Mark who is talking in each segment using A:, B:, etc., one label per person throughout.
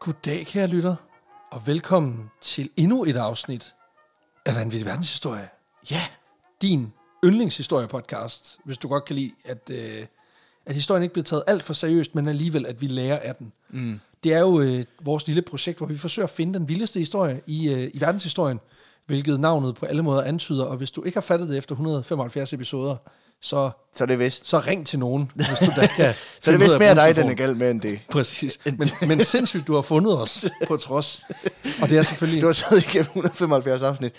A: Goddag, kære lytter, og velkommen til endnu et afsnit af Vanvittig Verdenshistorie. Ja, din yndlingshistorie-podcast, hvis du godt kan lide, at, øh, at historien ikke bliver taget alt for seriøst, men alligevel, at vi lærer af den. Mm. Det er jo øh, vores lille projekt, hvor vi forsøger at finde den vildeste historie i, øh, i verdenshistorien, hvilket navnet på alle måder antyder, og hvis du ikke har fattet det efter 175 episoder, så,
B: Så er det vist.
A: så ring til nogen, hvis du da kan
B: Så er
A: finde
B: det
A: ud af
B: vist
A: at bruge
B: mere dig, den
A: telefonen.
B: er galt med end det.
A: Præcis. Men, men sindssygt, du har fundet os på trods. Og det er selvfølgelig,
B: Du har siddet igennem 175 afsnit.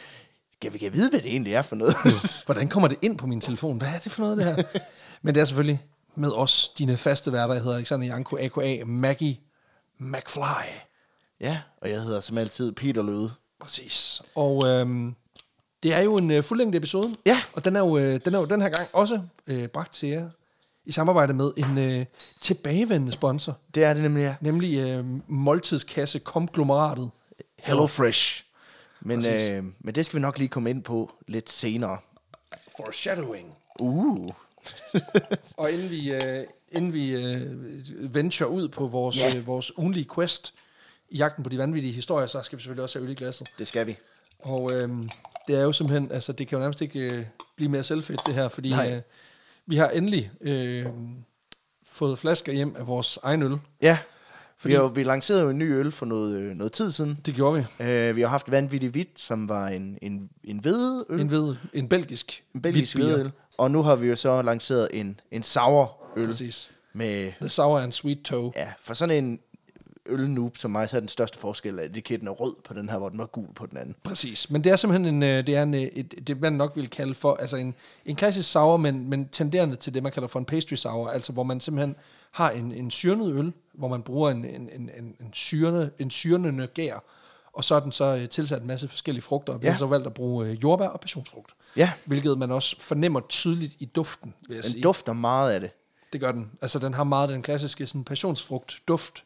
B: Kan vi kan vide, hvad det egentlig er for noget?
A: hvordan kommer det ind på min telefon? Hvad er det for noget, det her? Men det er selvfølgelig med os, dine faste værter. Jeg hedder Alexander Janko, a.k.a. Maggie McFly.
B: ja, og jeg hedder som altid Peter Løde.
A: Præcis. Og øhm, det er jo en øh, fuldlængde episode.
B: Ja.
A: Og den er, jo, øh, den er jo den her gang også øh, bragt til jer i samarbejde med en øh, tilbagevendende sponsor,
B: Det er det nemlig, ja.
A: nemlig øh, måltidskasse Konglomeratet.
B: Hello Fresh. Men,
A: Præcis.
B: øh, men det skal vi nok lige komme ind på lidt senere.
A: Foreshadowing.
B: Uh.
A: Og inden vi, øh, inden vi øh, venture ud på vores,
B: Ja.
A: yeah. øh, vores ugenlige quest i jagten på de vanvittige historier, så skal vi selvfølgelig også have øl i glasset.
B: Det skal vi.
A: Og øh, det er jo simpelthen, altså det kan jo nærmest ikke øh, blive mere selvfedt det her, fordi
B: Nej.
A: øh, vi har endelig øh, fået flasker hjem af vores egen øl.
B: Ja,
A: Fordi-
B: fordi vi, har, jo- vi lancerede jo en ny øl for noget, øh, noget tid siden.
A: Det gjorde vi.
B: Øh, vi har haft vanvittig hvidt, som var en, en, en hvedeøl.
A: En, ved, en belgisk,
B: Mm. en belgisk
A: hvidtbier.
B: hvedeøl. Og nu har vi jo så lanceret en, en sour øl
A: Præcis.
B: med
A: The Sour and Sweet Toe.
B: Ja, for sådan en ølnoob som mig, så er den største forskel, at etiketten er rød på den her, hvor den var gul på den anden.
A: Præcis, men det er simpelthen en, øh, det er en, øh, et, det man nok vil kalde for, altså en, en klassisk sour, men, men tenderende til det, man kalder for en pastry sour, altså hvor man simpelthen har en, en syrnet øl, hvor man bruger en, en, en, en, en, syrne, en syrnende gær, og så er den så øh, tilsat en masse forskellige frugter, og vi
B: Ja.
A: har så valgt at bruge øh, jordbær og passionsfrugt,
B: Ja,
A: hvilket man også fornemmer tydeligt i duften, vil jeg
B: den
A: sige.
B: dufter meget af det.
A: Det gør den. Altså, den har meget den klassiske sådan, passionsfrugt-duft.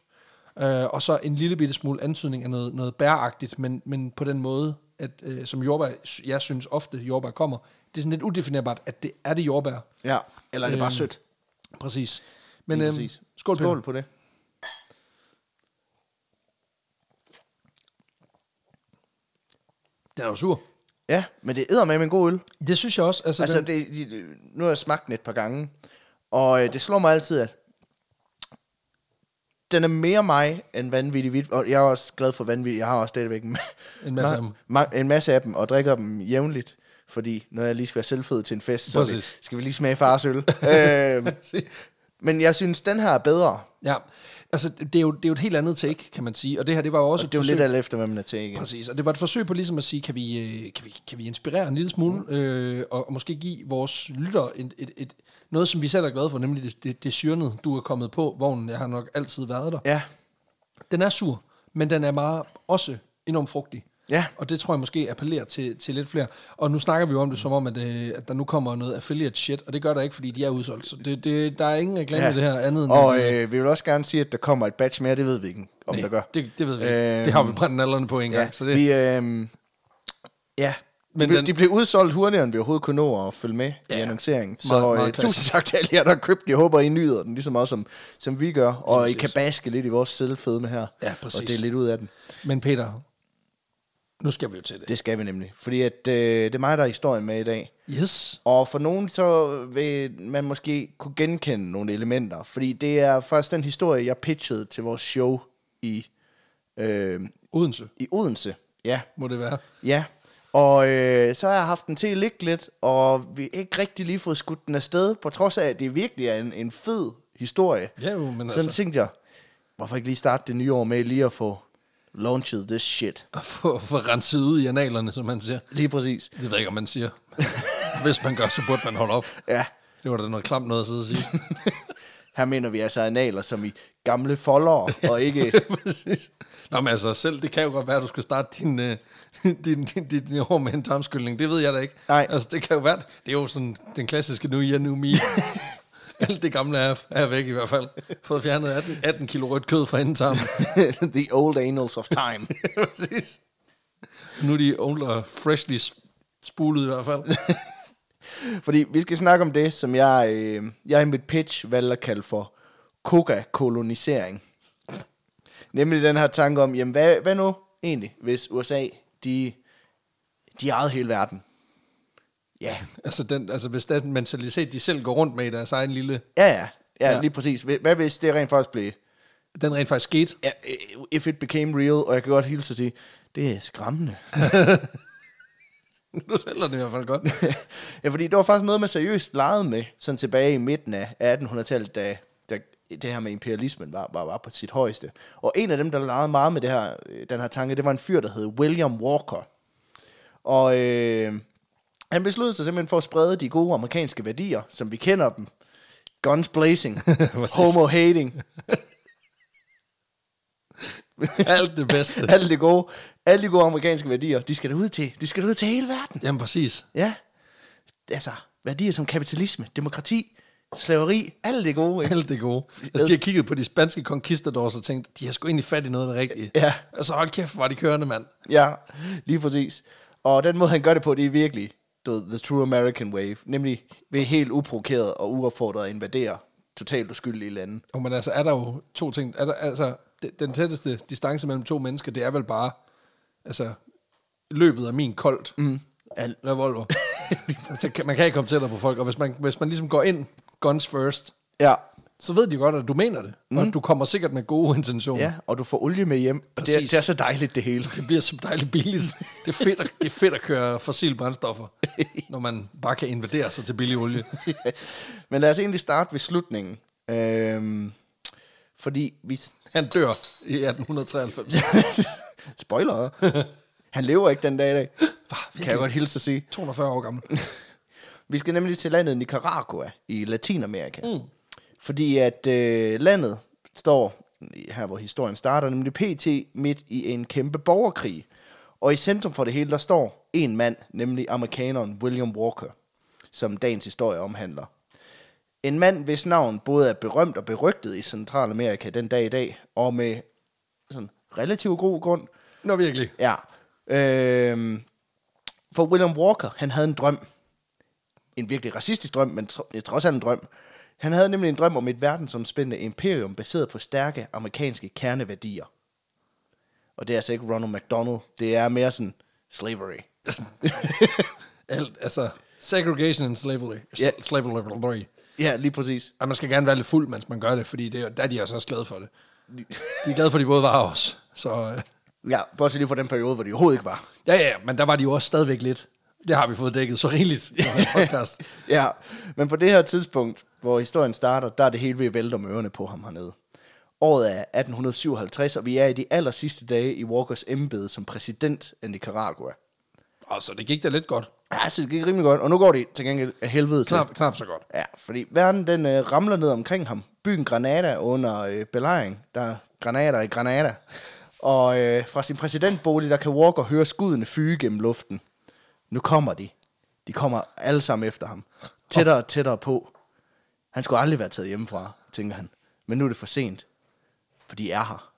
A: Øh, og så en lille bitte smule antydning af noget, noget bæragtigt, men, men på den måde, at, øh, som jordbær, jeg synes ofte, jordbær kommer. Det er sådan lidt udefinerbart, at det er det jordbær.
B: Ja, eller er det bare
A: Øhm,
B: sødt?
A: Præcis. Men
B: Lige
A: øh,
B: præcis.
A: skål, skål.
B: Skål på det.
A: Den er jo sur.
B: Ja, men det æder med en god øl.
A: Det synes jeg også. Altså, altså
B: Altså,
A: den,
B: det, det, nu har jeg smagt den et par gange, og øh, det slår mig altid, at den er mere mig end vanvittig hvidt, og jeg er også glad for vanvittig, jeg har også stadigvæk en,
A: En masse af dem.
B: ma- en masse af dem, og drikker dem jævnligt, fordi når jeg lige skal være selvfed til en fest, så er
A: Præcis.
B: det, skal vi lige smage fars øl. øhm, men jeg synes, den her er bedre,
A: ja. altså det, er jo, det er jo et helt andet take, kan man sige. Og det her, det var jo også
B: og det er jo lidt alt efter, hvad man er til. Ikke?
A: Præcis, og det var et forsøg på ligesom at sige, kan vi, øh, kan vi, kan vi inspirere en lille smule,
B: Mm.
A: øh, og, og måske give vores lytter et, et, et, noget, som vi selv er glade for, nemlig det, det, det syrnede, du er kommet på vognen. Jeg har nok altid været der.
B: Ja,
A: Den er sur, men den er meget også enormt frugtig.
B: Ja.
A: Og det tror jeg måske appellerer til, til lidt flere. Og nu snakker vi jo om det som om, at, øh, at der nu kommer noget affiliate shit, og det gør der ikke, fordi de er udsolgt. Så det, det, der er ingen reklame ja. i det her andet end...
B: og øh, vi vil også gerne sige, at der kommer et batch mere, det ved vi ikke, om
A: Nej,
B: der gør. Øhm,
A: det, det ved vi ikke. det har vi brændt nallerne på en gang.
B: Ja,
A: så det,
B: vi, øh, ja. Men de,
A: Men
B: blev,
A: den-
B: de blev udsolgt hurtigere, end vi overhovedet kunne nå at følge med ja, i
A: ja.
B: annonceringen. Så
A: Meget-
B: meget,
A: meget
B: meget øh,
A: klassisk.
B: tusind tak til alle jer, der har købt den. Jeg håber, I nyder den lige så meget, som, som vi gør. Og I
A: præcis.
B: kan baske lidt i vores selvfedme her.
A: Ja, præcis.
B: Og det er lidt ud af den.
A: Men Peter, nu skal vi jo til det.
B: Det skal vi nemlig. Fordi at, øh, det er mig, der er historien med i dag.
A: Yes.
B: Og for nogen, så vil man måske kunne genkende nogle elementer. Fordi det er faktisk den historie, jeg pitchede til vores show i, øh,
A: Odense
B: i Odense. Ja,
A: må det være.
B: Ja, og øh, så har jeg haft den til at ligge lidt, og vi har ikke rigtig lige fået skudt den afsted, på trods af, at det virkelig er en, en fed historie.
A: Ja, jo, men
B: Sådan altså.
A: altså,
B: tænkte jeg, hvorfor ikke lige starte det nye år med lige at få launchet this shit.
A: at få, få renset ud i analerne, som man siger.
B: Lige præcis.
A: Det ved jeg ikke, om man siger. Hvis man gør, så burde man holde op.
B: Ja,
A: Det var da noget klamt noget at sidde og sige.
B: her mener vi altså analer som i gamle folder, og ikke...
A: Præcis. Nå, men altså, selv det kan jo godt være, at du skal starte din, øh, din, din, din, din år med en tarmskyldning. Det ved jeg da ikke.
B: Nej.
A: Altså, det kan jo være, det er jo sådan den klassiske nu year, new me. Alt det gamle er, er væk i hvert fald. Fået fjernet 18, 18 kilo rødt kød fra endetarmen.
B: The old annals of time.
A: Præcis. Nu er de åndler freshly sp- spulet i hvert fald.
B: Fordi vi skal snakke om det, som jeg, øh, jeg i mit pitch valgte at kalde for coca-kolonisering. Nemlig den her tanke om, jamen hvad, hvad nu egentlig, hvis USA, de, de ejede hele verden? Ja,
A: Altså, den, altså hvis den mentalitet, de selv går rundt med i deres egen lille...
B: ja, ja, ja,
A: Ja.
B: ja. lige præcis. Hvad hvis det rent faktisk blev
A: Den rent faktisk skete.
B: Ja, øh, if it became real, og jeg kan godt hilse og sige, det er skræmmende.
A: nu sælger den i hvert fald godt.
B: ja, fordi det var faktisk noget, man seriøst legede med, sådan tilbage i midten af 1800-tallet, da, da det her med imperialismen var, var, var på sit højeste. Og en af dem, der legede meget med det her, øh, den her tanke, det var en fyr, der hed William Walker. Og øh, han besluttede sig simpelthen for at sprede de gode amerikanske værdier, som vi kender dem. Guns blazing,
A: Præcis.
B: homo hating,
A: Alt det bedste.
B: alt det gode, alle de gode amerikanske værdier, de skal ud til, de skal ud til hele verden.
A: Jamen præcis.
B: Ja. Altså, værdier som kapitalisme, demokrati, slaveri, alt det gode. Ikke?
A: Alt det gode. Altså, de har kigget på de spanske conquistadors og tænkt, de har sgu egentlig fat i noget af det rigtige.
B: Ja.
A: Altså, hold kæft, var de kørende, mand.
B: Ja, lige præcis. Og den måde, han gør det på, det er virkelig du ved, the true American wave. Nemlig ved helt uprovokeret og uopfordret at invadere totalt uskyldige lande.
A: Og men altså, er der jo to ting. Er der, altså, de- den tætteste distance mellem to mennesker, det er vel bare, altså, løbet af min koldt mm.
B: Al-
A: revolver. altså, det kan- man kan ikke komme tættere på folk, og hvis man, hvis man ligesom går ind, guns first,
B: Ja,
A: så ved de godt, at du mener det. Mm. Og du kommer sikkert med gode intentioner.
B: ja, og du får olie med hjem. Og det, er,
A: Præcis.
B: det er så dejligt, det hele.
A: Det bliver så dejligt billigt. Det er fedt at, det er fedt at køre fossile brændstoffer, når man bare kan invadere sig til billig olie.
B: Men lad os egentlig starte ved slutningen. Øhm, fordi vi...
A: Han dør i 1893.
B: Spoiler. Han lever ikke den dag i dag. Kan jeg
A: virkelig?
B: godt hilse at sige.
A: 240 år gammel.
B: Vi skal nemlig til landet Nicaragua i Latinamerika. Mm. Fordi at øh, landet står, her hvor historien starter, nemlig pt. midt i en kæmpe borgerkrig. Og i centrum for det hele, der står en mand, nemlig amerikaneren William Walker, som dagens historie omhandler. En mand, hvis navn både er berømt og berygtet i Centralamerika den dag i dag, og med sådan relativt god grund,
A: Nå virkelig.
B: Ja. Øhm, for William Walker, han havde en drøm. En virkelig racistisk drøm, men tro, trods alt en drøm. Han havde nemlig en drøm om et verdensomspændende imperium, baseret på stærke amerikanske kerneværdier. Og det er altså ikke Ronald McDonald, det er mere sådan slavery.
A: Altså, Alt, altså, segregation and slavery.
B: Ja.
A: Yeah. Slavery.
B: Ja, lige præcis.
A: Og man skal gerne være lidt fuld, mens man gør det, fordi det, er- der er de altså også glade for det. De er glade for, at de både var os. Så øh,
B: Ja, bortset lige fra den periode, hvor det overhovedet ikke var.
A: ja, ja, men der var de jo også stadigvæk lidt. Det har vi fået dækket så rigeligt i den her podcast.
B: Ja, men på det her tidspunkt, hvor historien starter, der er det hele ved at vælte om ørerne på ham hernede. Året er 1857, og vi er i de aller sidste dage i Walkers embede som præsident af Nicaragua.
A: Og så det gik da lidt godt.
B: Ja, så det gik rimelig godt, og nu går det til gengæld af helvede til.
A: Knap, knap så godt.
B: Ja, fordi verden den øh, ramler ned omkring ham. Byen Granada er under øh, belejring. Der er granater i Granada. Og øh, fra sin præsidentbolig, der kan Walker høre skuddene fyge gennem luften. Nu kommer de. De kommer alle sammen efter ham. Tættere og tættere på. Han skulle aldrig være taget hjemmefra, tænker han. Men nu er det for sent. For de er her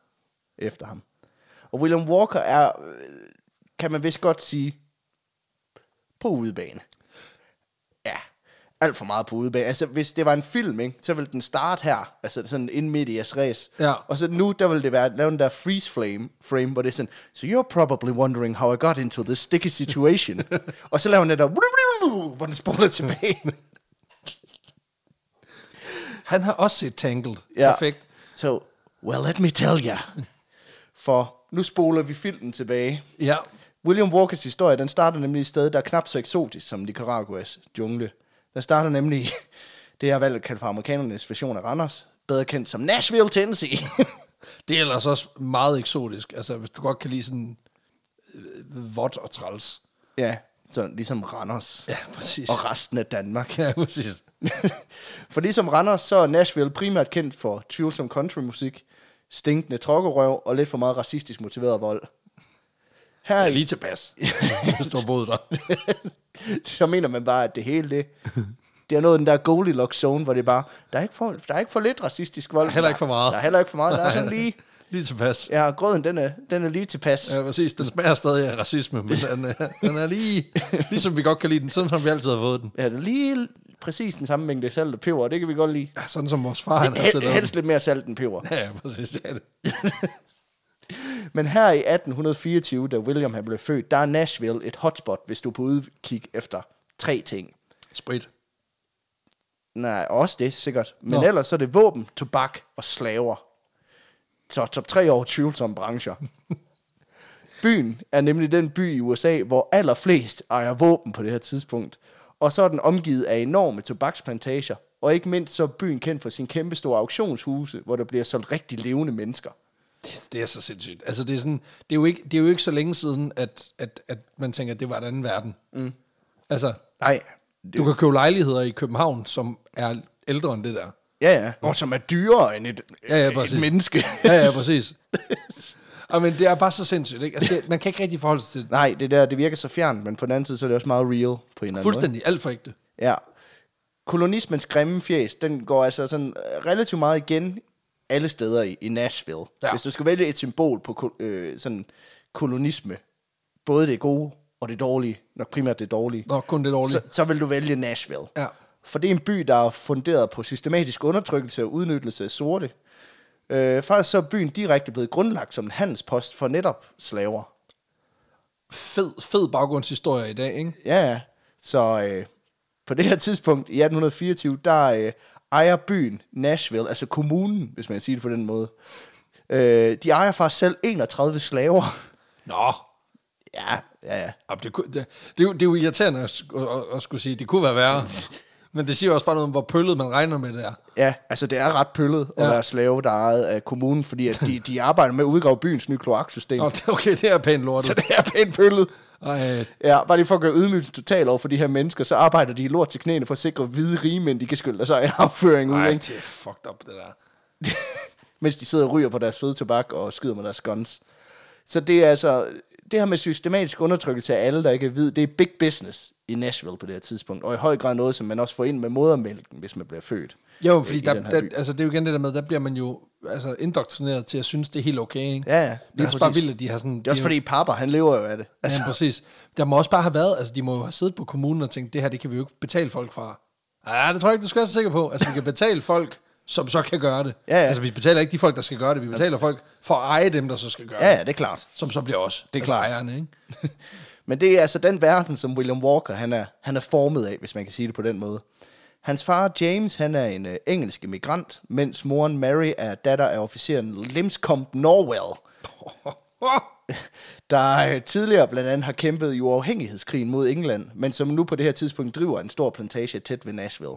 B: efter ham. Og William Walker er, øh, kan man vist godt sige, på udebane. Ja, alt for meget på udebane. Altså, hvis det var en film, ikke, så ville den starte her, altså sådan ind midt i jeres race.
A: Ja.
B: Og så nu, der ville det være, lave den der freeze frame, frame, hvor det er sådan, so you're probably wondering how I got into this sticky situation. og så laver den der, hvor den spoler tilbage.
A: Han har også set Tangled.
B: Ja.
A: Perfekt.
B: So, well, let me tell you. For nu spoler vi filmen tilbage.
A: Ja.
B: William Walkers historie, den starter nemlig et sted, der er knap så eksotisk som Nicaraguas jungle. Den starter nemlig i det, jeg har valgt at kalde for amerikanernes version af Randers, bedre kendt som Nashville, Tennessee.
A: Det er ellers også meget eksotisk. Altså, hvis du godt kan lide sådan øh, vådt og træls.
B: ja, så ligesom Randers
A: Ja, præcis.
B: og resten af Danmark.
A: Ja, præcis.
B: for ligesom Randers, så er Nashville primært kendt for tvivlsom countrymusik, stinkende trokkerøv og lidt for meget racistisk motiveret vold. Her
A: Ja,
B: er
A: lige tilpas, hvis du har boet der.
B: så mener man bare, at det hele det, det er noget af den der Goldilocks zone, hvor det er bare, der er ikke for, der er ikke for lidt racistisk vold.
A: Der er heller ikke for meget.
B: Der er heller ikke for meget. Der er sådan lige,
A: Lige tilpas.
B: ja, grøden, den er, den er lige tilpas.
A: Ja, præcis. Den smager stadig af racisme, men den er, den er lige, ligesom vi godt kan lide den, sådan som vi altid har fået den.
B: Ja, det er lige præcis den samme mængde salt og peber, og det kan vi godt lide.
A: Ja, sådan som vores far, han har
B: Hel,
A: lavet den.
B: helst lidt mere salt end peber.
A: Ja, ja, præcis. Det er det.
B: Men her i 1824, da William han blev født, der er Nashville et hotspot, hvis du er på udkig efter tre ting.
A: Sprit.
B: Nej, også det sikkert. Men
A: Nå.
B: Nå. ellers så er det våben, tobak og slaver. Så top 3 over 20 som brancher. Byen er nemlig den by i USA, hvor allerflest ejer våben på det her tidspunkt. Og så er den omgivet af enorme tobaksplantager. Og ikke mindst så er byen kendt for sine kæmpestore auktionshuse, hvor der bliver solgt rigtig levende mennesker.
A: Det, det er så sindssygt. Altså, det er, sådan, det er, jo, ikke, det er jo ikke så længe siden, at, at, at man tænker, at det var en anden verden. Mm. Altså,
B: Nej,
A: du kan købe lejligheder i København, som er ældre end det der.
B: ja ja. Og som er dyrere end et,
A: Ja, ja,
B: et
A: præcis.
B: menneske.
A: Ja, ja, præcis. Og men det er bare så sindssygt, ikke? Altså, det, man kan ikke rigtig forholde sig til det.
B: Nej, det der, det virker så fjernt, men på den anden side, så er det også meget real på en eller anden måde.
A: Fuldstændig alt for ægte.
B: Ja. Kolonismens grimme fjes, den går altså sådan relativt meget igen alle steder i, i Nashville.
A: Ja.
B: Ja. Hvis du skal vælge et symbol på ko- øh, sådan kolonisme, både det gode og det dårlige, nok primært det dårlige,
A: Nå, kun det dårlige.
B: så, så vil du vælge Nashville.
A: Ja.
B: For det er en by, der er funderet på systematisk undertrykkelse og udnyttelse af sorte. Øh, faktisk så er byen direkte blevet grundlagt som en handelspost for netop slaver.
A: Fed, fed baggrundshistorie i dag, ikke?
B: Ja, ja. Så øh, på det her tidspunkt i 1824, der øh, ejer byen Nashville, altså kommunen, hvis man kan sige det på den måde. Øh, de ejer faktisk selv 31 slaver.
A: Nå,
B: Ja, ja, ja.
A: Jamen, det, kunne- det, det, er jo- det er jo irriterende at, sk- at, at, at skulle sige, det kunne være værre. Men det siger jo også bare noget om, hvor pøllet man regner med det er.
B: Ja, altså det er ret pøllet at
A: Ja.
B: være slave, der er ejet af kommunen, fordi at de, de arbejder med at udgrave byens nye kloaksystem.
A: Nå, det- okay, det er pænt
B: Så
A: lortet.
B: det er pænt pøllet.
A: Ej,
B: Ja, bare lige for at gøre ydmygelsen total over for de her mennesker, så arbejder de i lort til knæene for at sikre hvide rige mænd, de kan skylde sig af afføring ud,
A: ej,
B: ikke?
A: det er fucked up, det der.
B: mens de sidder og ryger på deres fede tobak og skyder med deres guns. Så det er altså, det her med systematisk undertrykkelse af alle, der ikke er hvid, det er big business i Nashville på det her tidspunkt, og i høj grad noget, som man også får ind med modermælken, hvis man bliver født.
A: Jo,
B: øh,
A: fordi
B: i
A: der,
B: den her
A: der,
B: by.
A: altså, det er jo igen det der med, der bliver man jo altså, indoktrineret til at synes, det er helt okay, ikke?
B: Ja, ja, lige
A: det er også bare
B: præcis.
A: vildt, at de har sådan...
B: Det er også
A: de har-
B: fordi, papper, han lever jo af det. Altså,
A: Ja, præcis. Der må også bare have været, altså de må jo have siddet på kommunen og tænkt, det her, det kan vi jo ikke betale folk fra. Ja, det tror jeg ikke, du skal være så sikker på. Altså, vi kan betale folk, som så kan gøre det.
B: Ja, ja.
A: Altså, vi betaler ikke de folk, der skal gøre det. Vi betaler folk for at eje dem, der så skal gøre det.
B: ja, ja, det er klart.
A: Som så bliver os.
B: Det er
A: altså
B: klart.
A: Ejerne, ikke?
B: Men det er altså den verden, som William Walker han er, han er formet af, hvis man kan sige det på den måde. Hans far James han er en øh, engelsk emigrant, mens moren Mary er datter af officeren Limscombe Norwell. der øh, tidligere blandt andet har kæmpet i uafhængighedskrigen mod England, men som nu på det her tidspunkt driver en stor plantage tæt ved Nashville.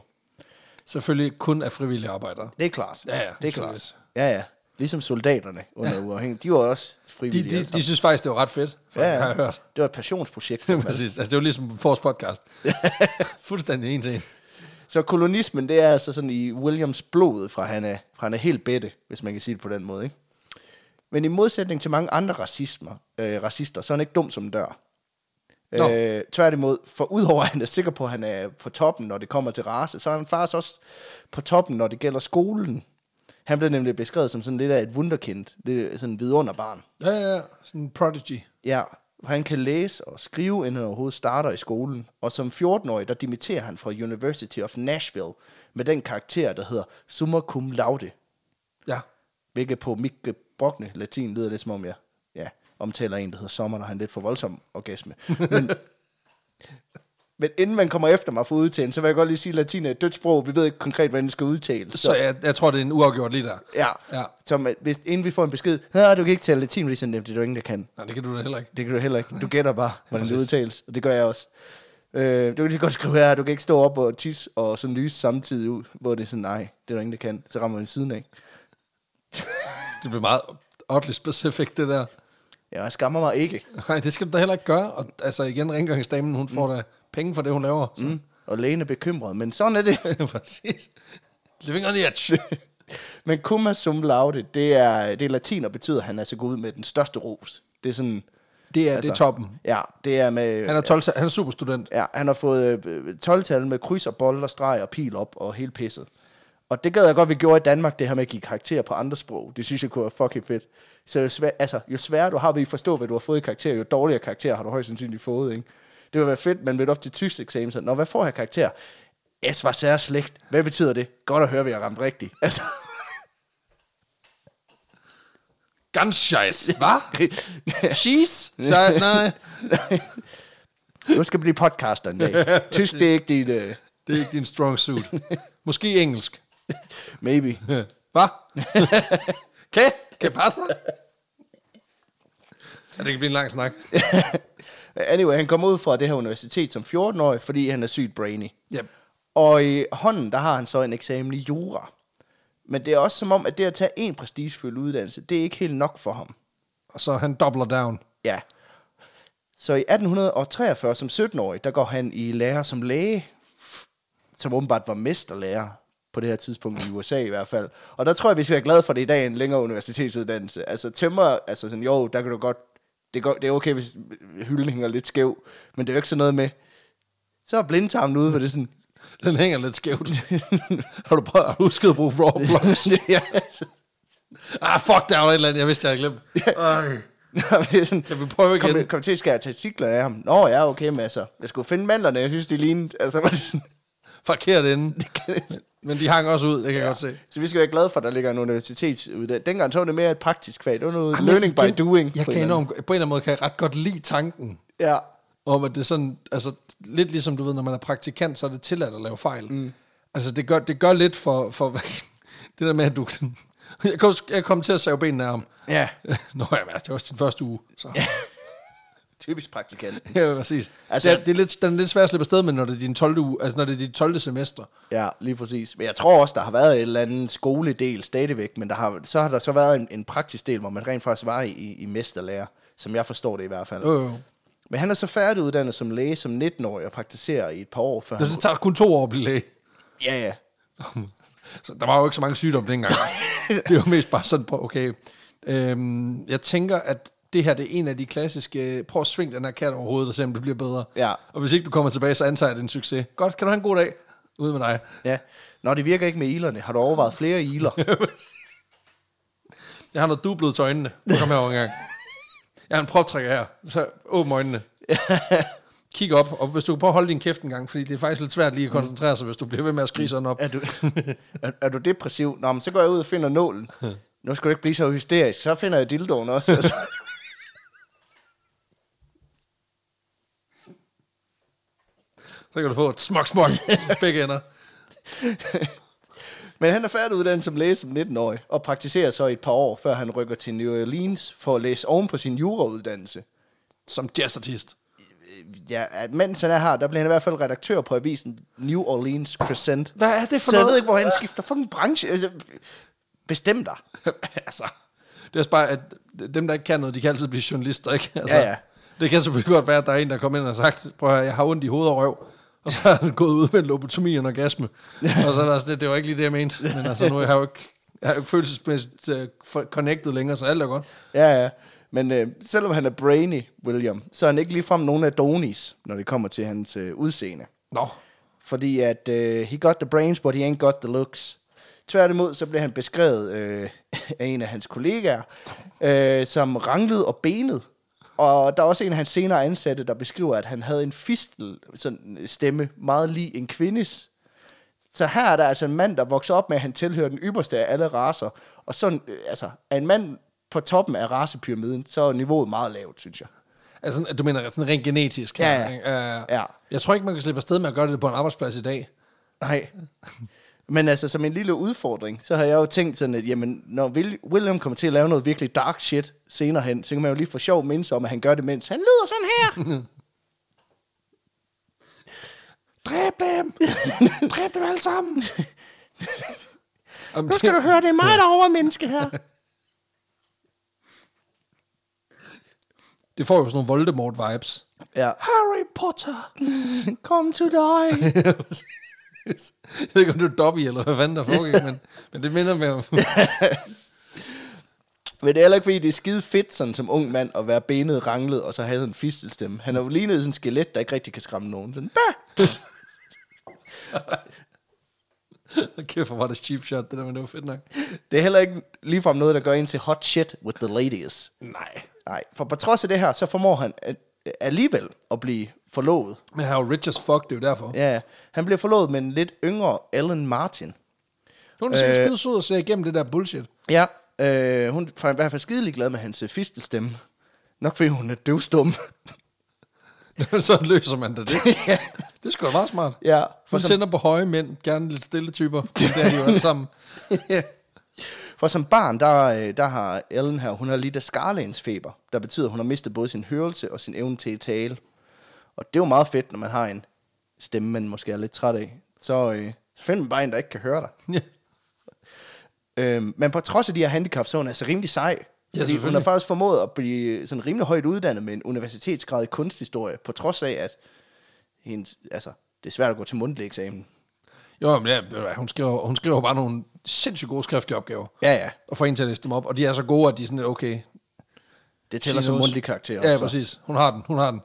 A: Selvfølgelig kun af frivillige arbejdere.
B: Det er klart.
A: Ja, ja,
B: det er
A: naturligvis.
B: klart. Ja, ja. Ligesom soldaterne under ja. uafhængighed. De var også
A: De,
B: frivillige.
A: de,
B: alle
A: de synes faktisk, det var ret fedt, for,
B: sammen.
A: ja, ja. har jeg hørt.
B: Det var et passionsprojekt for dem alle
A: Præcis. Altså, det var ligesom vores podcast. Fuldstændig en til en.
B: Så kolonismen, det er altså sådan i Williams blod, fra han er, fra han er helt bedte, hvis man kan sige det på den måde. Ikke? Men i modsætning til mange andre racismer, øh, racister, så er han ikke dum som en dør.
A: Nå.
B: Øh, tværtimod, for udover at han er sikker på, at han er på toppen, når det kommer til race, så er han faktisk også på toppen, når det gælder skolen. Han blev nemlig beskrevet som sådan lidt af et wunderkind, det er sådan en vidunderbarn.
A: Ja, ja, ja. Sådan en prodigy.
B: Ja, for han kan læse og skrive, inden han overhovedet starter i skolen. Og som 14-årig, der dimitterer han fra University of Nashville med den karakter, der hedder summa cum laude.
A: Ja.
B: Hvilket på Mikke Brockne latin lyder lidt som om, jeg ja, omtaler en, der hedder Sommer, når han er lidt for voldsom orgasme. Men, men inden man kommer efter mig for udtalen, så vil jeg godt lige sige, at latin er et dødt sprog. Vi ved ikke konkret, hvordan det skal udtales.
A: Så jeg, jeg tror, det er en uafgjort lige der.
B: ja.
A: Ja.
B: ja. Som, at hvis, inden vi får en besked, "Ah, du kan ikke tale latin, fordi så nemt, det er der ingen, der kan.
A: Nej, det kan du da heller ikke.
B: Det kan du heller ikke. Du gætter bare, hvordan det udtales. Og det gør jeg også. Øh, du kan lige godt skrive her, du kan ikke stå op og tisse og sådan lyse samtidig ud, hvor det er sådan, nej, det er der ingen, der kan. Så rammer man siden af.
A: Det bliver meget oddly specific, det der.
B: Ja, jeg skammer mig ikke.
A: Nej, det skal du da heller ikke gøre. Og altså igen, rengøringsdamen, hun får da penge for det, hun laver. Så. Mm.
B: Og lægen er bekymret, men sådan er det.
A: Præcis. Living on the edge.
B: men kumma sum laude, det er, det er latin og betyder, at han altså går ud med den største ros. Det er sådan...
A: Det er, altså,
B: altså,
A: det er toppen.
B: Ja, det er med...
A: Han er, 12, han er superstudent.
B: Ja, han har fået øh, 12-tal med kryds og bold og streg og pil op og hele pisset. Og det gad jeg godt, vi gjorde i Danmark, det her med at give karakterer på andre sprog. Det synes jeg kunne være fucking fedt. Så jo, svær, altså, jo sværere du har ved at forstå, hvad du har fået i karakter, jo dårligere karakter har du højst sandsynligt fået. Ikke? Det ville være fedt, men ved op til tysk eksamen, så, Nå, hvad får jeg karakter? Es var sær slægt. Hvad betyder det? Godt at høre, vi har ramt rigtigt. Altså,
A: Ganz scheiß. Hvad? Cheese? Nej, nej.
B: Nu skal blive podcaster en dag. Tysk, det er ikke dit... Uh,
A: Det er ikke din strong suit. Måske engelsk.
B: maybe.
A: Hvad? kan? Kan passe? Ja, det kan blive en lang snak.
B: Anyway, han kommer ud fra det her universitet som 14-årig, fordi han er sygt brainy.
A: Ja.
B: Og i hånden, der har han så en eksamen i jura. Men det er også som om, at det at tage en prestigefyldt uddannelse, det er ikke helt nok for ham.
A: Og så han doubler down.
B: Ja. Så i 1843, som 17-årig, der går han i lærer som læge, som åbenbart var mesterlærer på det her tidspunkt i USA i hvert fald. Og der tror jeg, vi skal være glade for det i dag, en længere universitetsuddannelse. Altså tømmer, altså sådan, jo, der kan du godt, det er, godt, det er okay, hvis hylden hænger lidt skæv, men det er jo ikke sådan noget med, så er blindtarmen ude, for det er sådan,
A: Den hænger lidt skævt. har du prøvet at huske at bruge raw blocks?
B: ja, altså,
A: Ah, fuck, der var et eller andet, jeg vidste, jeg havde glemt. Ej.
B: Nå, men det er sådan,
A: Kan vi prøve igen?
B: Kom, kom til, skal jeg tage tiklerne af ham? Nå ja, okay, men altså, jeg skulle finde mandlerne, jeg synes, de lignede. Altså, var det sådan,
A: Forkert inde. Men de hang også ud, det kan ja. jeg godt se.
B: Så vi skal være glade for, at der ligger en universitetsuddannelse. Dengang så var det mere et praktisk fag. Det var noget learning by doing.
A: Ah, Jeg
B: på
A: kan
B: en eller anden-
A: enormt, på en eller anden måde kan jeg ret godt lide tanken
B: Ja,
A: om, at det er sådan, altså lidt ligesom du ved, når man er praktikant, så er det tilladt at lave fejl. Mm. Altså det gør, det gør lidt for, for det der med, at du... Jeg kom, jeg kom til at save benene af ham.
B: Ja.
A: Nå, jamen, altså, det var også den første uge. Så. Ja.
B: typisk praktikant.
A: ja, præcis.
B: Altså-
A: Altså, det, er, det er lidt, den er lidt svært at slippe afsted med, når det er din 12. uge, altså når det er dit 12. semester.
B: Ja, lige præcis. Men jeg tror også, der har været en eller anden skoledel stadigvæk, men der har, så har der så været en, en praktisk del, hvor man rent faktisk var i, i, i mesterlærer, som jeg forstår det i hvert fald.
A: Jo, jo.
B: Men han er så færdiguddannet som læge som 19-årig og praktiserer i et par år før.
A: Nå, Det tager kun to år at blive læge.
B: Ja, ja.
A: Så der var jo ikke så mange sygdomme dengang. det var mest bare sådan, prøv, okay. Øhm, jeg tænker, at det her det er en af de klassiske, prøv at svinge den her kat over hovedet, og se om det bliver bedre.
B: Ja.
A: Og hvis ikke du kommer tilbage, så antager jeg, det er en succes. Godt, kan du have en god dag? Ud med dig.
B: ja. Nå, det virker ikke med ilerne. Har du overvejet flere iler?
A: Jeg har noget dublet til øjnene. Nu kom herover en gang. Jeg har en proptrækker her, så åbn øjnene. Kig op, og hvis du kan prøve at holde din kæft en gang, fordi det er faktisk lidt svært lige at koncentrere sig, hvis du bliver ved med at skrige sådan op.
B: er du, er, er du depressiv? Nå, men så går jeg ud og finder nålen. Nu skal du ikke blive så hysterisk. Så finder jeg dildoen også. Altså.
A: Så kan du få et smuk, smuk begge ender.
B: Men han er færdiguddannet som læge som 19-årig, og praktiserer så i et par år, før han rykker til New Orleans for at læse oven på sin jurauddannelse.
A: Som jazzartist.
B: Ja, at mens han er her, der bliver han i hvert fald redaktør på avisen New Orleans Crescent.
A: Hvad er det for
B: Så jeg
A: noget?
B: ved ikke, hvor han skifter fucking branche. Altså, bestem dig.
A: altså, det er også bare, at dem, der ikke kan noget, de kan altid blive journalister, ikke? Altså,
B: Ja, ja.
A: Det kan selvfølgelig godt være, at der er en, der kommer ind og har sagt, prøv at høre, jeg har ondt i hoved og røv, og så har han gået ud med en lobotomi og en orgasme. og så er der sådan, lidt, det var ikke lige det, jeg mente, men altså, nu er jeg jo ikke, jeg er jo ikke følelsesmæssigt øh, for- connected længere, så alt er godt.
B: Ja, ja. Men øh, selvom han er brainy, William, så er han ikke ligefrem nogen Adonis, når det kommer til hans øh, udseende.
A: Nå,
B: Fordi at øh, he got the brains, but he ain't got the looks. Tværtimod så blev han beskrevet øh, af en af hans kollegaer, øh, som ranglede og benet. Og der er også en af hans senere ansatte, der beskriver, at han havde en fistel sådan, stemme, meget lig en kvindes. Så her er der altså en mand, der vokser op med, at han tilhører den ypperste af alle raser. Og sådan, øh, altså, er en mand på toppen af racepyramiden, så er niveauet meget lavt, synes jeg.
A: altså, du mener sådan rent genetisk?
B: Ja,
A: her,
B: ja.
A: ikke? Øh,
B: Ja.
A: Jeg tror ikke, man kan slippe afsted med at gøre det på en arbejdsplads i dag.
B: Nej. Men altså, som en lille udfordring, så har jeg jo tænkt sådan, at jamen, når Will- William kommer til at lave noget virkelig dark shit senere hen, så kan man jo lige få sjov mindes om, at han gør det, mens han lyder sådan her.
A: Dræb dem! Dræb dem alle sammen! Jamen,
B: Nu skal du høre, det er mig, der er overmenneske her.
A: Det får jo sådan nogle Voldemort-vibes.
B: Ja.
A: Harry Potter!
B: Kom to dig.
A: jeg ved ikke, om du er Dobby, eller hvad fanden der foregik, men, men det minder mig om...
B: Men det er heller ikke, fordi det er skide fedt sådan, som ung mand at være benet, ranglet og så have sådan en fistelstemme. Han har jo lignet sådan en skelet, der ikke rigtig kan skræmme nogen. Sådan, bah!
A: Kæft, hvor var det cheap shot, det der, men det var fedt nok.
B: Det er heller ikke ligefrem noget, der gør en til hot shit with the ladies.
A: Nej.
B: Nej, for på trods af det her, så formår han at, alligevel at blive forlovet.
A: Men han er jo rich as fuck, det er jo derfor. Ja.
B: Ja, han bliver forlovet med en lidt yngre Ellen Martin.
A: Øh. Hun er sikkert skide sød at se igennem det der bullshit.
B: Ja, Øh, hun er i hvert fald skidelig glad med hans øh, fistelstemme. Nok fordi hun er døvstum.
A: så løser man da det. Det er sgu da meget smart.
B: ja, for
A: Hun
B: som,
A: tænder på høje mænd, gerne lidt stille typer. men Det er de jo alle sammen.
B: for som barn, der, øh, der har Ellen her, hun har lidt af skarlægens feber, der betyder, at hun har mistet både sin hørelse og sin evne til at tale. Og det er jo meget fedt, når man har en stemme, man måske er lidt træt af. Så, øh, så finder man bare en, der ikke kan høre dig.
A: Ja.
B: Øhm, men på trods af de her handicaps, så er hun altså rimelig
A: Ja,
B: sej. fordi hun har
A: selvfølgelig.
B: faktisk formået at blive sådan rimelig højt uddannet med en universitetsgrad i kunsthistorie, på trods af, at hendes, altså, det er svært at gå til mundtlig eksamen.
A: Jo, men ja, ved du hvad, hun, skriver, hun skriver bare nogle sindssygt gode skriftlige opgaver.
B: Ja, ja.
A: Og får en til at læse dem op. Og de er så gode, at de er sådan lidt, okay.
B: Det tæller som
A: Chinos.
B: mundtlig karakter.
A: Ja,
B: så.
A: præcis. Hun har den, hun har den.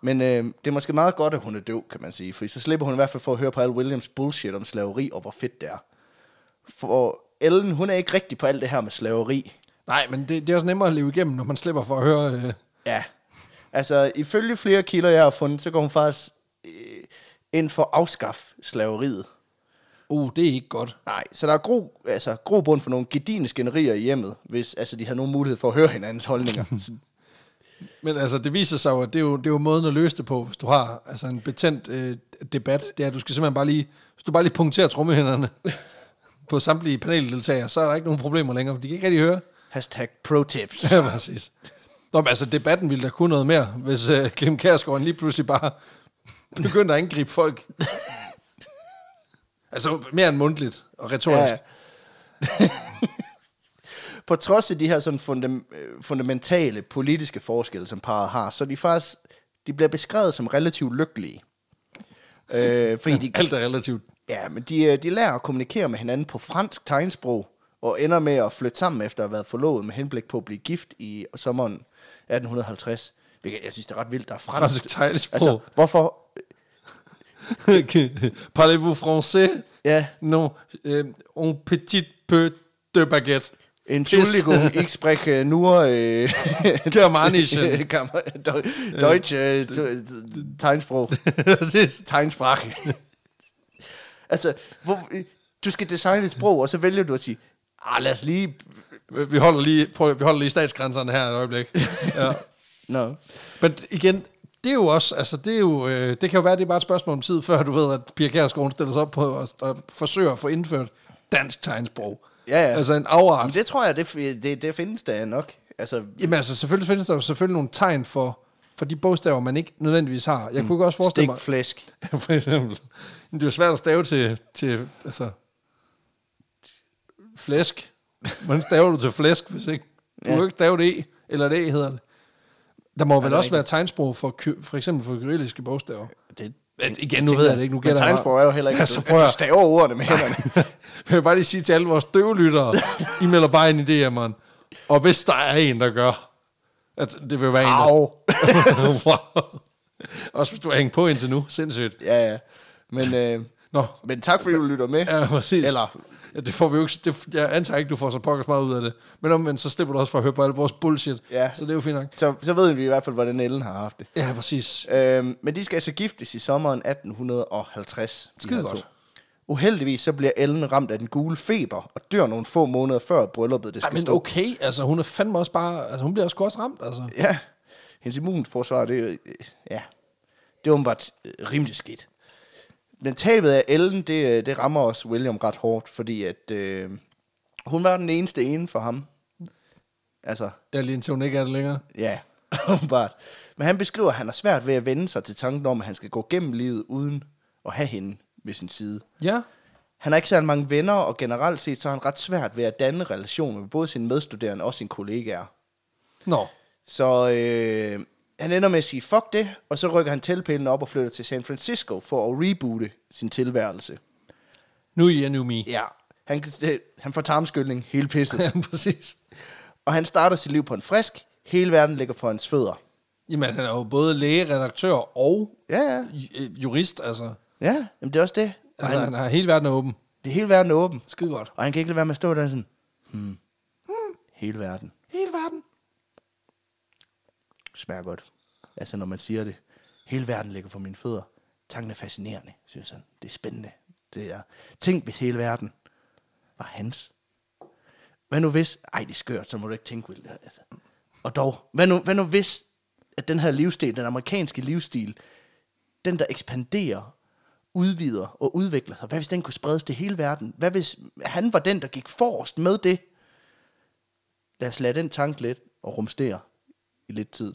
B: Men øh, det er måske meget godt, at hun er døv, kan man sige. For så slipper hun i hvert fald for at høre på Al Williams bullshit om slaveri og hvor fedt det er. For Ellen, hun er ikke rigtig på alt det her med slaveri.
A: Nej, men det, det er også nemmere at leve igennem, når man slipper for at høre... Øh,
B: Ja. Altså, ifølge flere kilder, jeg har fundet, så går hun faktisk øh, ind for at afskaffe slaveriet.
A: uh, det er ikke godt.
B: Nej, så der er gro, altså, grobund for nogle gedine skænderier i hjemmet, hvis altså, de havde nogen mulighed for at høre hinandens holdninger. Så-
A: Men altså, det viser sig jo, at det er jo, det er jo måden at løse det på, hvis du har altså, en betændt øh, debat. Det er, at du skal simpelthen bare lige... Hvis du bare lige punkterer trommehænderne på samtlige paneldeltagere, så er der ikke nogen problemer længere, for de kan ikke rigtig høre.
B: Hashtag pro tips.
A: Ja, præcis. Nå, men altså, debatten ville der kunne noget mere, hvis øh, Clem Kærsgaard lige pludselig bare begyndte at angribe folk. altså, mere end mundtligt og retorisk. Ja.
B: på trods af de her sådan fundam- øh, fundamentale politiske forskelle, som parret har, så er de faktisk de bliver beskrevet som relativt lykkelige. Øh, fordi de,
A: Alt er relativt.
B: ja, men de, øh, de lærer at kommunikere med hinanden på fransk tegnsprog, og ender med at flytte sammen efter at have været forlovet med henblik på at blive gift i øh, sommeren 1850. Hvilket jeg synes, det er ret vildt, der er fransk.
A: Fransk tegnsprog.
B: Altså, hvorfor?
A: Parlez-vous français?
B: Ja,
A: Non, øh, un petit peu de baguette.
B: Entschuldigung, ich spreche nur äh,
A: Germanisch.
B: Kam- Deu- Deutsch, äh, zu- zu- Tegnsprog,
A: Præcis.
B: Tegnsprache. altså, hvor, du skal designe et sprog, og så vælger du at sige, ah, lad os lige...
A: Vi holder lige, prøv, vi holder lige statsgrænserne her et øjeblik. Ja.
B: Nå.
A: Men igen, det er jo også, altså det er jo, øh, det kan jo være, det er bare et spørgsmål om tid, før du ved, at Pia Kjærsgaard hun stiller sig op på og, og forsøger at få indført dansk tegnsprog.
B: Ja, ja.
A: Altså en afart.
B: Men
A: Det...
B: det tror jeg, det, det, det findes da nok. Altså,
A: Jamen altså, selvfølgelig findes der jo selvfølgelig nogle tegn for, for de bogstaver, man ikke nødvendigvis har. Jeg mm. kunne også forestille mig...
B: stikflæsk.
A: for eksempel. Men det er jo svært at stave til, til altså, flæsk. Hvordan staver du til flæsk, hvis ikke? Du ja. kan jo ikke stave det E, eller et E hedder det. Der må vel
B: det er
A: også være tegnsprog for, ky- for eksempel for kyrilliske bogstaver.
B: Det,
A: Men igen, nu ved jeg det ikke, nu
B: Men
A: gætter jeg
B: tegnsprog er jo heller ikke,
A: Ja,
B: at
A: så
B: du,
A: prøver
B: at du
A: jeg.
B: staver ordene med hænderne.
A: Jeg vil bare lige sige til alle vores døvelyttere, I melder bare en idé, man. Og hvis der er en, der gør, at det vil være en, der...
B: Au.
A: wow. Også hvis du har hængt på indtil nu, sindssygt.
B: ja, ja. Men, øh,
A: Nå,
B: men tak fordi du lytter med.
A: ja, præcis.
B: Eller
A: Ja, det får vi jo ikke, det, jeg antager ikke, du får så pokkers meget ud af det. Men omvendt, så slipper du også for at høre på alle vores bullshit.
B: Ja.
A: Så det er jo fint nok.
B: Så, så ved vi i hvert fald, hvordan Ellen har haft det.
A: Ja, præcis.
B: Øhm, men de skal altså giftes i sommeren 1850. de
A: Skide
B: her
A: godt.
B: to. Uheldigvis så bliver Ellen ramt af den gule feber og dør nogle få måneder før brylluppet, det
A: Ej,
B: skal
A: men
B: stå.
A: okay, altså hun er fandme også bare, altså hun bliver også godt ramt, altså.
B: Ja, hendes immunforsvar, det, er- øh, ja, det er åbenbart øh, rimelig skidt. Men tabet af Ellen, det, øh, det rammer også William ret hårdt, fordi at, øh, hun var den eneste ene for ham. Altså,
A: Ja, lige indtil hun ikke er det længere.
B: Ja, åbenbart. Men han beskriver, at han har svært ved at vende sig til tanken om, at han skal gå gennem livet uden at have hende ved sin side.
A: Ja.
B: Han har ikke særlig mange venner, og generelt set så har han ret svært ved at danne relationer med både sine medstuderende og sine kollegaer.
A: Nå.
B: Så øh, han ender med at sige, fuck det, og så rykker han tilpælen op og flytter til San Francisco for at reboote sin tilværelse.
A: Nu er jeg nu me.
B: Ja, han, kan- han får tarmskyldning, hele pisset.
A: Ja, præcis.
B: og han starter sit liv på en frisk, hele verden ligger for hans fødder.
A: Jamen, han er jo både læge, redaktør og
B: Ja, ja.
A: ju- øh, jurist, altså.
B: Ja, jamen det er også det. Og
A: Altså,
B: han-
A: han har hele verden åben.
B: Det er hele verden er åben.
A: Skide godt.
B: Og han kan ikke lade være med at stå der sådan, hmm, hele verden
A: Hele verden.
B: smager godt. Altså når man siger det, hele verden ligger for mine fødder. Tanken er fascinerende, synes han. Det er spændende. Det er, tænk hvis hele verden var hans. Hvad nu hvis... Ej, det er skørt, så må du ikke tænke vildt. Altså. Og dog, hvad nu, hvad nu hvis, at den her livsstil, den amerikanske livsstil, den der ekspanderer, udvider og udvikler sig, hvad hvis den kunne spredes til hele verden? Hvad hvis han var den, der gik forrest med det? Lad os lade den tanke lidt og rumstere i lidt tid.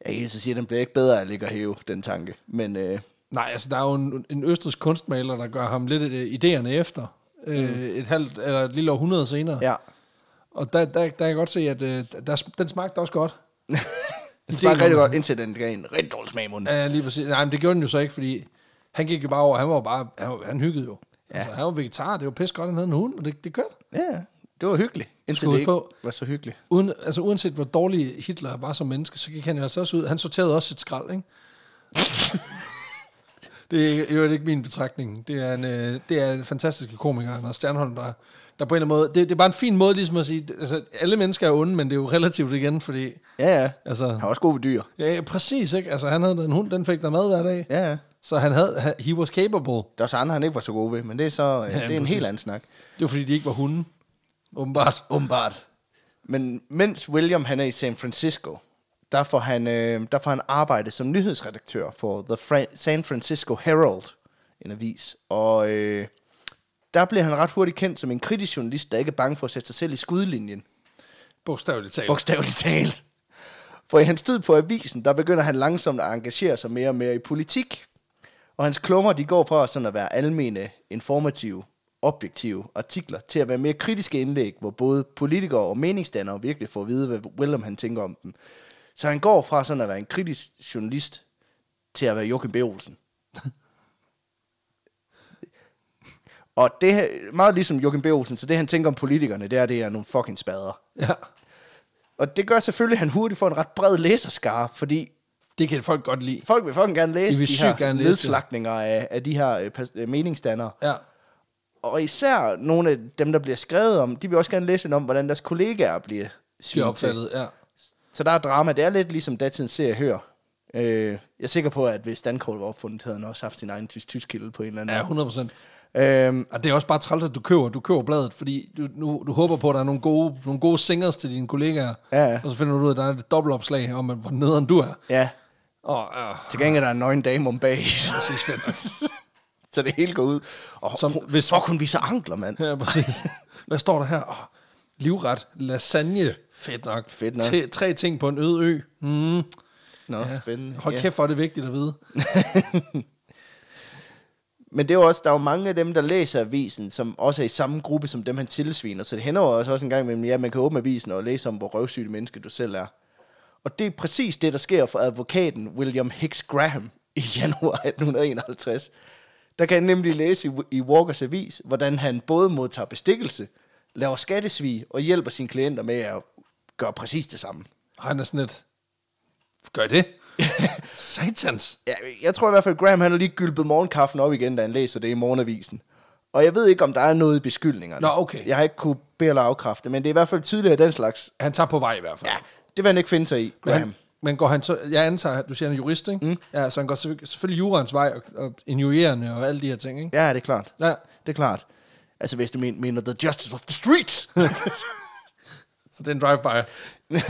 B: Jeg kan lige så sige, at den bliver ikke bedre af at ligge og hæve den tanke. Men øh,
A: Nej, altså der er jo en, en østrisk kunstmaler, der gør ham lidt øh, idéerne efter. Mm. Øh, et halvt eller et lille århundrede senere.
B: ja,
A: Og der, der, der kan jeg godt se, at øh, der, den smagte også godt.
B: den smager rigtig godt, indtil den gav en rigtig dårlig smag i munden.
A: Ja, lige præcis. Nej, men det gjorde den jo så ikke, fordi han gik jo bare over, han var jo bare, han, var, han hyggede jo. Ja. Altså, han var vegetar, det var pisse godt, han havde en hund, og det, det kørte.
B: Ja, det var hyggeligt, indtil
A: Skulle
B: det
A: huske på-
B: ikke var så hyggeligt.
A: Uden, altså uanset hvor dårlig Hitler var som menneske, så gik han jo altså også ud. Han sorterede også sit skrald, ikke? det er jo ikke min betragtning. Det er en, øh, det er en fantastisk komiker, Anders Stjernholm, der, der på en eller anden måde... Det, det er bare en fin måde ligesom at sige... Altså, alle mennesker er onde, men det er jo relativt igen, fordi...
B: Ja, ja. Han
A: Altså,
B: var også god ved dyr.
A: ja, ja, præcis, ikke? Altså, han havde en hund, den fik der mad hver dag.
B: Ja, ja.
A: Så han havde... han- He was capable.
B: Der var så andre, han ikke var så god ved, men det er så ja, det er en
A: præcis.
B: helt anden snak.
A: Det var fordi, de ikke var hunde, åbenbart.
B: Åbenbart. Men mens William han er i San Francisco, der får han, øh, der får han arbejde som nyhedsredaktør for The Fra- San Francisco Herald, en avis. Og øh, der bliver han ret hurtigt kendt som en kritisk journalist, der ikke er bange for at sætte sig selv i skudlinjen.
A: Bogstaveligt talt.
B: Bogstaveligt talt. For i hans tid på avisen, der begynder han langsomt at engagere sig mere og mere i politik. Og hans klummer, de går fra sådan at være almene, informative, objektive artikler, til at være mere kritiske indlæg, hvor både politikere og meningsdannere virkelig får at vide, hvad Willem han tænker om dem. Så han går fra sådan at være en kritisk journalist, til at være Joachim B. Olsen. og det her, meget ligesom Joachim B. Olsen, så det han tænker om politikerne, det er, det er nogle fucking spader.
A: Ja.
B: Og det gør selvfølgelig, at han hurtigt får en ret bred læserskare, fordi
A: Det kan folk godt lide.
B: folk vil fucking gerne
A: De
B: læse
A: vil
B: de
A: sygt
B: her
A: gerne læse det.
B: nedslagninger af, af de her øh, pas- øh, meningsdannere.
A: Ja.
B: Og især nogle af dem, der bliver skrevet om, de vil også gerne læse lidt om, hvordan deres kollegaer bliver
A: De er
B: svinet til.
A: opfattet, ja.
B: Så der er drama. Det er lidt ligesom datidens serie Hør. Øh, jeg er sikker på, at hvis Dankort var opfundet, havde han også haft sin egen tysk tysk kilde på en eller anden
A: Ja,
B: måde.
A: 100 procent.
B: Øhm,
A: Og det er også bare træls, at du køber, du køber bladet, fordi du, nu, du håber på, at der er nogle gode, nogle gode singers til dine kollegaer.
B: Ja, ja.
A: Og så finder du ud af, at der er et dobbeltopslag om, at hvor nederen du er.
B: ja,
A: Og, øh,
B: til gengæld er der en nøgen dame om bag,
A: præcis, fedt.
B: så det hele går ud. Og
A: Som
B: Som, hun,
A: hvis-
B: hvis... fuck, hun viser ankler, mand.
A: ja, præcis. Hvad står der her? Oh, livret, lasagne. Fedt nok.
B: Fedt nok.
A: Te, tre ting på en øde ø. Mm.
B: Nå, spændende.
A: Hold
B: Ja.
A: kæft, hvor er det vigtigt at vide.
B: Men det er jo også, der er jo mange af dem, der læser avisen, som også er i samme gruppe som dem, han tilsviner. Så det hænder jo også, også en gang imellem, ja, man kan åbne avisen og læse om, hvor røvsygt menneske du selv er. Og det er præcis det, der sker for advokaten William Hicks Graham i januar 1851. Der kan han nemlig læse i, i Walkers avis, hvordan han både modtager bestikkelse, laver skattesvig og hjælper sine klienter med at gøre præcis det samme.
A: Og han er sådan lidt, gør det? Satans.
B: Ja, jeg tror i hvert fald, at Graham han har lige gylpet morgenkaffen op igen, da han læser det i morgenavisen. Og jeg ved ikke, om der er noget i beskyldningerne.
A: Nå, okay.
B: Jeg har ikke kunne bede eller afkræfte, men det er i hvert fald tydeligt, at den slags...
A: Han tager på vej i hvert fald.
B: Ja, det vil han ikke finde sig i, Graham.
A: Men, men går han så, jeg antager, at du siger, han er jurist, ikke? Mm. Ja, så han går selvføl- selvfølgelig jurens vej, og, og injurierende og alle de her ting, ikke?
B: Ja, det er klart.
A: Ja.
B: Det er klart. Altså, hvis du men- mener the justice of the streets.
A: Så det er en drive-by.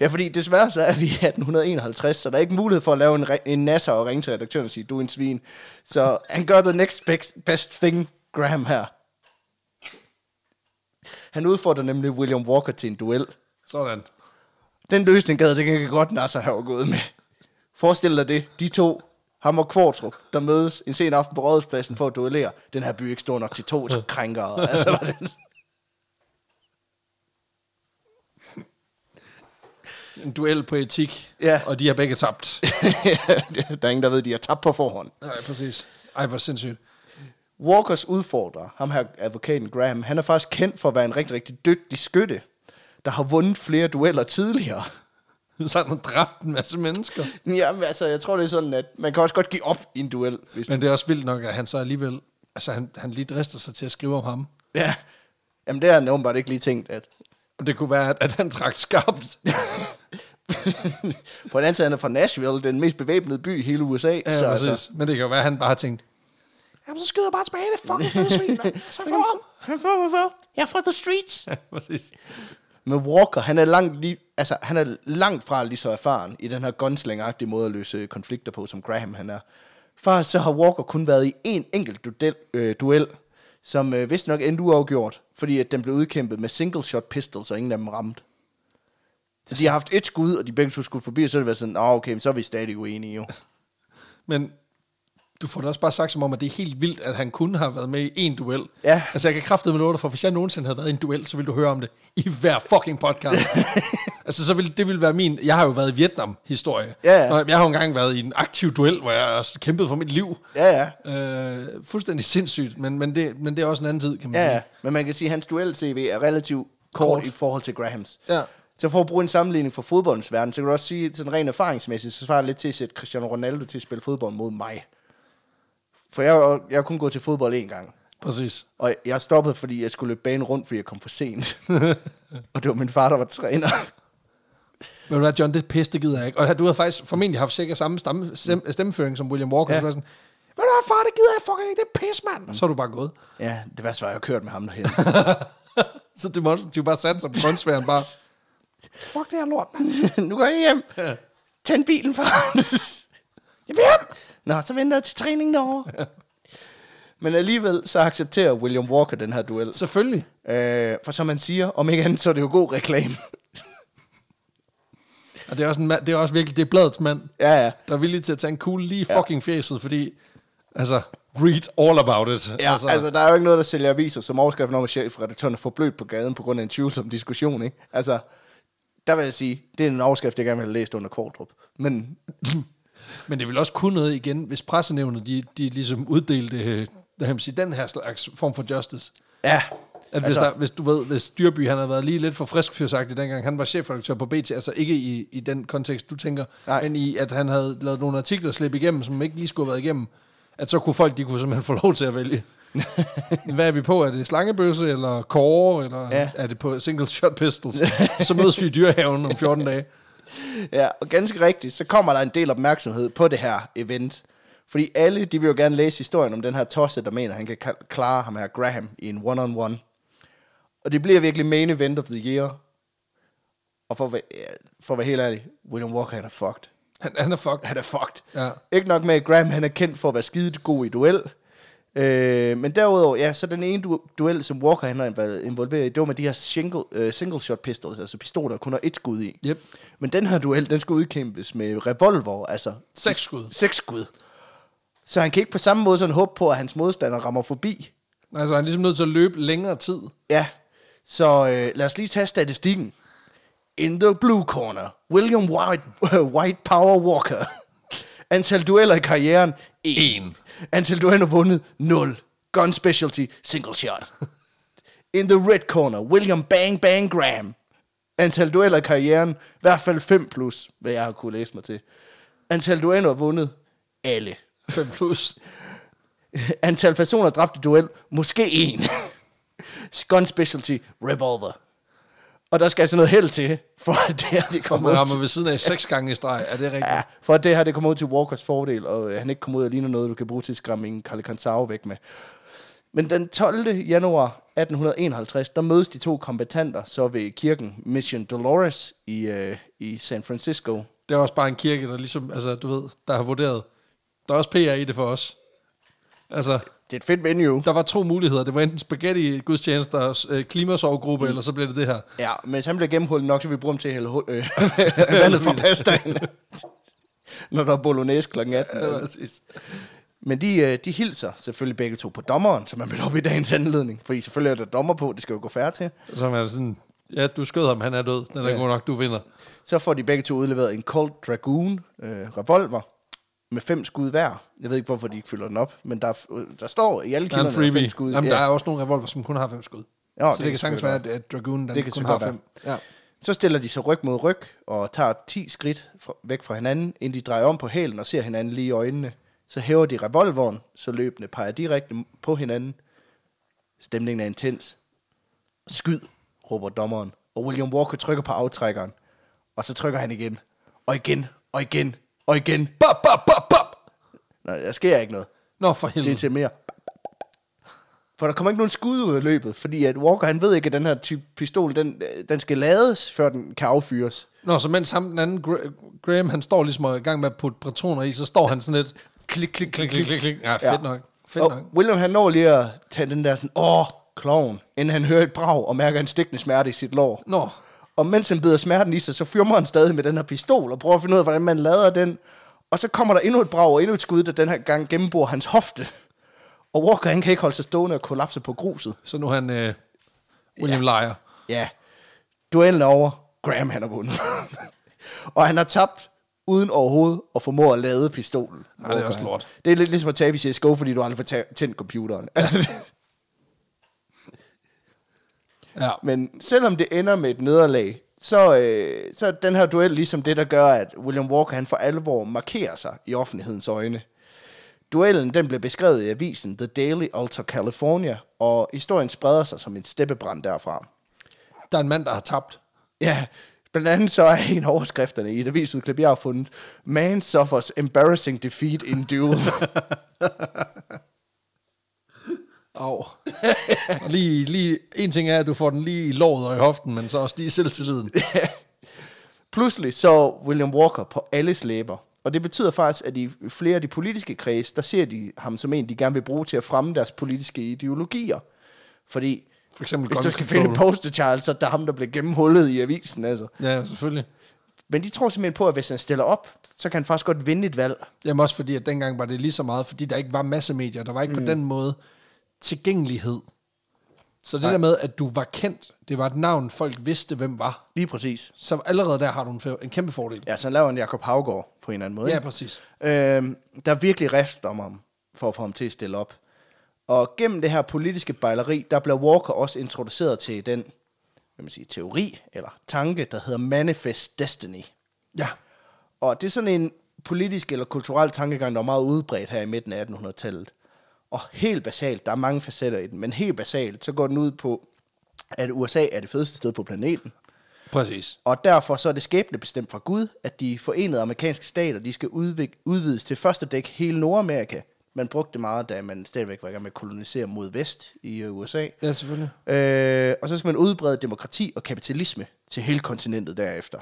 B: ja, fordi desværre så er vi i 1851, så der er ikke mulighed for at lave en, re- en nasser og ringe til redaktøren og sige, du er en svin. Så han gør the next best, best thing, Graham her. Han udfordrer nemlig William Walker til en duel.
A: Sådan.
B: Den løsning gad det ikke godt Nasser have gået med. Forestil dig det. De to, ham og Kvartrup, der mødes en sen aften på rådhuspladsen for at duellere. Den her by er ikke stor nok til to krænkere. Altså, hvordan-
A: En duel på etik,
B: Ja.
A: og de har begge tabt.
B: der er ingen, der ved, de er tabt på forhånd.
A: Nej, præcis. Ej, hvor sindssygt.
B: Walkers udfordrer, ham her advokaten Graham, han er faktisk kendt for at være en rigtig, rigtig dygtig skytte, der har vundet flere dueller tidligere.
A: Så har han dræbt en masse mennesker.
B: Jamen, altså, jeg tror, det er sådan, at man kan også godt give op i en duel. Hvis...
A: Men det er også vildt nok, at han så alligevel... Altså, han, han lige drister sig til at skrive om ham.
B: Ja. Jamen, det har han åbenbart ikke lige tænkt, at...
A: Og det kunne være, at, at han trak skarpt.
B: på den anden side, han er fra Nashville, den mest bevæbnede by i hele USA.
A: Ja, så,
B: altså-
A: præcis. Så. Men det kan jo være, at han bare har tænkt, jamen så skyder jeg bare tilbage, det fucking fede svin, mand. Så får ham.
B: For, for, for. Jeg er fra the streets.
A: Præcis.
B: Men Walker, han er, langt lige, altså, han er langt fra lige så erfaren i den her gunslinger-agtige måde at løse konflikter på, som Graham han er. Før så har Walker kun været i en enkelt duel, øh, duel som øh, vist nok endte uafgjort, fordi at den blev udkæmpet med single-shot pistols, og ingen af dem ramte. Så de har haft et skud, og de begge to skulle forbi, og så har det været sådan, ah, okay, men så er vi stadig uenige jo.
A: Men du får det også bare sagt som om, at det er helt vildt, at han kun har været med i en duel.
B: Ja.
A: Altså, jeg kan kraftedeme love dig for, hvis jeg nogensinde havde været i en duel, så ville du høre om det i hver fucking podcast. altså, så ville, det ville være min... Jeg har jo været i Vietnam-historie.
B: Ja, ja.
A: Nå, Jeg har jo engang været i en aktiv duel, hvor jeg også kæmpede for mit liv.
B: Ja, ja.
A: Øh, fuldstændig sindssygt, men, men, det, men det er også en anden tid, kan man
B: Ja,
A: sige.
B: ja. Men man kan sige, at hans duel-CV er relativt
A: Kort.
B: kort, Mm-hmm. kort i forhold til Grahams.
A: Ja.
B: Så for at bruge en sammenligning fra fodboldens verden, så kan du også sige, sådan rent erfaringsmæssigt, så svarer det lidt til at sætte Cristiano Ronaldo til at spille fodbold mod mig. For jeg, har- jeg har kun gået til fodbold én gang.
A: Præcis.
B: Og jeg stoppede, fordi jeg skulle løbe banen rundt, fordi jeg kom for sent. og det var min far, der var træner.
A: Men ved du hvad, John, det pisse, det gider jeg ikke. Og du havde faktisk formentlig haft cirka samme stamme, stem, stemmeføring som William Walker. Mm. Ja. Mm.
B: Ja.
A: Så var jeg sådan, ved du hvad, far, det gider jeg fucking ikke, det er pis, mand. Så er du bare gået.
B: ja, det værste var, at jeg kørt med ham derhen.
A: Så det monster, de bare satte sig på grøntsværen bare, fuck det her lort, mand.
B: nu går jeg hjem. Tænd bilen, far.
A: Jeg vil hjem!
B: Nå, så venter jeg til træningen derovre. Men alligevel, så accepterer William Walker den her duel.
A: Selvfølgelig.
B: Øh, for som man siger, om ikke andet, så er det jo god reklame.
A: Og det er også, en, mand- det er også virkelig, det er bladets mand,
B: ja, ja.
A: der er villig til at tage en kugle lige i fucking fjeset, fordi, altså, read all about it.
B: Ja, altså, altså, der er jo ikke noget, der sælger aviser, som overskriften om, at chefredaktøren er forblødt på gaden på grund af en tvivlsom diskussion, ikke? Altså, der vil jeg sige, det er en overskrift, jeg gerne vil have læst under Kvartrup. Men
A: Men det vil også kunne noget igen, hvis pressenævnet, de, de ligesom uddelte, øh, hvad kan man sige, den her slags form for justice.
B: ja,
A: At hvis, altså, der, hvis du ved, hvis Dyrby han havde været lige lidt for frisk fyrsagtig dengang, han var chefredaktør på BT, altså ikke i, i den kontekst, du tænker, Nej.
B: Nej.
A: men i, at han havde lavet nogle artikler slippe igennem, som ikke lige skulle have været igennem, at så kunne folk, de kunne simpelthen få lov til at vælge. Hvad er vi på? Er det slangebøsse, eller kåre, eller ja.
B: Ja.
A: er det på single shot pistols? så mødes vi i dyrehaven om 14 dage.
B: ja, og ganske rigtigt, så kommer der en del opmærksomhed på det her event. Fordi alle, de vil jo gerne læse historien om den her tosse, der mener, han kan ka- klare ham her Graham i en one-on-one. Og det bliver virkelig main event of the year. Og for, at være- ja, for at være helt ærlig, William Walker, han er fucked.
A: Han, han er fucked.
B: han er fucked.
A: Ja.
B: Ikke nok med, at Graham han er kendt for at være skide god i duel. Øh, men derudover, ja, så den ene du- duel, som Walker han har været involveret i, det var med de her single, øh, single shot pistols, altså pistoler, der kun har et skud i.
A: Yep.
B: Men den her duel, den skal udkæmpes med revolver, altså
A: Seks skud.
B: seks skud. Så han kan ikke på samme måde sådan håbe på, at hans modstander rammer forbi.
A: Altså, han er ligesom nødt til at løbe længere tid.
B: Ja, så øh, lad os lige tage statistikken. In the blue corner, William White, White Power Walker. Antal dueller i karrieren, 1. Antal dueller vundet, 0. Gun specialty, single shot. In the red corner, William Bang Bang Graham. Antal dueller i karrieren, i hvert fald 5 plus, hvad jeg har kunne læse mig til. Antal dueller vundet, alle.
A: 5 plus.
B: Antal personer dræbt i duel, måske en. Gun specialty, revolver. Og der skal altså noget held til, for at det her det
A: Og
B: kommer
A: man
B: ud til,
A: rammer ved siden af seks gange i streg. Er det rigtigt?
B: ja, for at det her det kommer ud til Walkers fordel, og øh, han ikke kommer ud og ligner noget, du kan bruge til at skræmme en Carl Kansaro væk med. Men den 12. januar 1851, der mødes de to kombattanter så ved kirken Mission Dolores i, øh, i San Francisco.
A: Det er også bare en kirke, der ligesom, altså du ved, der har vurderet, der er også PR i det for os. Altså,
B: Det er et fedt venue.
A: der var to muligheder. Det var enten spaghetti gudstjenester, øh, klimasovgruppe, mm. eller så blev det det her.
B: Ja, men han bliver gennemhullet nok, så vi bruger ham til at hælde hul- øh, vandet fra pastaen. Når der er bolognese kl. 18.
A: Ja, præcis.
B: Men de, øh, de hilser selvfølgelig begge to på dommeren, som er mødt op i dagens anledning. Fordi selvfølgelig er der dommer på, det skal jo gå færre til.
A: Så er man sådan, ja, du skød ham, han er død. Den er ja. god nok, du vinder.
B: Så får de begge to udleveret en Colt Dragoon øh, revolver med fem skud hver. Jeg ved ikke, hvorfor de ikke fylder den op, men der, er f- øh, der står i alle
A: Der er
B: kilderne
A: en
B: at der er
A: freebie.
B: fem skud.
A: Jamen, der er også nogle revolver, som kun har fem skud.
B: Ja,
A: Ja,
B: det
A: så det,
B: kan
A: kan sagtens være,
B: selvfølgelig
A: at, at Dragoon den
B: Det kan
A: kun har fem.
B: selvfølgelig
A: Ja.
B: Så stiller de sig ryg mod ryg og tager 10 skridt fra, væk fra hinanden, inden de drejer om på hælen og ser hinanden lige i øjnene. Så hæver de revolveren, så løbende peger direkte på hinanden. Stemningen er intens. Skyd, råber dommeren, og William Walker trykker på aftrækkeren. Og så trykker han igen, og igen, og igen, og igen.
A: Bop, bop, bop, bop!
B: Nej, der sker ikke noget.
A: Nå, for
B: Det er
A: helvede.
B: til mere. For der kommer ikke nogen skud ud af løbet, fordi at Walker, han ved ikke, at den her type pistol, den, den skal lades, før den kan affyres.
A: Nå, så mens ham den anden, Gra- Graham, han står ligesom og er i gang med at putte patroner i, så står han sådan lidt...
B: Klik, klik,
A: Klik, klik, klik, klik. Ja, fedt
B: Ja.
A: nok. Fedt
B: Og
A: nok.
B: William, han når lige at tage den der sådan, åh, kloven, inden han hører et brag og mærker en stikkende smerte i sit lår.
A: Nå,
B: Og mens han bider smerten i sig, så fyrmer han stadig med den her pistol og prøver at finde ud af, hvordan man lader den. Og så kommer der endnu et brag og endnu et skud, der den her gang gennembor hans hofte. Og Walker, han kan ikke holde sig stående og kollapse på gruset.
A: så nu er han øh, William ja. Liar.
B: Ja, duellen er over. Graham, han har vundet. og han har tabt uden overhovedet at formå at lade pistolen.
A: Ej, det er også lort.
B: Det er lidt ligesom at tabe i CSGO, fordi du aldrig får ta- tændt computeren. Altså, det-
A: Ja.
B: Men selvom det ender med et nederlag, så, øh, så er den her duel ligesom det, der gør, at William Walker han for alvor markerer sig i offentlighedens øjne. Duellen den blev beskrevet i avisen The Daily Alta California, og historien spreder sig som en steppebrand derfra.
A: Der er en mand, der har tabt.
B: Ja, blandt andet så er en af overskrifterne i et avisudklip, jeg har fundet, Man suffers embarrassing defeat in duel.
A: Au. og lige, lige, en ting er, at du får den lige i låret og i hoften, men så også lige i selvtilliden.
B: Pludselig så William Walker på alles læber. Og det betyder faktisk, at i flere af de politiske kreds, der ser de ham som en, de gerne vil bruge til at fremme deres politiske ideologier. Fordi,
A: For eksempel
B: hvis
A: gun
B: du skal
A: control.
B: finde poster child, så er der ham, der bliver gennemhullet i avisen. Altså.
A: Ja, selvfølgelig.
B: Men de tror simpelthen på, at hvis han stiller op, så kan han faktisk godt vinde et valg.
A: Jamen også fordi, at dengang var det lige så meget, fordi der ikke var massemedier. Der var ikke mm. på den måde tilgængelighed. Så det Nej. der med, at du var kendt, det var et navn, folk vidste, hvem var.
B: Lige præcis.
A: Så allerede der har du en, for- en kæmpe fordel.
B: Ja, så han laver en Jacob Havgård på en eller anden måde.
A: Ja,
B: ikke?
A: præcis.
B: Øhm, der er virkelig rift om ham, for at få ham til at stille op. Og gennem det her politiske bejleri, der bliver Walker også introduceret til den hvad man siger, teori eller tanke, der hedder Manifest Destiny.
A: Ja.
B: Og det er sådan en politisk eller kulturel tankegang, der er meget udbredt her i midten af 1800-tallet. Og helt basalt, der er mange facetter i den, men helt basalt, så går den ud på, at USA er det fedeste sted på planeten.
A: Præcis.
B: Og derfor så er det skæbnebestemt fra Gud, at de forenede amerikanske stater, de skal udvik- udvides til først at dække hele Nordamerika. Man brugte det meget, da man stadigvæk var i gang med at kolonisere mod vest i øh, USA.
A: Ja, selvfølgelig.
B: Øh, og så skal man udbrede demokrati og kapitalisme til hele kontinentet derefter.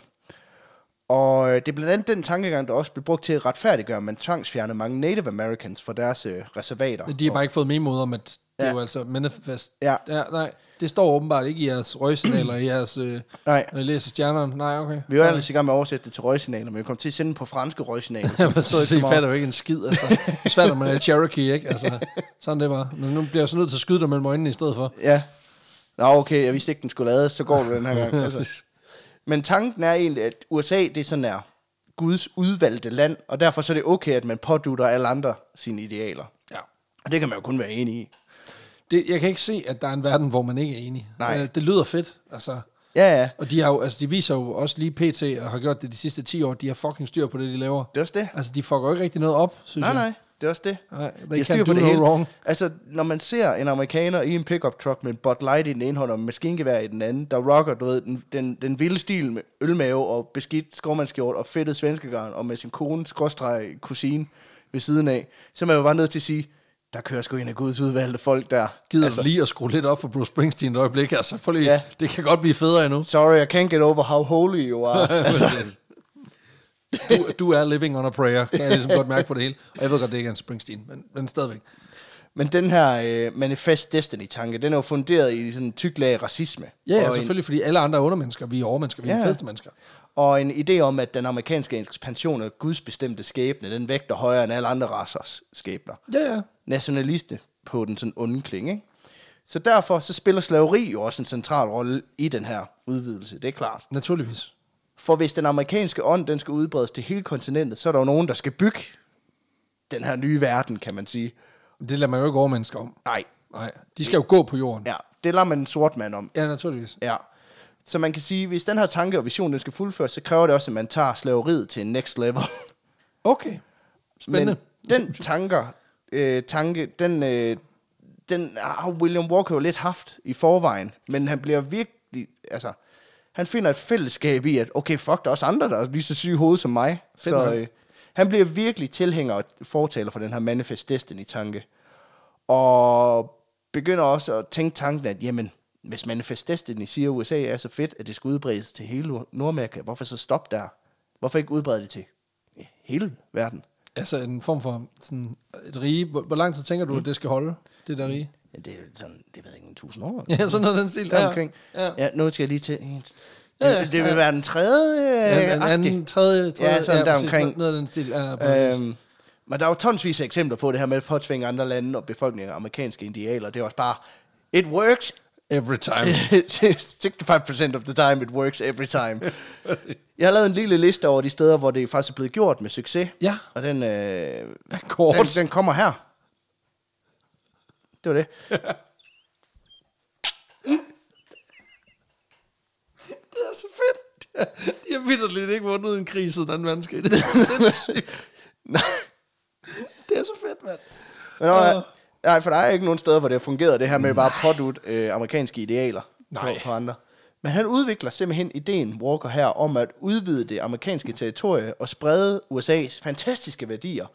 B: Og øh, det er blandt andet den tankegang, der også blev brugt til at retfærdiggøre, at man tvangsfjerne mange Native Americans fra deres øh, reservater.
A: De har bare ikke fået memoet om, at det ja.
B: Ja.
A: er jo altså manifest.
B: Ja.
A: ja. Nej, det står åbenbart ikke i jeres røgsignaler, i jeres, øh,
B: Nej.
A: når I læser stjernerne. Nej, okay.
B: Vi var ellers i gang med at oversætte det til røgsignaler, men vi kom til at sende dem på franske røgsignaler. så
A: Jamen, så
B: det
A: I fatter jo ikke en skid, altså. Svært, når man er Cherokee, ikke? Altså, sådan det var. Men nu bliver jeg så nødt til at skyde dig mellem øjnene i stedet for.
B: Ja. Nå, okay, jeg vidste ikke, den skulle lades, så går du den her gang. Altså. Men tanken er egentlig, at USA, det er sådan er Guds udvalgte land, og derfor så er det okay, at man pådutter alle andre sine idealer.
A: Ja.
B: Og det kan man jo kun være enig i.
A: Det, jeg kan ikke se, at der er en verden, hvor man ikke er enig.
B: Nej.
A: Øh, Det lyder fedt, altså.
B: Ja, ja.
A: Og de, har jo, altså, de viser jo også lige pt. og har gjort det de sidste 10 år. De har fucking styr på det, de laver.
B: Det er også det.
A: Altså, de fucker jo ikke rigtig noget op, synes
B: Nej,
A: jeg.
B: nej. Det er også det.
A: Altså- Nej, they
B: De har
A: can't
B: styr på
A: do no wrong.
B: Altså, når man ser en amerikaner i en pickup truck med en Bud Light i den ene hånd og en maskingevær i den anden, der rocker, du ved, den, den, den vilde stil med ølmave og beskidt skovmandskjort og fedtet svenskegarn og med sin kone, skråstreg, kusine ved siden af, så er man jo bare nødt til at sige, der kører sgu en af Guds udvalgte folk der.
A: Gider altså. lige at skrue lidt op for Bruce Springsteen et øjeblik. Altså, prøv lige, ja.
B: Ja.
A: det kan godt blive federe endnu.
B: Sorry, I can't get over how holy you are. altså,
A: Du, du er living on a prayer, kan jeg ligesom godt mærke på det hele. Og jeg ved godt, det ikke er en Springsteen, men, men stadigvæk.
B: men den her øh, Manifest Destiny-tanke, den er jo funderet i sådan en tyk lag af racisme.
A: Ja, ja
B: Og en-
A: selvfølgelig, fordi alle andre er undermennesker. Vi er overmennesker, vi er
B: Ja,
A: ja.
B: ja.
A: fedeste mennesker.
B: Og en idé om, at den amerikanske ekspansion af Guds bestemte skæbne, den vægter højere end alle andre racers skæbner.
A: Ja, ja.
B: Nationaliste på den sådan onde klinge, ikke? Så derfor så spiller slaveri jo også en central rolle i den her udvidelse, det er klart.
A: Naturligvis.
B: For hvis den amerikanske ånd, den skal udbredes til hele kontinentet, så er der jo nogen, der skal bygge den her nye verden, kan man sige.
A: Det lader man jo ikke overmennesker om.
B: Nej,
A: Nej, de skal jo gå på jorden. Ja,
B: ja, det lader man en sort mand om.
A: ja naturligvis.
B: Ja. Så man kan sige, hvis den her tanke og vision, den skal fuldføres, så kræver det også, at man tager slaveriet til en next level.
A: Okay, spændende. Men,
B: Men den tanker, øh, tanke, den, øh, den har William Walker jo lidt haft i forvejen, men han bliver virkelig, altså, han finder et fællesskab i, at okay, fuck, der er også andre, der er lige så syge i hovedet som mig. Så
A: nok.
B: øh, han bliver virkelig tilhænger og fortaler for den her Manifest Destiny-tanke. Og begynder også at tænke tanken, at jamen, hvis Manifest Destiny siger, at USA er så fedt, at det skal udbredes til hele Nord- Nordamerika, hvorfor så stoppe der? Hvorfor ikke udbrede det til hele verden?
A: Altså en form for sådan et rige. Hvor, hvor lang tid tænker du, mm. at det skal holde, det der rige?
B: Ja, det er jo sådan, det ved jeg ikke, en tusind år. Ja.
A: Ja, sådan noget af den stil.
B: Der omkring.
A: Ja. ja.
B: Ja, nu skal jeg lige til. Det,
A: Ja, ja,
B: det vil være den tredje.
A: Øh,
B: øh,
A: ja en
B: agtig.
A: anden, tredje, tredje
B: Ja, sådan der
A: præcis, Noget,
B: omkring.
A: noget af den stil. Ja, øh,
B: Øhm, men der er jo tonsvis af eksempler på det her med at påtvinge andre lande og befolkninger amerikanske indialer. Det er også bare, it works
A: Every time.
B: 65% of the time, it works every time. Jeg har lavet en lille liste over de steder, hvor det faktisk er blevet gjort med succes.
A: Ja.
B: Og den, øh, den,
A: Kort.
B: den kommer her. Det var det.
A: Det er så fedt. De har- De har vidderligt ikke vundet en krig siden anden verdenskrig. Det er så sindssygt. det er så fedt, mand.
B: Men, øh, nej, for der er ikke nogen steder, hvor det har fungeret, det her med bare at pådute øh, amerikanske idealer
A: Nej.
B: På, på andre. Men han udvikler simpelthen ideen, Walker her, om at udvide det amerikanske territorie og sprede USA's fantastiske værdier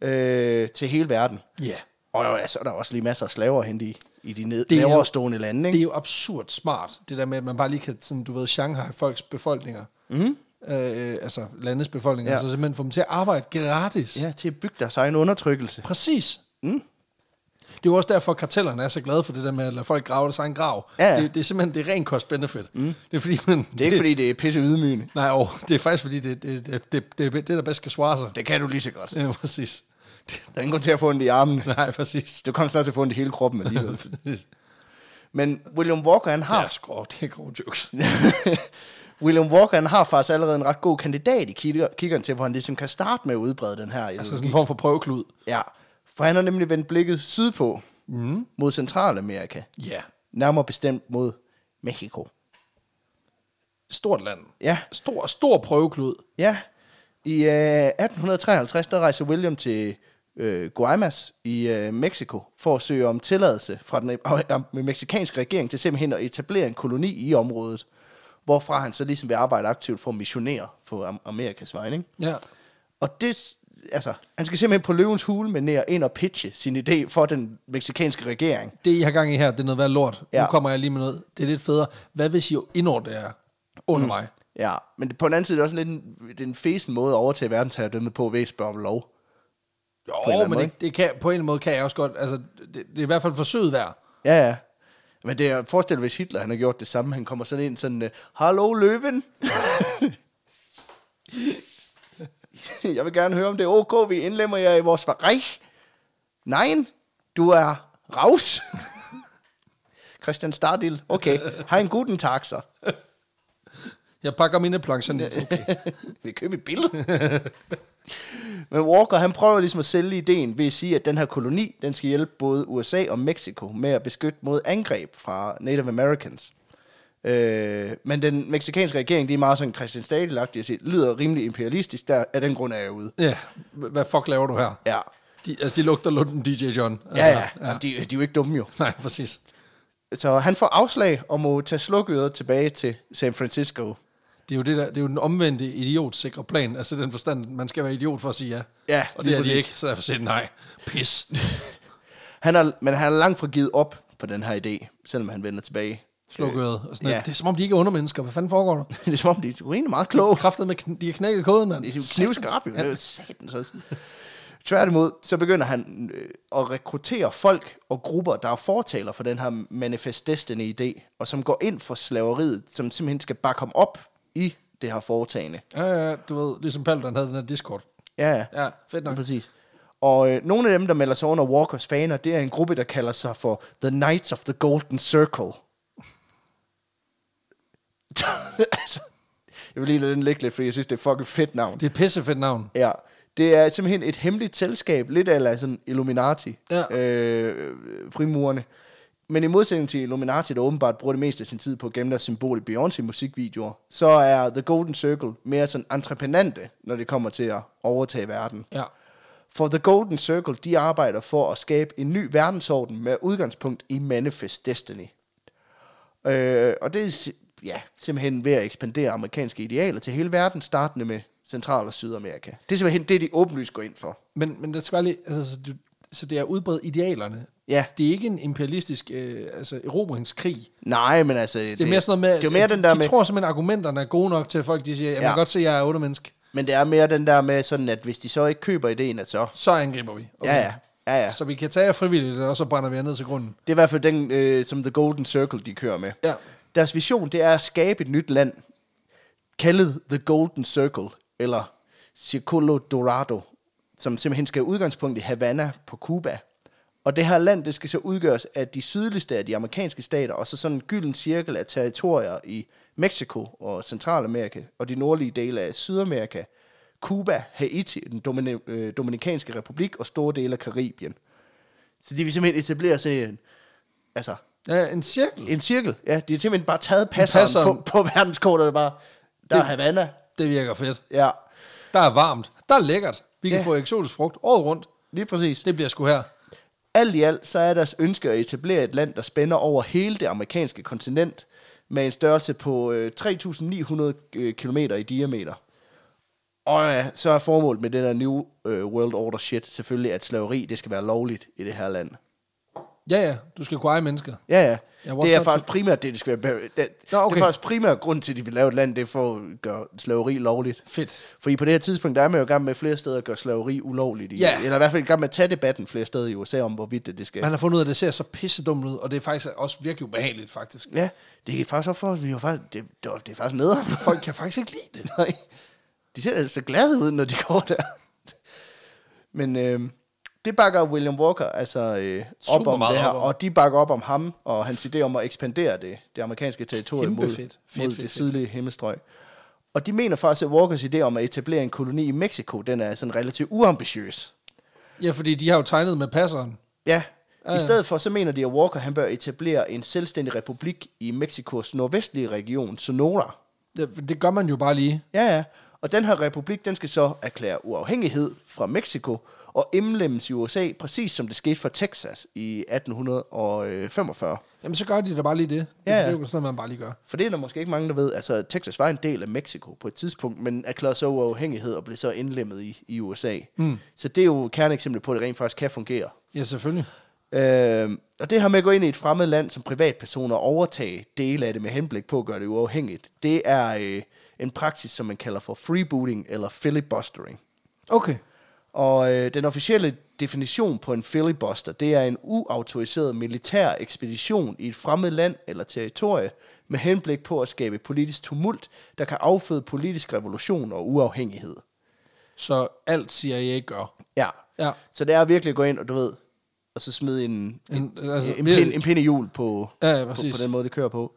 B: øh, til hele verden.
A: Ja.
B: Og jo, ja, så er der også lige masser af slaver at hente i, i de ned,
A: Det er jo-
B: lavere stående lande,
A: Det
B: ikke?
A: er jo absurd smart, det der med, at man bare lige kan, sådan, du ved, Shanghai, folks befolkninger, mm. øh, altså landes befolkninger, ja.
B: Ja.
A: så simpelthen få dem til at arbejde gratis.
B: Ja, til at bygge deres egen undertrykkelse.
A: Præcis. Mm. Det er jo også derfor, at kartellerne er så glade for det der med at lade folk grave deres egen grav.
B: Ja.
A: Det, det er simpelthen det er ren cost-benefit. Mm. Det er fordi, man...
B: Det er ikke, fordi det er pisse ydmygende.
A: Nej, åh, det er faktisk fordi, det, det, det, det, det er det, der bedst kan svare sig.
B: Det kan du lige så godt. Der
A: Ja, præcis. Det,
B: er ingen grund til at få ondt i armene.
A: nej, præcis.
B: Du kommer snart til at få ondt i hele kroppen alligevel. Men William Walker, han
A: Det
B: har
A: er skrå, det er grove jokes.
B: William Walker han har faktisk allerede en ret god kandidat i kigger, kiggeren til, hvor han ligesom kan starte med at udbrede den her.
A: Altså
B: Altså,
A: sådan en form for prøveklud.
B: ja, for han har nemlig vendt blikket sydpå
A: Mhm.
B: mm. mod Centralamerika,
A: Ja. Yeah.
B: nærmere bestemt mod Mexico.
A: Stort land.
B: Ja,
A: Stor, stor prøveklud.
B: ja. I øh, 1853, der rejser William til øh, Guaymas i øh, Mexico for at søge om tilladelse fra den øh, meksikanske regering til simpelthen at etablere en koloni i området, hvorfra han så ligesom vil arbejde aktivt for at missionere for Am- Amerikas vegne. ikke?
A: Ja.
B: Og det, altså, han skal simpelthen på løvens hule med ned ind og pitche sin idé for den meksikanske regering.
A: Det, I har gang i her, det er noget værd lort. Ja.
B: Ja.
A: Nu kommer jeg lige med noget. Det er lidt federe. Hvad hvis I jo indordner jer under mm. mig?
B: Ja, men på den anden side er det også lidt en, det er en fesen måde at overtage verdensherredømmet på ved at spørge om lov. en eller
A: Jo,
B: anden
A: men
B: måde.
A: det, det kan, på en måde kan jeg også godt. Altså, det, det er i hvert fald forsøget værd.
B: Ja, ja. Men det er, forestil dig, hvis Hitler han har gjort det samme. Han kommer sådan ind sådan, øh, Hallo Løven! Jeg vil gerne høre, om det er ok, vi indlemmer jer i vores Reich. Nej, du er raus. Christian Stardil, okay. Har en guten tag, så.
A: Jeg pakker mine plancher ned. Okay.
B: Vi køber et billede. Men Walker, han prøver ligesom at sælge ideen ved at sige, at den her koloni, den skal hjælpe både USA og Mexico med at beskytte mod angreb fra Native Americans. Øh, men den meksikanske regering, de er meget sådan Christian stadel at sige, lyder rimelig imperialistisk, der af den grund er jeg ude.
A: Ja, h- hvad fuck laver du her?
B: Ja,
A: De, altså, de lugter lunden DJ John. Altså,
B: ja, ja. ja. De, de er jo ikke dumme jo.
A: Nej, præcis.
B: Så han får afslag og må tage slukøret tilbage til San Francisco.
A: Det er, jo det, der, det er jo den omvendte idiotsikre plan. Altså den forstand, man skal være idiot for at sige ja.
B: Ja,
A: og det
B: lige
A: er de
B: præcis.
A: ikke, så derfor siger de nej. Pis.
B: Han er, men han er langt fra givet op på den her idé, selvom han vender tilbage.
A: Sluk øret og sådan noget.
B: Ja.
A: Det er som om, de ikke er undermennesker. Hvad fanden foregår der?
B: det er som om, de er jo egentlig meget kloge.
A: Kræftet med, kn- de har knækket koden, mand.
B: Det er jo knivskarp, jo. Det er jo satans også. Tværtimod, så begynder han øh, at rekruttere folk og grupper, der er fortaler for den her Manifest Destiny-idé, og som går ind for slaveriet, som simpelthen skal bakke ham op i det her foretagende.
A: Ja, ja, ja, du ved, ligesom Paludan havde den her Discord.
B: Ja, ja.
A: Ja, fedt nok.
B: Lige præcis. Og øh, nogle af dem, der melder sig under Walkers faner, det er en gruppe, der kalder sig for The Knights of the Golden Circle. altså, jeg vil lige lade den ligge lidt, fordi jeg synes, det er fucking fedt navn.
A: Det er et pissefedt navn.
B: Ja, det er simpelthen et hemmeligt selskab, lidt af sådan Illuminati,
A: Ja.
B: øh, frimurerne. Men i modsætning til Illuminati, der åbenbart bruger det meste af sin tid på at gemme deres symbol i Beyoncé-musikvideoer, så er The Golden Circle mere sådan entreprenante, når det kommer til at overtage verden.
A: Ja.
B: For The Golden Circle, de arbejder for at skabe en ny verdensorden med udgangspunkt i Manifest Destiny. Øh, og det er si- ja, simpelthen ved at ekspandere amerikanske idealer til hele verden, startende med Central- og Sydamerika. Det er simpelthen det, de åbenlyst går ind for.
A: Men, men det skal bare lige, altså, så du, så det er at udbrede idealerne.
B: Ja.
A: Det er ikke en imperialistisk øh, altså erobringskrig.
B: Nej, men altså...
A: Det, det er mere sådan noget med,
B: det er jo mere
A: at
B: den der
A: de
B: med,
A: tror simpelthen, at argumenterne er gode nok til, at folk de siger, jeg ja.
B: Ja.
A: kan godt se, at jeg er otte menneske.
B: men det er mere den der med sådan, at hvis de så ikke køber ideen, at så...
A: Så angriber vi.
B: Okay. Ja, ja, ja, ja.
A: Så vi kan tage jer frivilligt, og så brænder vi jer ned til grunden.
B: Det er i hvert fald den, øh, som The Golden Circle, de kører med.
A: Ja.
B: Deres vision, det er at skabe et nyt land, kaldet The Golden Circle, eller Circolo Dorado, som simpelthen skal have udgangspunkt i Havana på Cuba. Og det her land, det skal så udgøres af de sydligste af de amerikanske stater, og så sådan en gylden cirkel af territorier i Mexico og Centralamerika, og de nordlige dele af Sydamerika, Cuba, Haiti, den Domini- øh, Dominikanske Republik og store dele af Karibien. Så de vil simpelthen etablere sådan en, altså,
A: Ja, en cirkel.
B: en cirkel. Ja, de har simpelthen bare taget passeren,
A: passeren.
B: passeren. På, på verdenskortet og bare, der er
A: Det-
B: Havana.
A: Det virker fedt.
B: Ja,
A: Der er varmt. Der er lækkert. Vi kan
B: Ja.
A: få eksotisk frugt året rundt.
B: lige præcis.
A: Det bliver sgu her.
B: Alt i alt, så er deres ønske at etablere et land, der spænder over hele det amerikanske kontinent, med en størrelse på øh, 3.900 km øh, i diameter. Og ja, så er formålet med det der New øh, World Order shit selvfølgelig, at slaveri, det skal være lovligt i det her land.
A: Ja, ja. Du skal kunne eje mennesker.
B: Ja, ja.
A: Ja,
B: det er
A: Washington-
B: faktisk primært det, det skal være. Det,
A: Nå, okay.
B: det er faktisk primært grund til, at de vil lave et land, det er for at gøre slaveri lovligt.
A: Fedt.
B: Fordi på det her tidspunkt, der er man jo i gang med flere steder at gøre slaveri ulovligt. I,
A: Ja.
B: Eller i hvert fald i gang med at tage debatten flere steder i USA om, hvorvidt det, det skal.
A: Man har fundet ud af, at det ser så pisse dumt ud, og det er faktisk også virkelig ubehageligt, faktisk.
B: Ja, det er faktisk op for os. Vi er jo faktisk, det, det, var- det er faktisk nederen.
A: Folk kan faktisk ikke lide det.
B: Nej. De ser altså glade ud, når de går der. Men øh, det bakker William Walker altså øh, op
A: Super
B: om
A: meget
B: det her,
A: op om.
B: og de bakker op om ham og hans idé om at ekspandere det, det amerikanske territorium
A: Kæmpe
B: mod,
A: fedt. Fedt,
B: mod
A: fedt,
B: det
A: fedt.
B: sydlige himmelstrøg. Og de mener faktisk, at Walkers idé om at etablere en koloni i Mexico, den er sådan relativt uambitiøs.
A: Ja, fordi de har jo tegnet med passeren.
B: Ja.
A: Ja,
B: I
A: ja.
B: stedet for, så mener de, at Walker han bør etablere en selvstændig republik i Mexikos nordvestlige region, Sonora.
A: Det, det gør man jo bare lige.
B: Ja, ja. Og den her republik, den skal så erklære uafhængighed fra Mexico og indlemmes i USA, præcis som det skete for Texas i 1845.
A: Jamen, så gør de da bare lige det. Det,
B: Ja, ja.
A: det er jo sådan noget, man bare lige gør.
B: For det er der måske ikke mange, der ved. Altså, Texas var en del af Mexico på et tidspunkt, men erklærede så uafhængighed og blev så indlemmet i, i USA. Mm. Så det er jo kerneeksemplet på, at det rent faktisk kan fungere.
A: Ja, selvfølgelig.
B: Øh, og det her med at gå ind i et fremmed land som privatperson og overtage dele af det med henblik på at gøre det uafhængigt, det er øh, en praksis, som man kalder for freebooting eller filibustering.
A: Okay.
B: Og øh, den officielle definition på en filibuster, det er en uautoriseret militær ekspedition i et fremmed land eller territorie med henblik på at skabe politisk tumult, der kan afføde politisk revolution og uafhængighed.
A: Så alt siger jeg ikke gør.
B: Ja.
A: Ja.
B: Så det er virkelig at gå ind og, du ved, og så smide en,
A: En,
B: altså,
A: altså,
B: en, pind, en pind i hjul på,
A: Ja, ja,
B: på,
A: præcis.
B: på den måde, det kører på.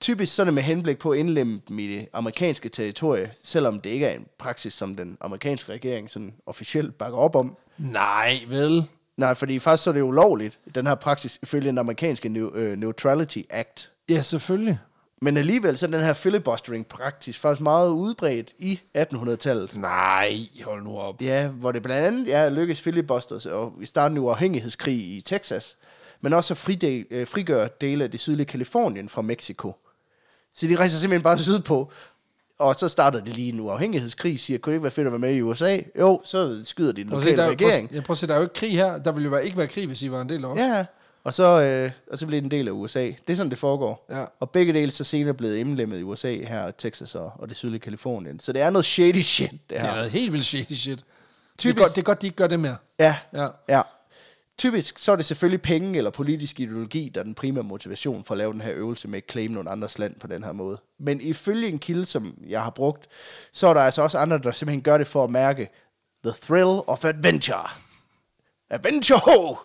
B: Typisk sådan med henblik på at indlemme dem i det amerikanske territorie, selvom det ikke er en praksis, som den amerikanske regering sådan officielt bakker op om.
A: Nej, vel.
B: Nej, fordi faktisk så er det ulovligt, den her praksis, ifølge den amerikanske neu- øh, Neutrality Act.
A: Ja, selvfølgelig.
B: Men alligevel så er den her filibustering-praksis faktisk meget udbredt i 1800-tallet.
A: Nej, hold nu op.
B: Ja, hvor det blandt andet ja, lykkedes filibusters og i starten af uafhængighedskrig i Texas, men også at fride- øh, frigøre dele af det sydlige Kalifornien fra Mexico. Så de rejser simpelthen bare sydpå, og så starter de lige en uafhængighedskrig, siger, kunne det ikke være fedt at være med i USA? Jo, så skyder de den
A: Prøv at se,
B: lokale
A: der, er jo-
B: regering.
A: Prøv, ja, prøv at se, der er jo ikke krig her. Der ville jo bare ikke være krig, hvis I var en del af os.
B: Ja, og så, øh, og så blev den en del af USA. Det er sådan, det foregår.
A: Ja.
B: Og begge dele så senere blevet indlemmet i USA her, Texas og, og det sydlige Kalifornien. Så det er noget shady shit, det
A: Det er
B: her.
A: noget helt vildt shady shit. Typisk.
B: Typisk-
A: Det, er godt, det er godt, de ikke gør det mere.
B: Ja,
A: Ja.
B: ja. Typisk så er det selvfølgelig penge eller politisk ideologi, der er den primære motivation for at lave den her øvelse med at claim nogle andres land på den her måde. Men ifølge en kilde, som jeg har brugt, så er der altså også andre, der simpelthen gør det for at mærke the thrill of adventure. Adventure! ho!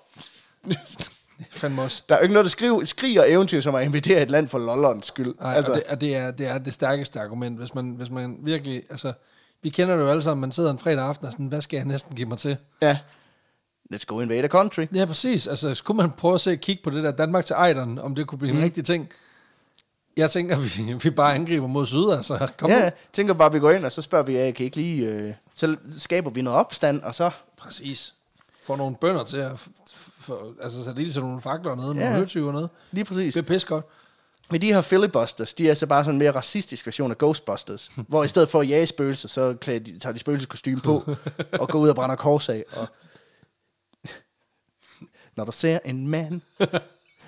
A: Fandme også.
B: Der er jo ikke noget, der skriver, skriger eventyr, som at invadere et land for lollerens skyld.
A: Nej, altså.
B: altså,
A: og, det, og det, er, det er det stærkeste argument, hvis man, hvis man virkelig... Altså, vi kender det jo alle sammen, man sidder en fredag aften og sådan, hvad skal jeg næsten give mig til?
B: ja. Let's go invade a country.
A: Ja, præcis. Altså, skulle man prøve at se kigge på det der Danmark til Ejderen, om det kunne
B: Mhm.
A: blive mm. en rigtig ting? Jeg tænker, vi, vi bare angriber mod syd, altså. Kom
B: ja,
A: ja.
B: jeg tænker bare, at vi går ind, og så spørger vi, ja, kan I ikke lige... Øh, så skaber vi noget opstand, og så...
A: Præcis. Få nogle bønder til at f- f- for, altså, sætte ild til nogle fakler og noget,
B: Ja.
A: nogle høtyver og noget.
B: Lige præcis.
A: Det er pisse godt.
B: Men de her filibusters, de er så bare sådan en mere racistisk version af Ghostbusters, hvor i stedet for at jage spøgelser, så klæder de, tager de spøgelseskostyme på og går ud og brænder kors af. Og Når du ser en mand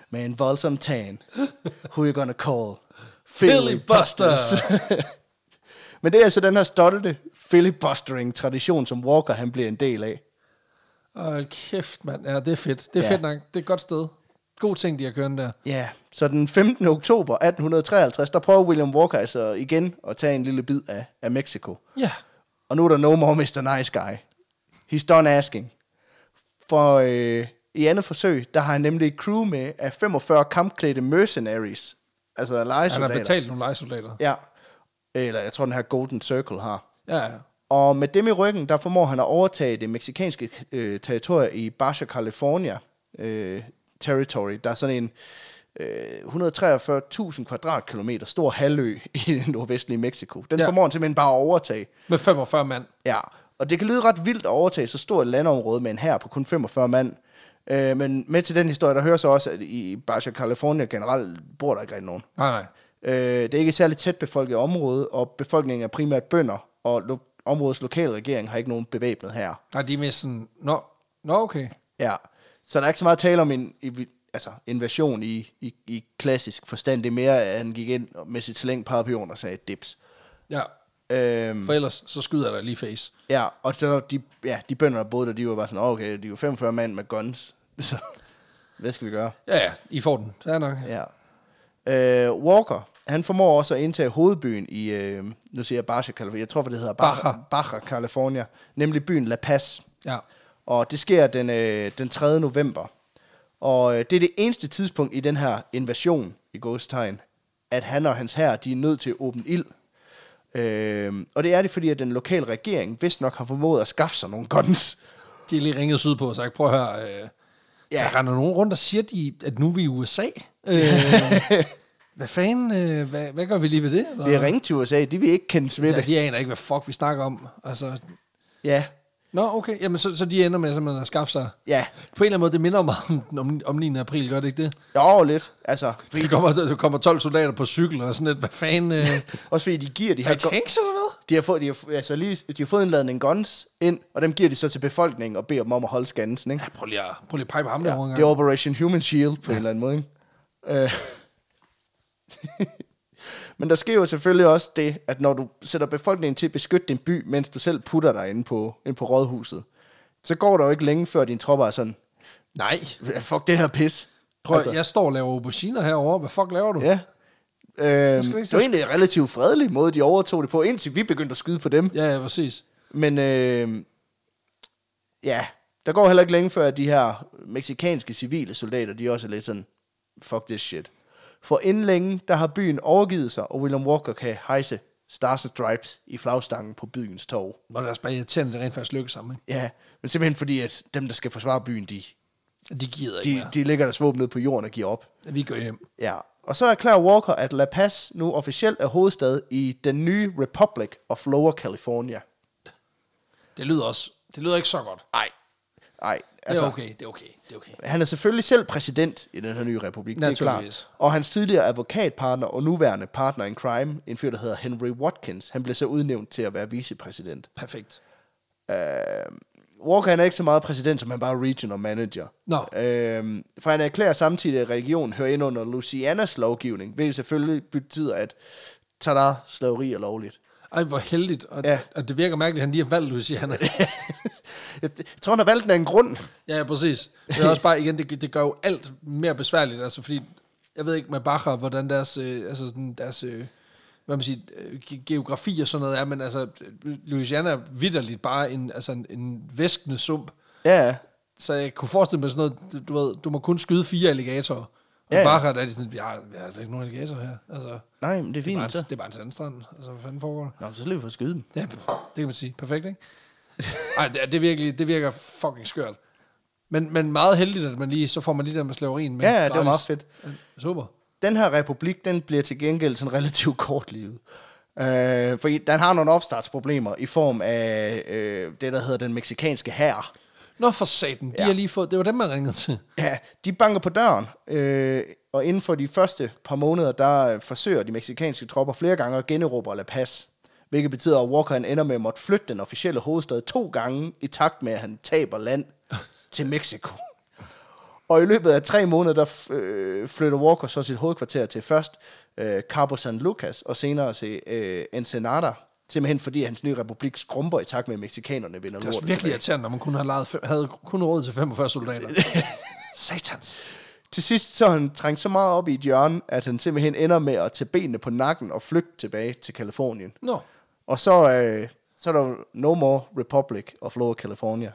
B: med en voldsom tan, who you gonna call? Men det er altså den her stolte filibustering-tradition, som Walker han bliver en del af.
A: Åh, kæft, mand. Ja, det er fedt. Det er
B: Ja.
A: ja. fedt nok. Det er et godt sted. God ting, de har kørt der.
B: Ja, så den 15. oktober 1853, der prøver William Walker altså igen at tage en lille bid af, af Mexico.
A: Ja.
B: Og nu er der no more Mr. Nice Guy. He's done asking. For øh, i andet forsøg, der har han nemlig et crew med af 45 kampklædte mercenaries. Altså
A: Han har
B: lejesoldater.
A: betalt nogle legesoldater.
B: Ja. Eller jeg tror, den her Golden Circle har.
A: Ja, ja.
B: Og med dem i ryggen, der formår han at overtage det meksikanske øh, territorie i Baja California øh, Territory. Der er sådan en øh, 143.000 kvadratkilometer stor halvø i det nordvestlige Mexico. Den ja.
A: Ja.
B: formår han simpelthen bare at overtage.
A: Med 45 mand.
B: Ja, og det kan lyde ret vildt at overtage så stort et landområde med en her på kun 45 mand. Øh, men med til den historie, der hører så også, at i Baja California generelt bor der ikke rigtig nogen.
A: Nej, nej.
B: Øh, det er ikke et særligt tæt befolket område, og befolkningen er primært bønder, og lo- områdets lokale regering har ikke nogen bevæbnet her.
A: Nej, de er mere sådan, nå, nå okay.
B: Ja, så der er ikke så meget tale om en i- altså, invasion i, i, i klassisk forstand. Det er mere, at han gik ind med sit slæng parapion og sagde dips.
A: Ja,
B: Øhm,
A: for ellers så skyder der lige face.
B: ja, og så de, ja, de bønder, der boede der, de var bare sådan, "Åh, okay, de er jo 45 mand med guns, så hvad skal vi gøre?
A: Ja, ja, I får den. Fair nok. Ja.
B: Ja. Øh, Walker, han formår også at indtage hovedbyen i, øh, nu siger jeg Baja California, jeg tror, det hedder Baja,
A: Baja.
B: Baja California, nemlig byen La Paz.
A: ja.
B: Og det sker den, øh, den 3. november. Og øh, det er det eneste tidspunkt i den her invasion, i godstegn, at han og hans hær, de er nødt til at åbne ild. Øh, og det er det, fordi at den lokale regering vist nok har formået at skaffe sig nogle guns.
A: De er lige ringet sydpå og sagt, prøv at høre, øh,
B: Ja.
A: ja. der render nogen rundt og siger, de, at nu er vi i USA. Øh, hvad fanden, øh, hvad, hvad gør vi lige ved det? Eller?
B: Vi har ringet til USA, de vil ikke kendes ved
A: ja,
B: det.
A: de aner ikke, hvad fuck vi snakker om. Altså,
B: Ja,
A: nå, okay, Jamen, så, så de ender med simpelthen at skaffe sig.
B: ja.
A: På en eller anden måde, det minder mig om, om, om 9. april, gør det ikke det?
B: Jo, lidt. Altså, fordi
A: Der kommer, der kommer 12 soldater på cykel og sådan lidt, hvad fanden, øh,
B: Også fordi de giver de
A: er
B: her...
A: I tanks eller hvad?
B: de har fået, de har, altså lige, de har fået en ladning guns ind, og dem giver de så til befolkningen og beder dem om at holde skansen, ikke?
A: Ja, prøv lige at, prøv lige at pege på ham ja,
B: Ja,
A: derovre en
B: det er
A: gang.
B: Operation Human Shield på en eller anden måde, ikke? Øh. Men der sker jo selvfølgelig også det, at når du sætter befolkningen til at beskytte din by, mens du selv putter dig inde på, inde på rådhuset, så går der jo ikke længe før dine tropper er sådan,
A: Nej,
B: fuck det her pis.
A: prøv, altså. jeg står og laver auberginer herovre, hvad fuck laver du?
B: Ja. Øhm,
A: skal du ikke
B: det var egentlig en relativt fredelig måde, de overtog det på, indtil vi begyndte at skyde på dem.
A: Ja, ja, præcis.
B: Men øh, ja, der går heller ikke længe før, at de her meksikanske civile soldater, de også er lidt sådan, fuck this shit. For inden længe, der har byen overgivet sig, og William Walker kan hejse Stars and Stripes i flagstangen på byens torv.
A: Nå, det er også bare irriterende, at det rent faktisk lykkes sammen. Ikke?
B: Ja, men simpelthen fordi, at dem, der skal forsvare byen, de,
A: De gider ikke
B: de,
A: mere.
B: de lægger deres våben ned på jorden og giver op.
A: Vi går hjem.
B: Ja, og så erklærer Walker, at La Paz nu officielt er hovedstad i den nye Republic of Lower California.
A: Det lyder også, det lyder ikke så godt. Nej,
B: Ej,
A: altså. det er okay, det er okay, det er okay.
B: Han er selvfølgelig selv præsident i den her nye republik, det er klart.
A: Naturligvis.
B: Og hans tidligere advokatpartner og nuværende partner in crime, en fyr, der hedder Henry Watkins, han blev så udnævnt til at være vicepræsident. Øh,
A: Perfekt.
B: Walker han er ikke så meget præsident, som han bare er regional manager.
A: Nå.
B: Øhm, for han erklærer samtidig, at regionen hører ind under Louisianas lovgivning, hvilket selvfølgelig betyder, at tada, slaveri er lovligt.
A: Ej, hvor heldigt. Og,
B: Ja.
A: ja. og det virker mærkeligt, at han lige har valgt Louisiana.
B: Jeg tror, han har valgt den af en grund.
A: ja, ja, præcis. Det er også bare, igen, det, det gør jo alt mere besværligt. Altså, fordi, jeg ved ikke med Bacher, hvordan deres, øh, altså sådan deres, øh, hvad man siger, øh, ge- geografi og sådan noget er, men altså, Louisiana er vidderligt bare en, altså en, en væskende sump.
B: Ja, ja.
A: Så jeg kunne forestille mig sådan noget, du- du ved, du må kun skyde fire alligatorer. Og
B: Ja, ja.
A: ja, ja. der er de sådan, vi har, vi har altså ikke nogen alligatorer her. Altså,
B: Nej, men det er
A: det er, bare
B: fint.
A: en,
B: så.
A: det er bare en sandstrand. Altså, hvad fanden foregår der?
B: Nå, så slipper vi for at skyde dem.
A: Ja, det kan man sige. Perfekt, ikke? Ej, det, er- det, er virkelig, det virker fucking skørt. Men, men meget heldigt, at man lige, så får man lige den med slaverien. Med
B: Ja, ja, det var meget
A: gratis.
B: fedt.
A: Super.
B: den her republik, den bliver til gengæld sådan relativt kortlivet. Øh, fordi den har nogle opstartsproblemer i form af øh, det, der hedder den meksikanske hær.
A: Nå for satan, de
B: Ja.
A: ja. har lige fået, det var dem, man ringede til.
B: Ja, de banker på døren, øh, og inden for de første par måneder, der øh, forsøger de meksikanske tropper flere gange at generobre La Paz. Hvilket betyder, at Walker han ender med at måtte flytte den officielle hovedstad to gange i takt med, at han taber land til Mexico. Og i løbet af tre måneder, der f- øh, flytter Walker så sit hovedkvarter til først øh, Cabo San Lucas, og senere til øh, Ensenada. Simpelthen fordi hans nye republik skrumper i takt med, at mexikanerne vinder
A: Det er
B: lortet
A: også virkelig
B: tilbage.
A: irriterende, når man kun havde, lejet, fem- havde kun råd til 45 soldater. Satans.
B: Til sidst så er han trængt så meget op i et hjørne, at han simpelthen ender med at tage benene på nakken og flygte tilbage til Kalifornien.
A: Nå, no.
B: Og så, øh, så er der jo No More Republic of Lower California.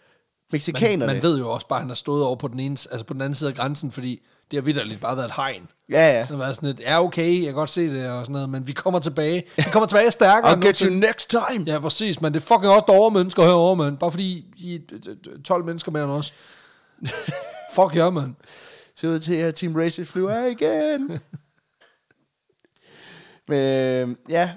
A: man,
B: Mexikanerne...
A: man ved jo også bare, at han har stået over på den, ene, altså på den anden side af grænsen, fordi det har vidderligt bare været et hegn.
B: Ja, ja.
A: Det har været sådan et, ja okay, jeg kan godt se det og sådan noget, men vi kommer tilbage. Vi kommer tilbage stærkere. end
B: I'll get you
A: nogensinde.
B: next time!
A: Ja, præcis, men det er fucking også derovre mennesker herovre, mand. Bare fordi I er d- d- 12 mennesker mere end os. Fuck jer, mand.
B: ser ud til, at Team Racing flyver af igen. Men øh, ja,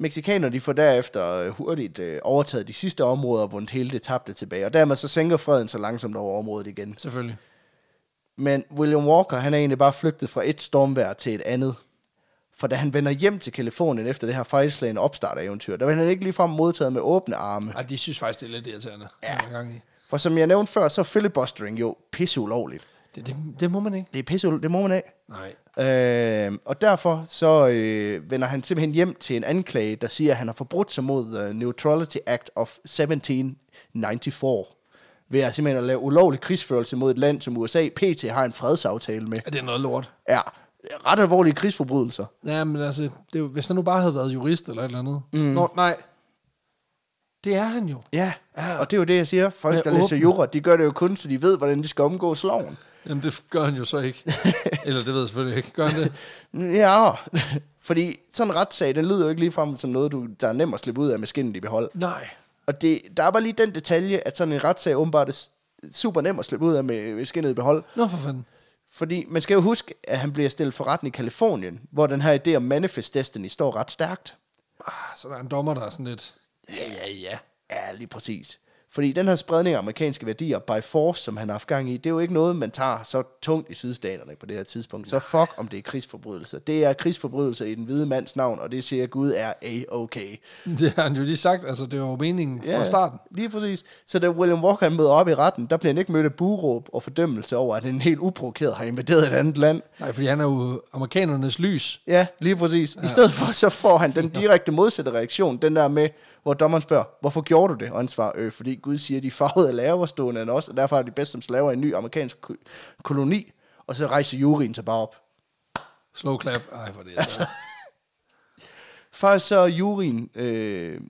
B: Mexikanerne de får derefter øh, hurtigt øh, overtaget de sidste områder og vundet hele det tabte tilbage, og dermed så sænker freden så langsomt over området igen.
A: Selvfølgelig.
B: Men William Walker, han er egentlig bare flygtet fra et stormvær til et andet. For da han vender hjem til Kalifornien efter det her fejlslagende opstart-eventyr, der var han ikke ligefrem modtaget med åbne arme.
A: Ej, de synes faktisk, det er lidt irriterende. Ja. Gang i.
B: For som jeg nævnte før, så er filibustering jo pisse ulovligt.
A: Det, det, det, må man ikke.
B: Det er pisse ulovligt, det må man af.
A: Nej.
B: Øh, og derfor så øh, vender han simpelthen hjem til en anklage, der siger, at han har forbrudt sig mod uh, Neutrality Act of 1794 ved at simpelthen at lave ulovlig krigsførelse mod et land, som USA pt. har en fredsaftale med.
A: Er det noget lort?
B: Ja, ret alvorlige krigsforbrydelser.
A: Ja, men altså, det, er jo- hvis han nu bare havde været jurist eller et eller andet. Mm. Nå, nej. Det er han jo.
B: Ja, og det er jo det, jeg siger. Folk,
A: Med
B: der læser
A: åbne-
B: jura, de gør det jo kun, så de ved, hvordan de skal omgås loven.
A: Jamen, det gør han jo så ikke. Eller det ved jeg selvfølgelig ikke. Gør han det?
B: Ja, fordi sådan en retssag, den lyder jo ikke ligefrem som noget, du, der er nem at slippe ud af med skinnet i behold.
A: Nej.
B: Og det, der er bare lige den detalje, at sådan en retssag åbenbart er s- super nem at slippe ud af med, med skinnet i behold.
A: Nå, for fanden.
B: Fordi man skal jo huske, at han bliver stillet for retten i Kalifornien, hvor den her idé om Manifest Destiny står ret stærkt.
A: Ah, så der er en dommer, der er sådan lidt... Ja, ja, ja.
B: Ja, lige præcis. Fordi den her spredning af amerikanske værdier by force, som han har haft gang i, det er jo ikke noget, man tager så tungt i sydstaterne på det her tidspunkt. Så fuck, om det er krigsforbrydelser. Det er krigsforbrydelser i den hvide mands navn, og det siger Gud er a-okay.
A: Det har han jo lige sagt. Altså, det var jo meningen ja. fra starten.
B: Lige præcis. Så da William Walker han møder op i retten, der bliver han ikke mødt af buråb og fordømmelse over, at han helt uprovokeret har invaderet et andet land.
A: Nej, fordi han er jo amerikanernes lys.
B: Ja, lige præcis. I stedet for, så får han den direkte modsatte reaktion, den der med, hvor dommeren spørger, hvorfor gjorde du det? Og han svarer, øh, fordi Gud siger, at de er farvede af laverstående end os, og derfor er de bedst som slaver i en ny amerikansk ko- koloni. Og så rejser juryen sig bare op.
A: Slow clap. Ej, hvor er det altså.
B: Faktisk så er juryen, øh,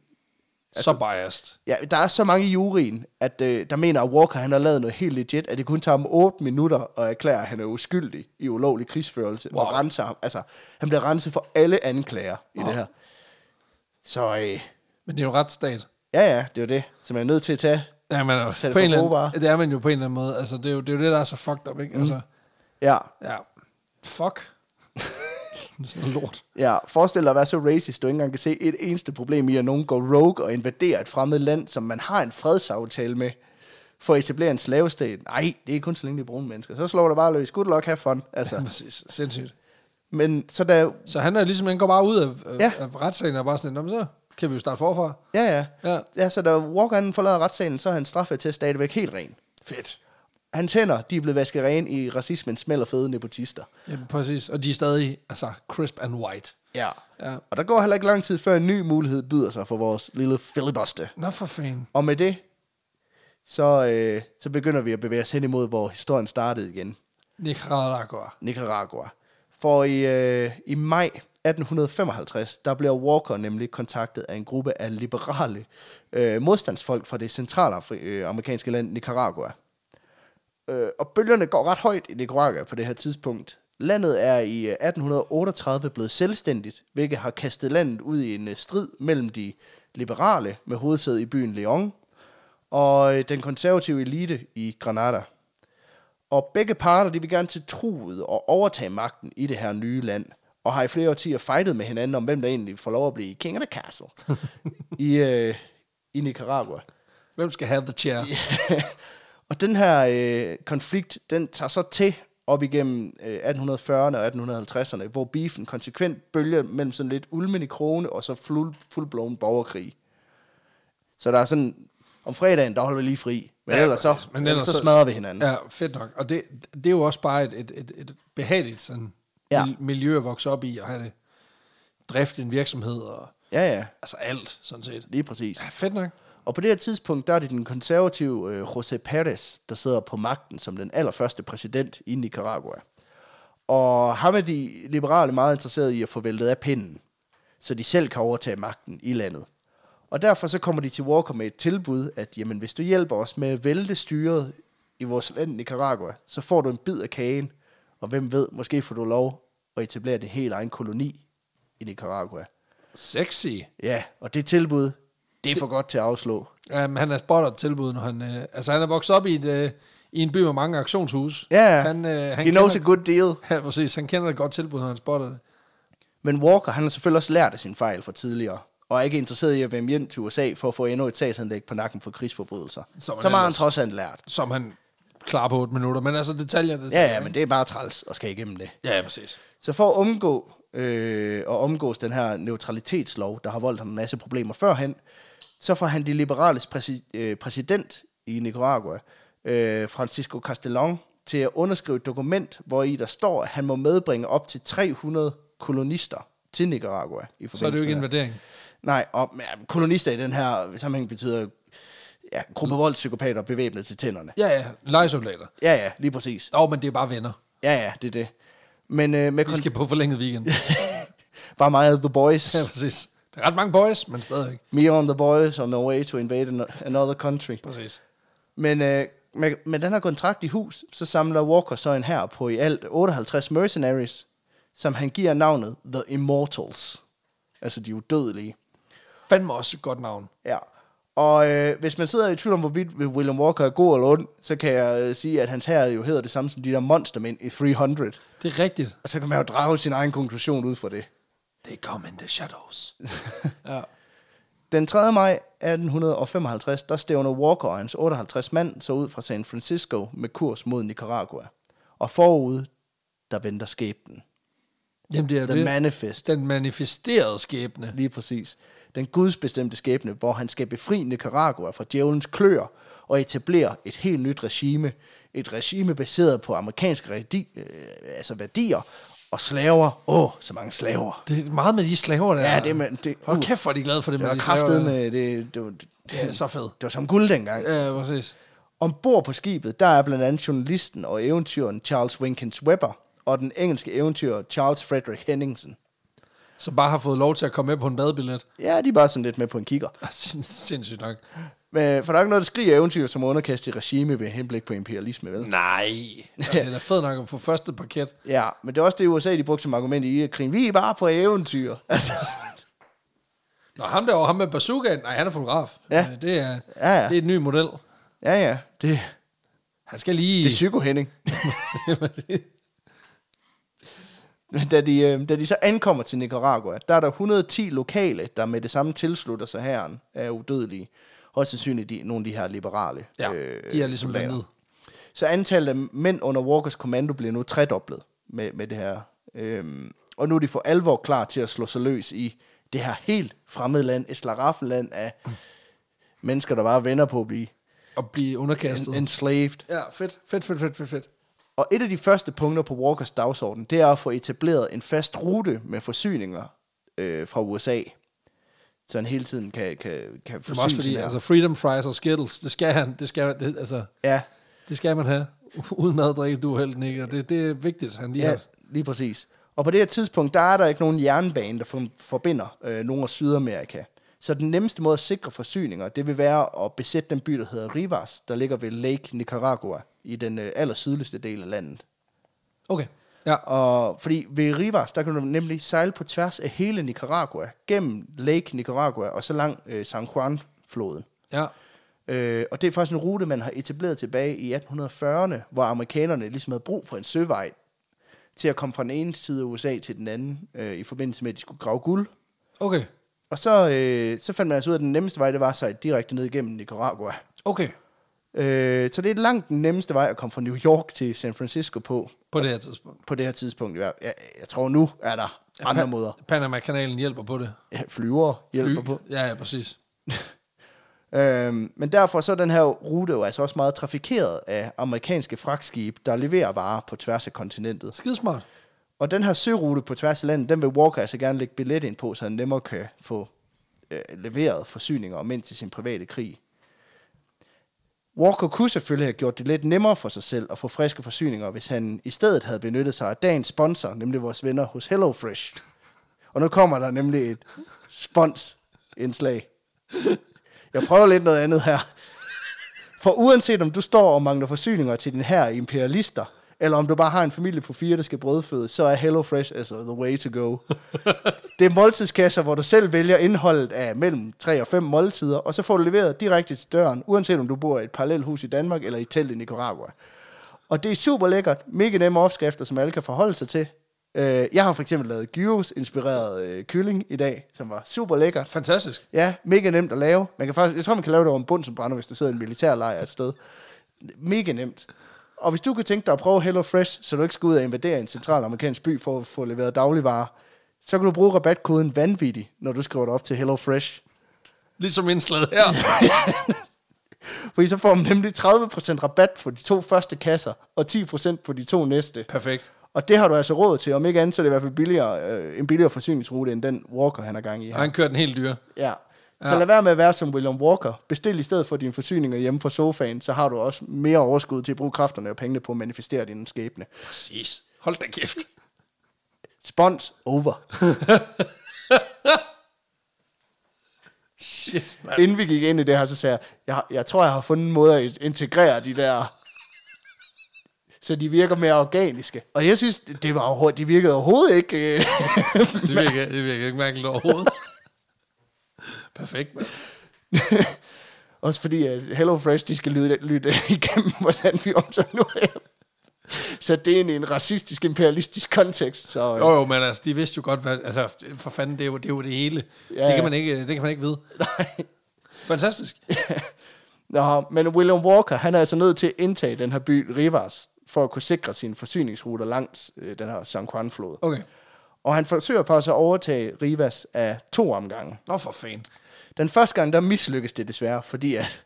A: Så biased.
B: ja, der er så mange i juryen, at øh, der mener, at Walker han har lavet noget helt legit, at det kun tager ham 8 minutter at erklære, at han er uskyldig i ulovlig krigsførelse. Wow.
A: Wow.
B: Og renser ham. Altså, han bliver renset for alle anklager i
A: Wow.
B: det her. Så øh,
A: Men det er jo retsstat.
B: Ja, ja, det er jo det, som jeg er nødt til at tage.
A: Ja, men altså,
B: det
A: på
B: for
A: en eller
B: brugbare.
A: anden, det er man jo på en eller anden måde. Altså, det er jo det, er jo det der er så fucked up, ikke? Mm. Altså,
B: Ja,
A: ja. Fuck. Det er sådan noget lort.
B: ja. Forestil dig at være så racist, du ikke engang kan se et eneste problem i, at nogen går rogue og invaderer et fremmed land, som man har en fredsaftale med, for at etablere en slavestat. Nej, det er kun så længe de er brune mennesker. Så slår det bare løs. Good luck, have fun.
A: Ja,
B: Altså.
A: præcis. Sindssygt.
B: Men så da...
A: Så han er ligesom, han går bare ud af, af,
B: Ja.
A: ja. af retssagen og bare sådan, "Nå, men så kan vi jo starte forfra.
B: Ja, ja.
A: Ja.
B: Ja, så da Walker han forlader retssalen, så er hans straffetest stadigvæk helt ren.
A: Fedt.
B: Hans hænder, de er blevet vasket rene i racismens smæld og fede nepotister.
A: Ja, præcis. Og de er stadig, altså, crisp and white.
B: Ja.
A: Ja.
B: Og der går heller ikke lang tid, før en ny mulighed byder sig for vores lille filibuster.
A: Nå for fanden.
B: Og med det, så, øh, så begynder vi at bevæge os hen imod, hvor historien startede igen.
A: Nicaragua.
B: Nicaragua. For i, øh, i maj 1855, der bliver Walker nemlig kontaktet af en gruppe af liberale øh, modstandsfolk fra det centralamerikanske land Nicaragua. Øh, og bølgerne går ret højt i Nicaragua på det her tidspunkt. Landet er i øh, 1838 blevet selvstændigt, hvilket har kastet landet ud i en øh, strid mellem de liberale med hovedsæde i byen Lyon og øh, den konservative elite i Granada. Og begge parter de vil gerne til truet og overtage magten i det her nye land, og har i flere årtier fightet med hinanden om, hvem der egentlig får lov at blive King of the Castle i, øh, i Nicaragua.
A: Hvem skal have the chair?
B: og den her øh, konflikt, den tager så til op igennem øh, 1840'erne og 1850'erne, hvor beefen konsekvent bølger mellem sådan lidt ulmen i krone og så fuld, full-blown borgerkrig. Så der er sådan, om fredagen, der holder vi lige fri. Men ellers så, men ellers så, smadrer vi hinanden.
A: Ja, fedt nok. Og det, det er jo også bare et, et, et, et behageligt sådan,
B: Ja.
A: ja. miljø at vokse op i, og have det drift i en virksomhed, og
B: Ja, ja,
A: altså alt, sådan set.
B: lige præcis.
A: Ja, fedt nok.
B: Og på det her tidspunkt, der er det den konservative øh, José Pérez, der sidder på magten som den allerførste præsident i Nicaragua. Og ham er de liberale meget interesserede i at få væltet af pinden, så de selv kan overtage magten i landet. Og derfor så kommer de til Walker med et tilbud, at jamen, hvis du hjælper os med at vælte styret i vores land Nicaragua, så får du en bid af kagen, og hvem ved, måske får du lov at etablere din helt egen koloni i Nicaragua.
A: Sexy.
B: Ja, og det tilbud, det er for godt til at afslå.
A: Jamen, han er spotter tilbud, når han... Øh, altså, han er vokset op i, et, øh, i en by med mange aktionshuse.
B: Ja, ja.
A: Han, øh, han
B: He knows a
A: kender,
B: good deal.
A: ja, præcis. Han kender et godt tilbud, når han spotter det.
B: Men Walker, han har selvfølgelig også lært af sin fejl fra tidligere, og er ikke interesseret i at vende hjem til USA for at få endnu et sagsanlæg på nakken for krigsforbrydelser.
A: Som han
B: Så meget har han
A: ellers-
B: trods alt lært.
A: Som han klarer på 8 minutter. Men altså, detaljer... Det
B: Ja, ja, men det er bare træls at skal igennem det.
A: Ja, præcis.
B: Så for at omgå øh, og omgås den her neutralitetslov, der har voldt ham en masse problemer førhen, så får han de liberales præsi- øh, præsident i Nicaragua, øh, Francisco Castellón, til at underskrive et dokument, hvor i der står, at han må medbringe op til 300 kolonister til Nicaragua. I
A: Så er det jo ikke
B: forbindelse med
A: en vurdering.
B: Nej, og ja, kolonister i den her sammenhæng betyder ja, gruppe voldspsykopater bevæbnet til tænderne.
A: Ja, ja. Lejesoldater.
B: Ja, ja, lige præcis.
A: Åh, oh, men det er bare venner.
B: Ja, ja, det er det. Men øh, med
A: Vi
B: kon-
A: skal på forlænget weekend.
B: bare meget The Boys.
A: Ja, præcis. Der er ret mange boys, men stadigvæk.
B: Me on the Boys on the way to invade an- another country.
A: Præcis.
B: Men øh, med, med den her kontrakt i hus, så samler Walker så en her på i alt 58 mercenaries, som han giver navnet The Immortals. Altså de udødelige.
A: Fandme også et godt navn.
B: Ja. Og øh, hvis man sidder i tvivl om, hvorvidt William Walker er god eller ond, så kan jeg øh, sige, at hans her jo hedder det samme som de der monstermænd i 300.
A: Det er rigtigt.
B: Og så kan man jo drage sin egen konklusion ud fra det.
A: They come in the shadows. ja.
B: Den 3. maj 1855, der stævner Walker og hans 58 mand så ud fra San Francisco med kurs mod Nicaragua. Og forud, der venter skæbnen.
A: Jamen, det er
B: The
A: det.
B: Manifest.
A: Den manifesterede skæbne.
B: Lige præcis. Den gudsbestemte skæbne, hvor han skal befri Nicaragua fra djævelens klør og etablere et helt nyt regime. Et regime baseret på amerikanske værdi, øh, altså værdier og slaver. Åh, oh, så mange slaver.
A: Det er meget med de slaver, der
B: Ja, det er med- det-
A: Hold
B: uh.
A: kæft, hvor er de glade for det,
B: Det
A: med
B: var
A: de slaver.
B: kraftet
A: Med.
B: med... Det, det, var, det,
A: Ja, så fed.
B: det var som guld dengang.
A: Ja, præcis.
B: Ombord på skibet, der er blandt andet journalisten og eventyren Charles Winkins Webber og den engelske eventyrer Charles Frederick Henningsen.
A: Som bare har fået lov til at komme med på en badebillet.
B: Ja, de er bare sådan lidt med på en kigger.
A: Ah, sin- Sindssygt nok.
B: Men, øh, for der er ikke noget, der skriger eventyr, som er underkastet i regime ved henblik på imperialisme, vel?
A: Nej. Det er da fedt nok at få første parket.
B: Ja, men det er også det, USA de brugte som argument i Irakkrigen. Vi er bare på eventyr. Altså,
A: Nå, ham derovre, ham med bazookaen, nej, han er fotograf.
B: Ja.
A: Øh, Det er,
B: Ja, ja.
A: Det er et ny model.
B: ja, ja, det,
A: Han skal lige...
B: det er psyko Henning. Men da de, øh, da de så ankommer til Nicaragua, der er der 110 lokale, der med det samme tilslutter sig herren af udødelige. Højst sandsynligt de, nogle af de her liberale. øh,
A: ja, de er ligesom
B: soldater.
A: vandet.
B: Så antallet af mænd under Walkers kommando bliver nu tredoblet med, med det her. Øhm, og nu er de for alvor klar til at slå sig løs i det her helt fremmede land, et slaraffenland af mennesker, der bare vender på at blive
A: Og blive underkastet.
B: en- enslaved.
A: Ja, fedt, fedt, fedt, fedt, fedt, fedt.
B: Og et af de første punkter på Walkers dagsorden, det er at få etableret en fast rute med forsyninger øh, fra USA, så han hele tiden kan, kan, kan
A: Det er også
B: forsyne
A: fordi,
B: sig der.
A: altså Freedom Fries og Skittles, det skal han, det skal, det, altså,
B: Ja,
A: det skal man have. Uden mad, drikke, du er helten ikke, og det, det er vigtigt, han lige
B: Ja,
A: har.
B: lige præcis. Og på det her tidspunkt, der er der ikke nogen jernbane, der for- forbinder øh, nogen af Sydamerika. Så den nemmeste måde at sikre forsyninger, det vil være at besætte den by, der hedder Rivas, der ligger ved Lake Nicaragua, i den øh, aller sydligste del af landet.
A: Okay, ja.
B: Og fordi ved Rivas, der kan du nemlig sejle på tværs af hele Nicaragua, gennem Lake Nicaragua og så langt øh, San Juan-floden.
A: Ja,
B: Øh, og det er faktisk en rute, man har etableret tilbage i 1840'erne, hvor amerikanerne ligesom havde brug for en søvej til at komme fra den ene side af USA til den anden, øh, i forbindelse med, at de skulle grave guld.
A: okay.
B: Og så, øh, så fandt man altså ud af, at den nemmeste vej, det var at sejle direkte ned igennem Nicaragua.
A: Okay,
B: Øh, så det er langt den nemmeste vej at komme fra New York til San Francisco på,
A: på det her tidspunkt.
B: på det her tidspunkt. i hvert fald. Jeg, jeg tror, nu er der andre
A: Pa-
B: måder.
A: Panama-kanalen hjælper på det.
B: Ja, flyver hjælper
A: Fly-
B: på.
A: Ja, ja, præcis.
B: Øhm, men derfor så er den her rute jo altså også meget trafikeret af amerikanske fragtskibe, der leverer varer på tværs af kontinentet.
A: Skidesmart.
B: Og den her sørute på tværs af landet, den vil Walker altså gerne lægge billet ind på, så han nemmere kan få øh, leveret forsyninger om ind til sin private krig. Walker kunne selvfølgelig have gjort det lidt nemmere for sig selv at få friske forsyninger, hvis han i stedet havde benyttet sig af dagens sponsor, nemlig vores venner hos HelloFresh. Og nu kommer der nemlig et spons-indslag. Jeg prøver lidt noget andet her. For uanset om du står og mangler forsyninger til din her imperialister, eller om du bare har en familie på fire, der skal brødføde, så er HelloFresh altså the way to go. Det er måltidskasser, hvor du selv vælger indholdet af mellem 3 og 5 måltider, og så får du leveret direkte til døren, uanset om du bor i et parallelhus i Danmark eller i et telt i Nicaragua. Og det er super lækkert, mega nemme opskrifter, som alle kan forholde sig til. Øh, Jeg har for eksempel lavet gyros inspireret øh, kylling i dag, som var super lækkert.
A: Fantastisk.
B: Ja, mega nemt at lave. Man kan faktisk, jeg tror, man kan lave det over en bund som brænder, hvis du sidder i en militærlejr et sted. Mega nemt. Og hvis du kan tænke dig at prøve Hello Fresh, så du ikke skal ud og invadere en central amerikansk by for at få leveret dagligvarer, så kan du bruge rabatkoden vanvittig, når du skriver dig op til Hello Fresh.
A: Ligesom indslaget her.
B: Fordi så får man nemlig 30% rabat på de to første kasser, og 10% på de to næste.
A: Perfekt.
B: Og det har du altså råd til, om ikke andet, så er det i hvert fald billigere, øh, en billigere forsyningsrute, end den Walker han har gang i her.
A: Og han kører den helt dyre.
B: Ja. Så
A: Ja.
B: lad være med at være som William Walker. Bestil i stedet for dine forsyninger hjemme fra sofaen, så har du også mere overskud til at bruge kræfterne og pengene på at manifestere din skæbne.
A: Præcis. Hold da kæft.
B: Spons over.
A: Shit, mand.
B: Inden vi gik ind i det her, så sagde jeg, jeg, jeg tror, jeg har fundet en måde at integrere de der, så de virker mere organiske. Og jeg synes, det var overhovedet, de virkede overhovedet ikke. øh.
A: Det virker, det virker ikke mærkeligt overhovedet. Perfekt, mand.
B: også fordi at Hello Fresh, de skal lytte, lytte igennem, hvordan vi omtaler nu her. Så det er en, en racistisk, imperialistisk kontekst. Så, øh,
A: Jo, jo, men altså, de vidste jo godt, hvad, altså, for fanden, det er jo det, er jo det hele. Ja.
B: Ja.
A: Det, kan man ikke, det kan man ikke vide.
B: nej.
A: Fantastisk.
B: Nå, men William Walker, han er altså nødt til at indtage den her by Rivas, for at kunne sikre sine forsyningsruter langs øh, den her San Juan-flod.
A: Okay.
B: Og han forsøger faktisk at overtage Rivas af to omgange.
A: Nå, for fanden.
B: Den første gang, der mislykkes det desværre, fordi at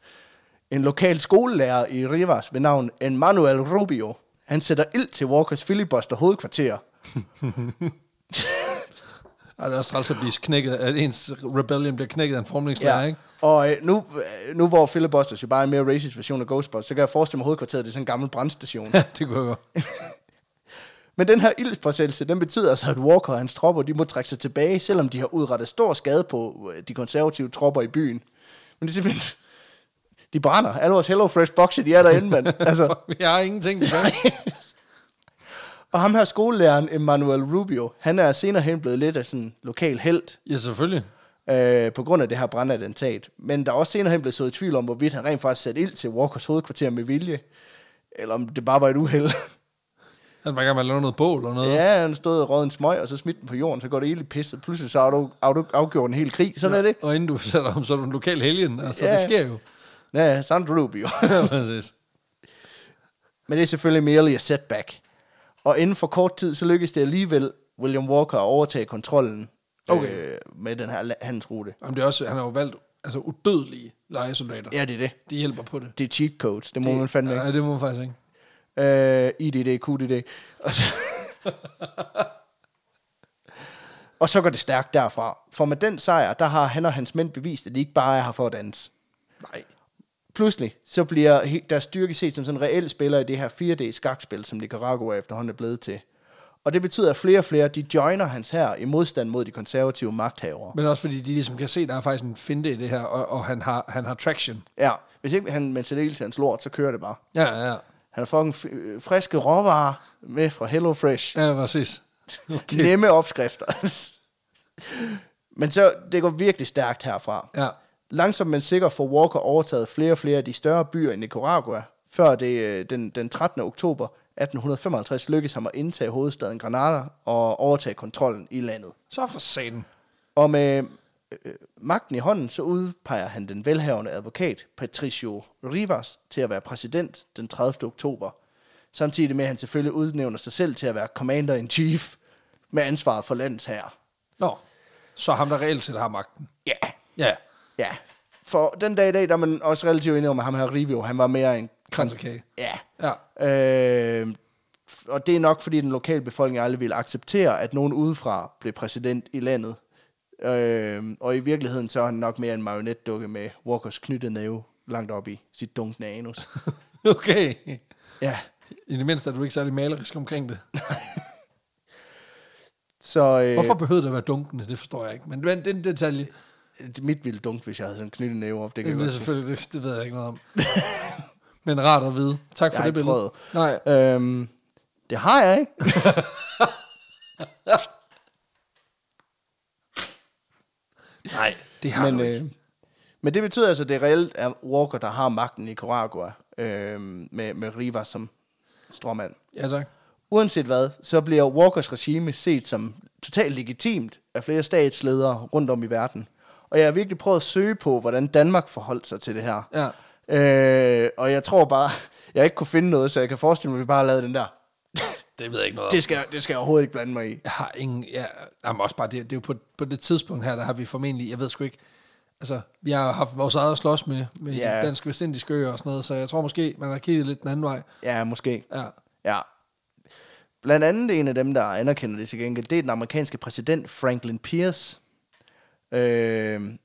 B: en lokal skolelærer i Rivas ved navn Emmanuel Rubio, han sætter ild til Walkers filibuster hovedkvarter.
A: Ej, det er også træls at blive knækket, at ens rebellion bliver knækket af en formningslærer, ja. ikke?
B: Og øh, nu, øh, nu hvor filibusters jo bare er en mere racist version af Ghostbusters, så kan jeg forestille mig at hovedkvarteret, det er sådan en gammel brandstation.
A: Ja, det kunne jeg godt.
B: Men den her ildspåsættelse, den betyder altså, at Walker og hans tropper, de må trække sig tilbage, selvom de har udrettet stor skade på øh, de konservative tropper i byen. Men det er simpelthen... De brænder. Alle vores Hello Fresh bokse, de er derinde, mand. Altså,
A: Fuck, Jeg har ingenting til det.
B: og ham her skolelæreren, Emmanuel Rubio, han er senere hen blevet lidt af sådan en lokal held
A: Ja, selvfølgelig.
B: øh, på grund af det her brandattentat. Men der er også senere hen blevet sået i tvivl om, hvorvidt han rent faktisk satte ild til Walkers hovedkvarter med vilje. Eller om det bare var et uheld.
A: Han var i gang med at lave noget bål og noget. Ja.
B: Ja, han stod og rød en smøg, og så smidte den på jorden, så går det hele i pisset. Pludselig så afdå- afdå- afgjorde den hel krig. Sådan ja. er det.
A: Og inden du sætter om, så er du en lokal helgen. Altså, ja.
B: Ja.
A: det sker jo.
B: Ja, sådan Rubio.
A: Ja, præcis.
B: Men det er selvfølgelig merely et setback. Og inden for kort tid, så lykkedes det alligevel William Walker at overtage kontrollen
A: Okay.
B: øh, med den her la- handelsrute.
A: Jamen, det er også, han har jo valgt altså, udødelige lejesoldater. Ja.
B: Ja, det er det.
A: De hjælper på det.
B: Det er cheat codes, det må det, man fandme ikke.
A: Nej, det må man faktisk ikke.
B: Øh, IDD, QDD. Og så, og så går det stærkt derfra. For med den sejr, der har han og hans mænd bevist, at de ikke bare er her for at danse.
A: Nej.
B: pludselig, så bliver he- deres styrke set som sådan en reel spiller i det her 4D-skakspil, som Nicaragua efterhånden er blevet til. Og det betyder, at flere og flere, de joiner hans her i modstand mod de konservative magthavere.
A: Men også fordi de ligesom kan se, der er faktisk en finte i det her, og, og han, har, han har traction.
B: Ja, hvis ikke han man sætter ild til hans lort, så kører det bare.
A: Ja, ja, ja.
B: Han har fucking f- øh, friske råvarer med fra HelloFresh.
A: Ja, præcis.
B: Okay. Nemme opskrifter. Men så, det går virkelig stærkt herfra.
A: Ja.
B: Langsomt men sikkert får Walker overtaget flere og flere af de større byer i Nicaragua, før det øh, den, den 13. oktober 1855 lykkedes ham at indtage hovedstaden Granada og overtage kontrollen i landet.
A: Så for satan.
B: Og med øh, magten i hånden, så udpeger han den velhavende advokat Patricio Rivas til at være præsident den 30. oktober. Samtidig med, at han selvfølgelig udnævner sig selv til at være commander-in-chief med ansvaret for landets herre.
A: Nå. Så ham, der reelt set har magten.
B: Ja,
A: Ja.
B: Ja. For den dag i dag, der er man også relativt enig om, at ham her Rivio, han var mere en...
A: Kranz okay.
B: Ja.
A: Ja.
B: Øh, og det er nok, fordi den lokale befolkning aldrig ville acceptere, at nogen udefra blev præsident i landet. Øh, og i virkeligheden, så er han nok mere en marionetdukke med Walkers knyttede næve langt op i sit dunkne anus.
A: Okay.
B: ja.
A: I det mindste er du ikke særlig malerisk omkring det.
B: Så øh,
A: Hvorfor behøvede det at være dunkende? Det forstår jeg ikke. Men, men det er en detalje.
B: mit ville dunk, hvis jeg havde sådan en knyttet næve op. Det kan
A: Det, det, er
B: jeg godt se.
A: selvfølgelig, det, det ved jeg ikke noget om. men rart at vide. Tak for
B: Jeg har
A: det
B: ikke
A: billede.
B: prøvet.
A: Nej.
B: Øhm, det har jeg ikke.
A: Nej, det har
B: men,
A: du ikke.
B: øh, men det betyder altså, at det er reelt er Walker, der har magten i Nicaragua øh, med, med Rivas som stråmand.
A: Ja, tak.
B: Uanset hvad, så bliver Walkers regime set som totalt legitimt af flere statsledere rundt om i verden. Og jeg har virkelig prøvet at søge på, hvordan Danmark forholdt sig til det her.
A: Ja.
B: Øh, og jeg tror bare, jeg ikke kunne finde noget, så jeg kan forestille mig, at vi bare har lavet den der.
A: Det ved jeg ikke noget
B: Det skal, jeg- det skal jeg overhovedet ikke blande mig i.
A: Jeg har ingen... Ja, jamen også bare, det, det er jo på, på det tidspunkt her, der har vi formentlig... Jeg ved sgu ikke... Altså, vi har haft vores eget at slås med, med
B: Ja.
A: yeah. danske vestindiske øer og sådan noget, så jeg tror måske, man har kigget lidt den anden vej.
B: Ja, måske.
A: Ja.
B: Ja. Blandt andet en af dem, der anerkender det til gengæld, det er den amerikanske præsident Franklin Pierce. Øh,
A: Men,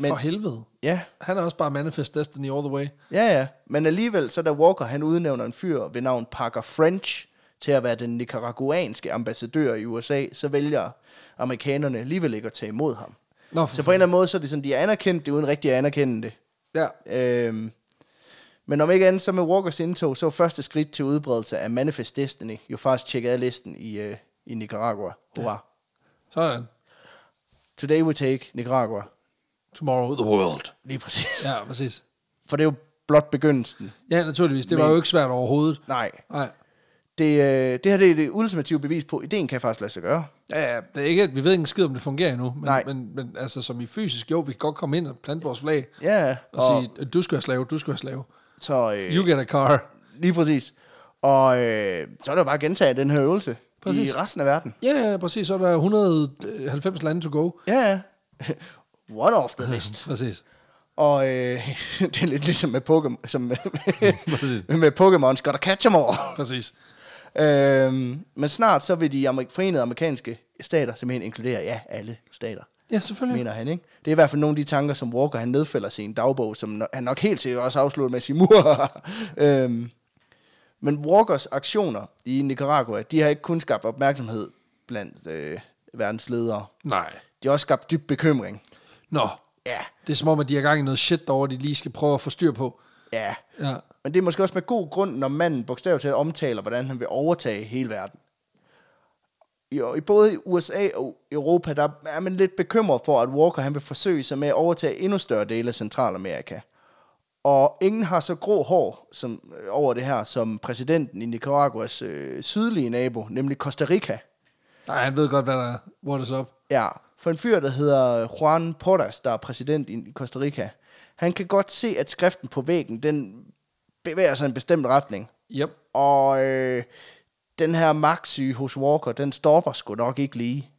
B: Men-
A: For helvede.
B: ja,
A: Han er også bare manifest destiny all the way.
B: ja, ja. Men alligevel, så da Walker, han udnævner en fyr ved navn Parker French til at være den nicaraguanske ambassadør i USA, så vælger amerikanerne alligevel ikke at tage imod ham.
A: Nå, for
B: Så på en eller anden måde, så er det sådan, de har anerkendt det, uden rigtig at anerkende det.
A: Ja.
B: Øhm, men om ikke andet, så med Walkers indtog, så var første skridt til udbredelse af Manifest Destiny jo faktisk tjekket af listen i, øh, i Nicaragua. Hurra.
A: Sådan.
B: Today we take Nicaragua.
A: Tomorrow the world.
B: Lige præcis.
A: Ja, præcis.
B: For det er jo blot begyndelsen.
A: Ja, naturligvis. Det Men, var
B: Men-
A: jo ikke svært overhovedet.
B: Nej.
A: Nej.
B: Det, øh, det her det er det ultimative bevis på, ideen kan faktisk lade sig gøre.
A: Ja, ja, det er ikke, at vi ved ikke en skid, om det fungerer endnu. Men,
B: Nej.
A: Men, men altså, som i fysisk, jo, vi kan godt komme ind og plante vores flag
B: Ja,
A: og, og sige, du skal være slave, du skal være slave.
B: så, øh,
A: You get a car.
B: lige præcis. Og øh, så er det jo bare at gentage den her øvelse
A: Præcis.
B: i resten af verden.
A: Ja, ja, præcis. Så er der 190 lande to go.
B: Ja, ja. One off the list.
A: Præcis.
B: Og øh, det er lidt ligesom med Pokémon, som med,
A: Præcis.
B: med Pokémon's Gotta Catch 'em All.
A: Præcis.
B: øhm, men snart så vil de amer- forenede amerikanske stater simpelthen inkludere, ja, alle stater,
A: Ja, selvfølgelig.
B: mener han, ikke? Det er i hvert fald nogle af de tanker, som Walker han nedfælder i sin dagbog, som no- han nok helt sikkert også afslutter med at sige, "Muah." øhm, men Walkers aktioner i Nicaragua, de har ikke kun skabt opmærksomhed blandt øh, verdens ledere.
A: Nej.
B: De har også skabt dyb bekymring.
A: Nå,
B: Ja,
A: det er som om, at de har gang i noget shit derovre, de lige skal prøve at få styr på.
B: ja.
A: Ja.
B: Men det er måske også med god grund, når manden bogstaveligt talt omtaler, hvordan han vil overtage hele verden. I, og i både i USA og Europa, der er man lidt bekymret for, at Walker han vil forsøge sig med at overtage endnu større dele af Centralamerika. Og ingen har så grå hår som, øh, over det her, som præsidenten i Nicaraguas øh, sydlige nabo, nemlig Costa Rica.
A: Nej, han ved godt, hvad der er. What is up?
B: Ja, for en fyr, der hedder Juan Portas, der er præsident i Costa Rica, han kan godt se, at skriften på væggen, den bevæger sig i en bestemt retning.
A: Yep.
B: Og øh, den her magtsyge hos Walker, den stopper sgu nok ikke lige.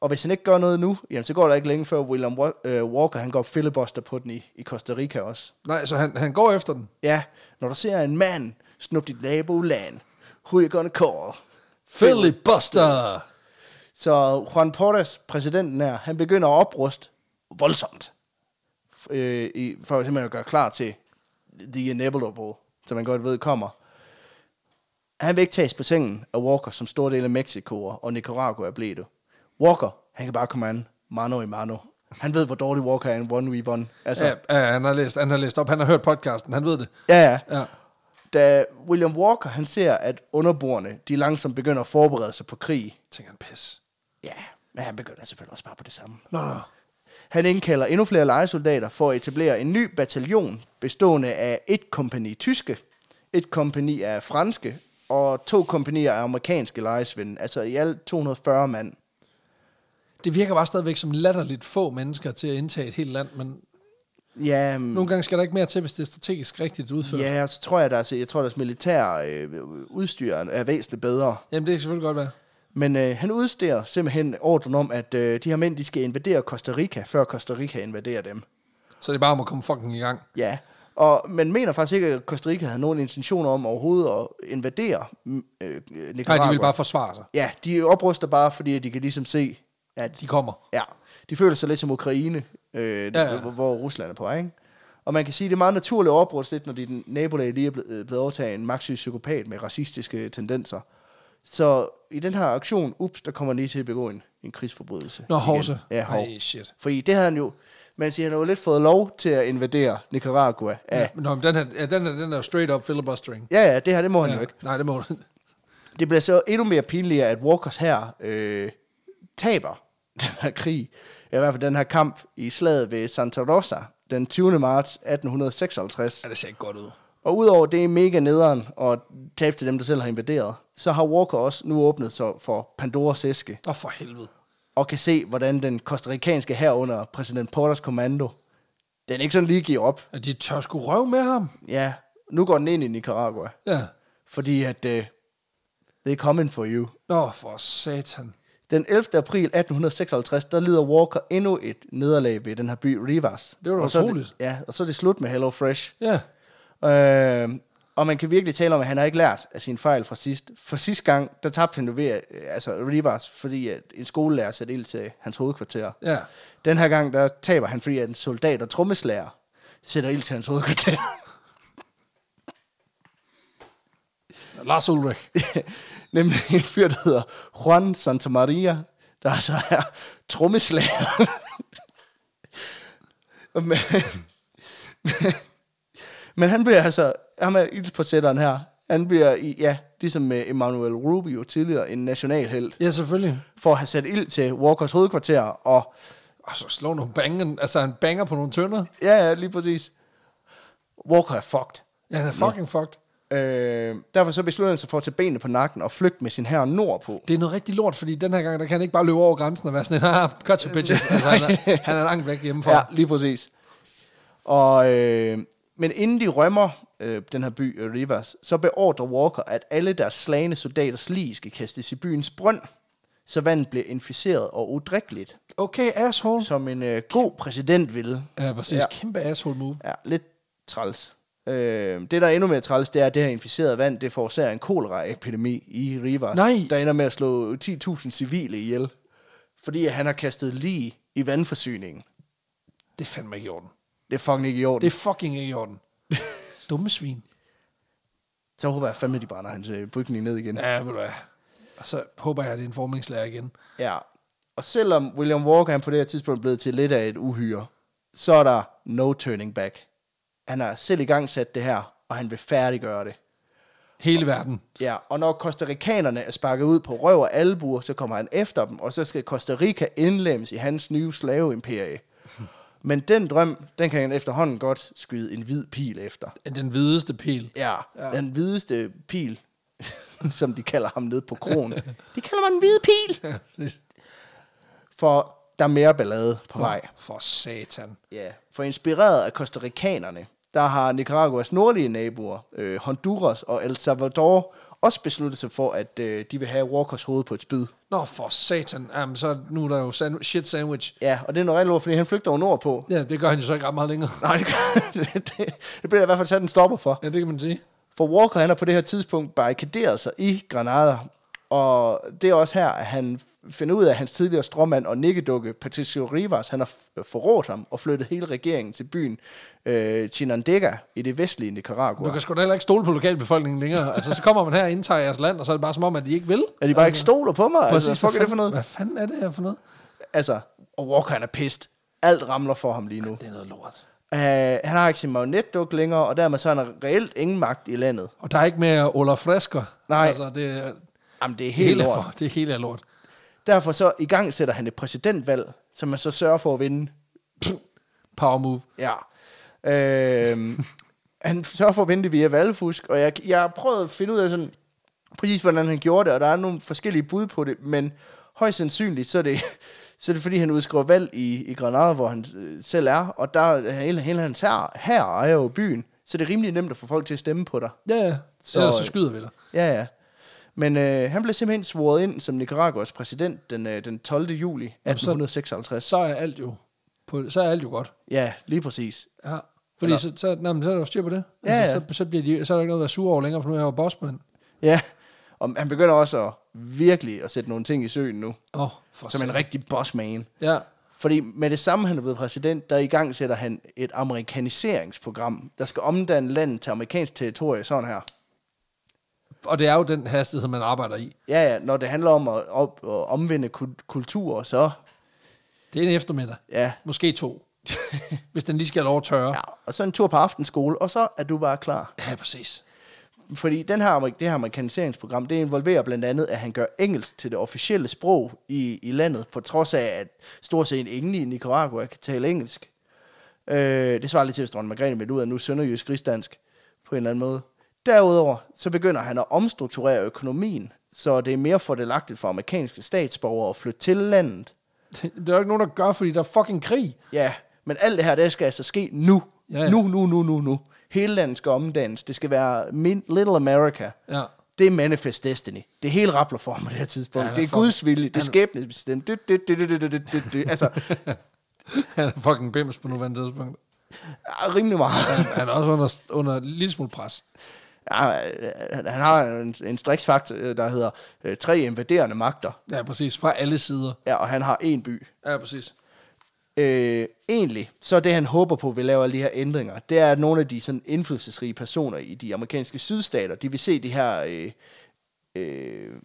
B: Og hvis han ikke gør noget nu, jamen, så går der ikke længe før William Wa- øh, Walker han går filibuster på den i, i Costa Rica også.
A: Nej, så han, han går efter den.
B: Ja, når du ser en mand snuppe dit naboland, who you gonna call?
A: Filibuster!
B: Så Juan Portas, præsidenten her, han begynder at opruste voldsomt. F- Øh, i, for simpelthen at gøre klar til The Inevitable, som man godt ved kommer. Han vil ikke tages på sengen af Walker, som stor del af Mexico og og Nicaragua blev det. Walker, han kan bare komme an mano i mano. Han ved, hvor dårlig Walker er en one v one. Altså,
A: Ja, ja, han, har læst, han har læst op, han har hørt podcasten, han ved det.
B: ja, ja.
A: Ja.
B: Da William Walker, han ser, at underboerne, de langsomt begynder at forberede sig på krig.
A: Tænker han, pis.
B: Ja, men han begynder selvfølgelig også bare på det samme.
A: Nå, nå.
B: Han indkalder endnu flere lejesoldater for at etablere en ny bataljon bestående af et kompani tyske, et kompani af franske og to kompanier af amerikanske lejesvinde, altså i alt 240 mand.
A: Det virker bare stadigvæk som latterligt få mennesker til at indtage et helt land, men
B: Ja, mm,
A: nogle gange skal der ikke mere til, hvis det er strategisk rigtigt udført. Yeah.
B: ja og så tror jeg, deres, jeg tror, deres militære øh, udstyr er væsentligt bedre.
A: Jamen, det kan selvfølgelig godt være.
B: Men øh, han udsteder simpelthen ordren om, at øh, de her mænd de skal invadere Costa Rica, før Costa Rica invaderer dem.
A: Så det er bare om at komme fucking i gang.
B: Ja, og man mener faktisk ikke, at Costa Rica havde nogen intentioner om overhovedet at invadere mm, øh, Nicaragua.
A: Nej, de vil bare forsvare sig.
B: Ja, de opruster bare, fordi de kan ligesom se, at
A: De kommer.
B: Ja, de føler sig lidt som Ukraine, øh,
A: Ja, ja.
B: ja. hvor, hvor Rusland er på vej, ikke? Og man kan sige, at det er meget naturligt at opruste lidt, når din nabolag lige er blevet, øh, blevet overtaget af en magtsyg psykopat med racistiske tendenser. Så i den her aktion, ups, der kommer han lige til at begå en, en krigsforbrydelse.
A: Nå,
B: igen.
A: Horse.
B: Ja, hov.
A: Ej, shit.
B: Fordi det havde han jo, man siger, han har jo lidt fået lov til at invadere Nicaragua. Ja, ja,
A: Nå, men den her, ja, den her, den her straight up filibustering.
B: ja, ja det her, det må han ja. jo ikke.
A: Nej, det må du.
B: Det bliver så endnu mere pinligt, at Walkers her øh, taber den her krig, i hvert fald den her kamp i slaget ved Santa Rosa den 20. marts 1856.
A: Ja, det ser ikke godt ud.
B: Og udover det er mega nederen og tabe til dem, der selv har invaderet, så har Walker også nu åbnet sig for Pandoras æske
A: Åh, for helvede.
B: og kan se, hvordan den kostarikanske her under præsident Porters kommando, den ikke sådan lige giver op.
A: Ja, de tør sgu røv med ham.
B: Ja, nu går den ind i Nicaragua,
A: Ja.
B: fordi at øh, they coming for you.
A: Nå, for satan.
B: Den 11. april 1856, der lider Walker endnu et nederlag ved den her by Rivas.
A: Det var da
B: og så er
A: utroligt.
B: Ja, og så er det slut med Hello Fresh.
A: Ja.
B: Øh, og man kan virkelig tale om, at han har ikke lært af sine fejl fra sidst. For sidste gang, der tabte han jo ved øh, altså Rivas, fordi at en skolelærer satte ild til hans hovedkvarter.
A: Ja.
B: Den her gang, der taber han, fordi at en soldat og trommeslager sætter ild til hans hovedkvarter.
A: Lars Ulrich.
B: Nemlig en fyr, der hedder Juan Santa Maria, der altså er trommeslager. Og men, men han bliver altså, ham er ildpåsætteren her, han bliver, i, ja, ligesom med Emmanuel Rubio tidligere, en nationalhelt,
A: Ja, selvfølgelig.
B: for at have sat ild til Walkers hovedkvarter, og
A: Og så slår nogle bangen. Altså, han banger på nogle tønder.
B: ja, ja, lige præcis, Walker er fucked.
A: Ja, han er fucking fucked.
B: Øh, derfor så beslutter han sig for at tage benene på nakken og flygte med sin herre nordpå.
A: Det er noget rigtig lort, fordi den her gang, der kan han ikke bare løbe over grænsen og være sådan, ah, cut your bitches. Altså, han er, han er langt væk hjemmefra.
B: Ja, lige præcis. Og, øh, men inden de rømmer øh, den her by øh, Rivers, så beordrer Walker, at alle deres slagne soldaters lig skal kastes i byens brønd, så vandet bliver inficeret og udrikkeligt,
A: Okay, asshole.
B: som en øh, god præsident ville.
A: Ja, præcis.
B: Ja.
A: Ja. Kæmpe asshole move.
B: Ja, lidt træls. Øh, det, der er endnu mere træls, det er, at det her inficerede vand, det forårsager en koleraepidemi i Rivers,
A: Nej.
B: der ender med at slå 10.000 civile ihjel, fordi at han har kastet lige i vandforsyningen.
A: Det er fandme ikke i orden.
B: Det er fucking ikke i orden.
A: Det er fucking ikke i orden. Dumme svin.
B: Så håber jeg fandme, de brænder hans øh, bygning ned igen. Ja.
A: Ja, ved du hvad. Og så håber jeg, at det er en formningslærer igen.
B: ja. Og selvom William Walker han på det her tidspunkt er blevet til lidt af et uhyre, så er der no turning back. Han har selv i gang sat det her, og han vil færdiggøre det.
A: Hele verden.
B: Ja, og når kostarikanerne er sparket ud på røv og albuer, så kommer han efter dem, og så skal Costa Rica indlemmes i hans nye slaveimperie. Men den drøm, den kan han efterhånden godt skyde en hvid pil efter.
A: Den hvideste pil.
B: Ja, ja. den hvideste pil, som de kalder ham nede på kronen. De kalder mig den hvide pil.
A: Ja, præcis.
B: for der er mere ballade på vej.
A: For satan.
B: Ja. For inspireret af kostarikanerne, der har Nicaraguas nordlige naboer, øh, Honduras og El Salvador, også besluttet sig for, at øh, de vil have Walkers hoved på et spyd.
A: Nå, for satan. Jamen, så nu er der jo sand- shit sandwich.
B: Ja, og det er noget rigtig lort, fordi han flygter over nordpå.
A: Ja, det gør han jo så ikke ret meget længere.
B: Nej, det, gør, det, det, det bliver der i hvert fald sat en stopper for.
A: Ja, det kan man sige.
B: For Walker, han har på det her tidspunkt barrikaderet sig i Granada, og det er også her, at han finder ud af, at hans tidligere stråmand og nikkedukke, Patricio Rivas, han har f- forrådt ham og flyttet hele regeringen til byen øh, Chinandega i det vestlige Nicaragua.
A: Du
B: Okay.
A: kan sgu da heller ikke stole på lokalbefolkningen længere. Altså, så kommer man her og indtager jeres land, og så er det bare som om, at de ikke vil.
B: At de bare ikke stoler på mig? Altså, fuck er det for noget?
A: Hvad fanden er det her for noget?
B: Altså, og Walker, han er pissed. Alt ramler for ham lige nu.
A: Det er noget lort.
B: Uh, han har ikke sin magnetduk længere, og dermed så har han reelt ingen magt i landet.
A: Og der er ikke mere Ola Fresker.
B: Nej.
A: Altså, det er
B: Jamen, det er helt
A: helt
B: lort.
A: lort. Det er helt af lort.
B: Derfor så i gang sætter han et præsidentvalg, som man så sørger for at vinde.
A: Power move.
B: Ja. Øhm, han sørger for at vinde det via valgfusk, og jeg, jeg har prøvet at finde ud af sådan, præcis hvordan han gjorde det, og der er nogle forskellige bud på det, men højst sandsynligt, så er det, så er det fordi, han udskriver valg i, i Granada, hvor han øh, selv er, og der er hele, hele hans her, her ejer jo byen, så det er rimelig nemt at få folk til at stemme på dig.
A: Ja, ja.
B: Så-
A: Så, øh, Ellers så skyder vi dig.
B: Ja, ja. Men øh, han blev simpelthen svoret ind som Nicaraguas præsident den, øh, den 12. juli
A: Jamen, så-
B: 1856.
A: Så er alt jo på, så er alt jo godt.
B: Ja, lige præcis.
A: Ja. Fordi så, så, nej, men så er der jo styr på det.
B: Ja,
A: altså,
B: ja.
A: Så, så, bliver de, så er der ikke noget at være sur over længere, for nu er jeg jo bossmand.
B: Ja, og han begynder også at virkelig at sætte nogle ting i søen nu,
A: Åh, oh, for
B: som en
A: satan.
B: rigtig bossman.
A: Ja,
B: Fordi med det samme, han er blevet præsident, der i gang sætter han et amerikaniseringsprogram, der skal omdanne landet til amerikansk territorie, sådan her.
A: og det er jo den hastighed, man arbejder i.
B: Ja, ja, når det handler om at, op, at omvende kul- kulturer, så
A: Det er en eftermiddag.
B: ja.
A: Måske to. hvis den lige skal have lov at tørre.
B: ja. Og så en tur på aftenskole, og så er du bare klar.
A: ja præcis.
B: Fordi den her, amerik- det her amerikaniseringsprogram, det involverer blandt andet, at han gør engelsk til det officielle sprog i, i landet, på trods af, at stort set ingen i Nicaragua kan tale engelsk. Øh, det svarer lidt til, at Dronning Margrethe meldte ud af nu sønderjysk rigsdansk på en eller anden måde. Derudover så begynder han at omstrukturere økonomien, så det er mere fordelagtigt for amerikanske statsborgere at flytte til landet.
A: Det er jo ikke nogen, der gør, fordi der er fucking krig.
B: Ja, men alt det her, det skal altså ske nu.
A: Ja,
B: Ja,
A: ja.
B: ja. Nu, nu, nu, nu, nu. Hele landet skal omdannes. Det skal være min, Little America.
A: Ja.
B: Det er Manifest Destiny. Det er helt rappler for mig på det her
A: Ja,
B: tidspunkt. Ja,
A: han
B: det
A: er
B: er
A: for-
B: Guds vilje. Det er
A: han-
B: skæbnesbestemt. Det, det, det, det, det, det, det, det. Altså,
A: Han er fucking bims på nuværende tidspunkt.
B: ja, rimelig meget.
A: Han er også under, under en lille smule pres.
B: Ja, han han har en, en striksfaktor, der hedder øh, tre invaderende magter.
A: Ja, præcis. Fra alle sider.
B: Ja, og han har en by.
A: Ja, præcis.
B: øh, egentlig, så er det han håber på, vi laver alle de her ændringer, det er, at nogle af de sådan, indflydelsesrige personer i de amerikanske sydstater, de vil se de her øh, øh,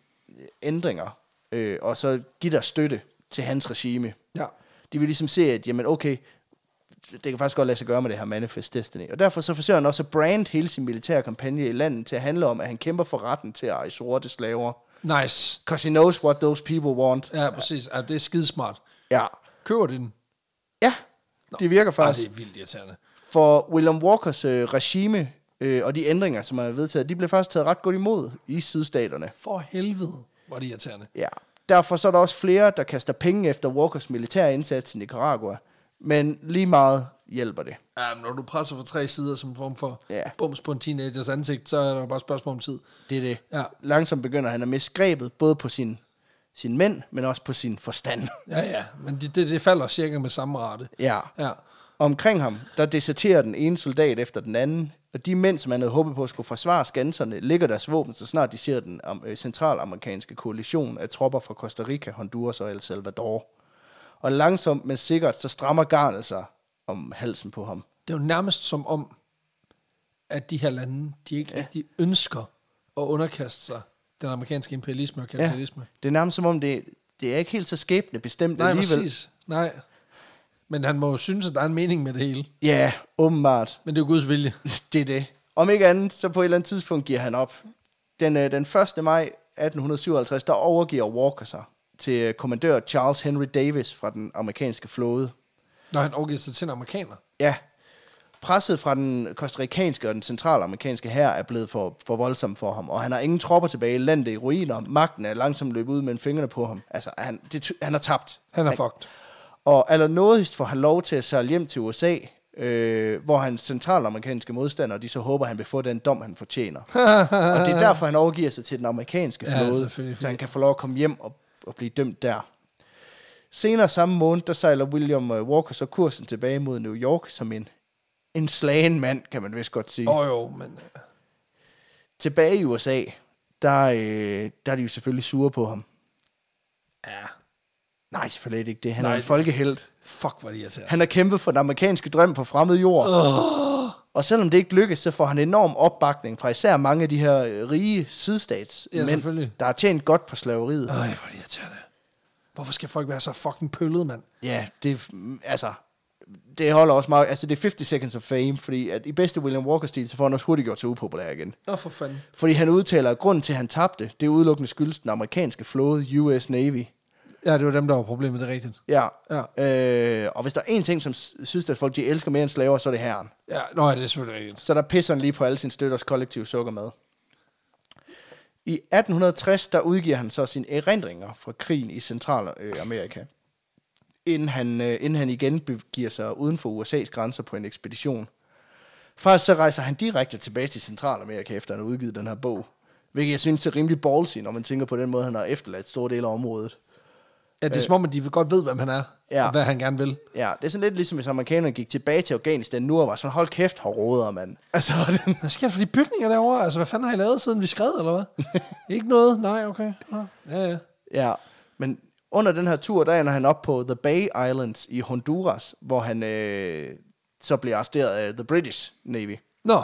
B: ændringer, øh, og så give deres støtte til hans regime.
A: Ja.
B: De vil ligesom se, at jamen, okay, det kan faktisk godt lade sig gøre med det her Manifest Destiny. Og derfor så forsøger han også at brande hele sin militære kampagne i landet til at handle om, at han kæmper for retten til at eje sorte slaver.
A: Nice.
B: Because he knows what those people want.
A: Ja, præcis. Ja, det er skidesmart.
B: Ja.
A: Køber de den?
B: Ja, det virker
A: Ej,
B: faktisk.
A: det er vildt irriterende.
B: For William Walkers øh, regime øh, og de ændringer, som er vedtaget, de blev faktisk taget ret godt imod i sydstaterne.
A: For helvede, hvor er det irriterende.
B: Ja. Derfor så er der også flere, der kaster penge efter Walkers militære indsats i Nicaragua. Men lige meget hjælper det.
A: Ja, men når du presser fra tre sider som en form for
B: Ja.
A: bums på en teenagers ansigt, så er der jo bare et spørgsmål om tid.
B: Det er det.
A: Ja.
B: Langsomt begynder han at miste grebet, både på sin, sin mænd, men også på sin forstand.
A: Ja, ja, men det, det, det falder cirka med samme rate.
B: ja.
A: Ja,
B: Omkring ham, der deserterer den ene soldat efter den anden, og de mænd, som han havde håbet på skulle forsvare skanserne, lægger deres våben, så snart de ser den am- øh, centralamerikanske koalition af tropper fra Costa Rica, Honduras og El Salvador. Og langsomt, men sikkert, så strammer garnet sig om halsen på ham.
A: det er jo nærmest som om, at de her lande, de ikke ja. rigtig ønsker at underkaste sig den amerikanske imperialisme og kapitalisme. Ja.
B: det er nærmest som om, det, det er ikke helt så skæbne bestemt
A: Nej,
B: alligevel.
A: præcis. Nej. Men han må jo synes, at der er en mening med det hele.
B: Ja, åbenbart.
A: Men det er jo Guds vilje.
B: Det er det. Om ikke andet, så på et eller andet tidspunkt giver han op. Den, øh, den 1. maj 1857, der overgiver Walker sig til øh, kommandør Charles Henry Davis fra den amerikanske flåde.
A: Når han overgiver sig til en amerikaner.
B: Ja, presset fra den kostarikanske og den centralamerikanske hær er blevet for, for voldsom for ham, og han har ingen tropper tilbage, landet er i ruiner, magten er langsomt løbet ud mellem fingrene på ham. Altså, han, det, ty- han har tabt.
A: Han er fucked.
B: Og allernådigst får han lov til at sejle hjem til USA, øh, hvor hans centralamerikanske modstandere, de så håber, han vil få den dom, han fortjener. og det er derfor, han overgiver sig til den amerikanske
A: Ja,
B: flåde,
A: selvfølgelig,
B: så
A: fordi-
B: han kan få lov at komme hjem og, og blive dømt der. Senere samme måned, der sejler William øh, Walker så kursen tilbage mod New York som en, en slagen mand, kan man vist godt sige.
A: Åh oh, jo, men... øh,
B: Tilbage i USA, der, øh, der er de jo selvfølgelig sure på ham.
A: Ja,
B: Nej, selvfølgelig ikke det. Han Nej.
A: Nej,
B: er en
A: det-
B: folkehelt.
A: fuck, hvor er det irriterende.
B: Han har kæmpet for den amerikanske drøm på fremmed jord. Oh. Og selvom det ikke lykkes, så får han enorm opbakning fra især mange af de her øh, rige
A: Ja,
B: sydstatsmænd,
A: selvfølgelig.
B: der har tjent godt på slaveriet.
A: Øj, hvor er det irriterende. Hvorfor skal folk være så fucking pøllede, mand?
B: Ja, det, mm, altså, det holder også meget. Altså, det er 50 Seconds of Fame, fordi at i bedste William Walker-stil, så får han også hurtigt gjort sig upopulær igen.
A: Nå for fanden.
B: Fordi han udtaler, at grunden til, at han tabte, det er udelukkende skyldes den amerikanske flåde, US Navy.
A: Ja, det var dem, der var problemet, det er rigtigt.
B: Ja.
A: Ja.
B: Øh, og hvis der er én ting, som s- sydstatsfolk, de elsker mere end slaver, så er det herren.
A: Ja, nå, ja, det er selvfølgelig rigtigt.
B: Så der pisser han lige på alle sine støtters kollektiv sukkermad. I 1860, der udgiver han så sine erindringer fra krigen i Centralamerika, inden han, øh, inden han igen begiver sig uden for USA's grænser på en ekspedition. Faktisk så rejser han direkte tilbage til Centralamerika, efter han har udgivet den her bog. Hvilket jeg synes er rimelig ballsy, når man tænker på den måde, han har efterladt store dele af området.
A: Ja, det er som om, at de godt ved, hvem han er,
B: Ja.
A: Øh. ja. og hvad han gerne vil.
B: Ja, det er sådan lidt ligesom, hvis amerikanerne gik tilbage til Afghanistan nu og var sådan, hold kæft, hvor råder man. Altså, den,
A: Hvad sker der for de bygninger derovre? Altså, hvad fanden har I lavet, siden vi skred, eller hvad? Ikke noget? Nej, okay. Nå. Ja, ja.
B: ja. Men under den her tur, der ender han op på The Bay Islands i Honduras, hvor han øh, så bliver arresteret af The British Navy.
A: Nå,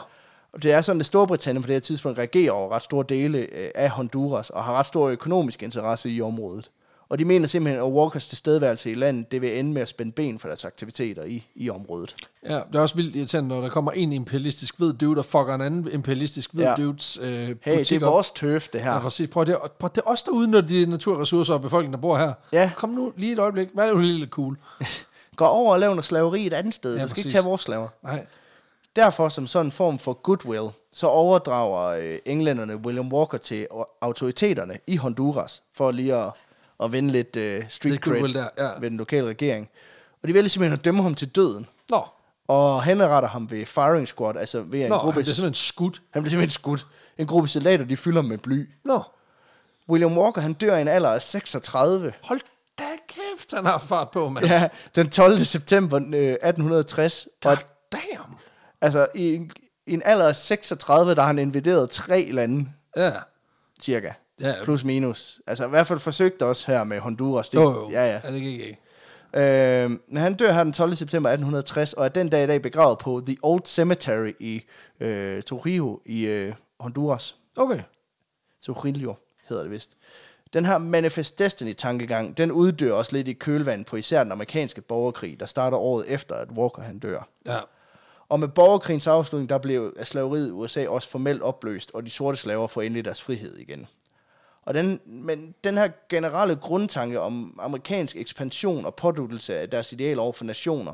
B: Og det er sådan, at Storbritannien på det her tidspunkt reagerer over ret store dele øh, af Honduras og har ret stor økonomisk interesse i området. Og de mener simpelthen, at Walkers tilstedeværelse i landet, det vil ende med at spænde ben for deres aktiviteter i, i området.
A: Ja, det er også vildt irriterende, når der kommer en imperialistisk hvid dude og fucker en anden imperialistisk hvid
B: Ja.
A: ja. dudes øh,
B: Hey, det
A: butik
B: er
A: op.
B: vores tøf, det
A: Ja,
B: her.
A: præcis. Prøv, det, er- prøv, det er os, der udnytter de naturressourcer og befolkningen, der bor her.
B: Ja.
A: Kom nu lige et øjeblik. Hvad er det jo lille cool?
B: Gå over og lav noget slaveri et andet sted. Ja,
A: Ja,
B: du skal ikke
A: præcis.
B: tage vores slaver.
A: Nej.
B: Derfor, som sådan en form for goodwill, så overdrager øh, englænderne William Walker til au- autoriteterne i Honduras, for lige at, at vinde lidt øh, street
A: Lidt goodwill
B: cred
A: der, ja.
B: ved den lokale regering. Og de vælger simpelthen at dømme ham til døden,
A: Nå,
B: og henretter ham ved firing squad, altså ved at en
A: Nå
B: gruppe...
A: han bliver simpelthen skudt.
B: han bliver simpelthen skudt. En gruppe soldater, de fylder ham med bly.
A: Nå,
B: William Walker, han dør i en alder af 36.
A: hold da kæft, han har fart på, mand.
B: Ja, den 12. september øh, 1860. Og
A: God damn.
B: Altså, i en, i en alder af 36, der har han invaderet tre lande,
A: Ja,
B: cirka.
A: Ja.
B: Plus minus. Altså, i hvert fald forsøgt også her med Honduras. Det,
A: jo, jo.
B: Ja, ja.
A: Er det ikke, ikke?
B: Øh, men han dør her den 12. september 1860, og er den dag i dag begravet på The Old Cemetery i øh, Trujillo i øh, Honduras.
A: Okay.
B: Trujillo hedder det vist. Den her Manifest Destiny-tankegang, den uddør også lidt i kølvandet på især den amerikanske borgerkrig, der starter året efter, at Walker han dør.
A: Ja.
B: Og med borgerkrigens afslutning, der blev slaveriet i USA også formelt opløst, og de sorte slaver får endelig deres frihed igen. Og den, men den her generelle grundtanke om amerikansk ekspansion og påduttelse af deres ideal over for nationer,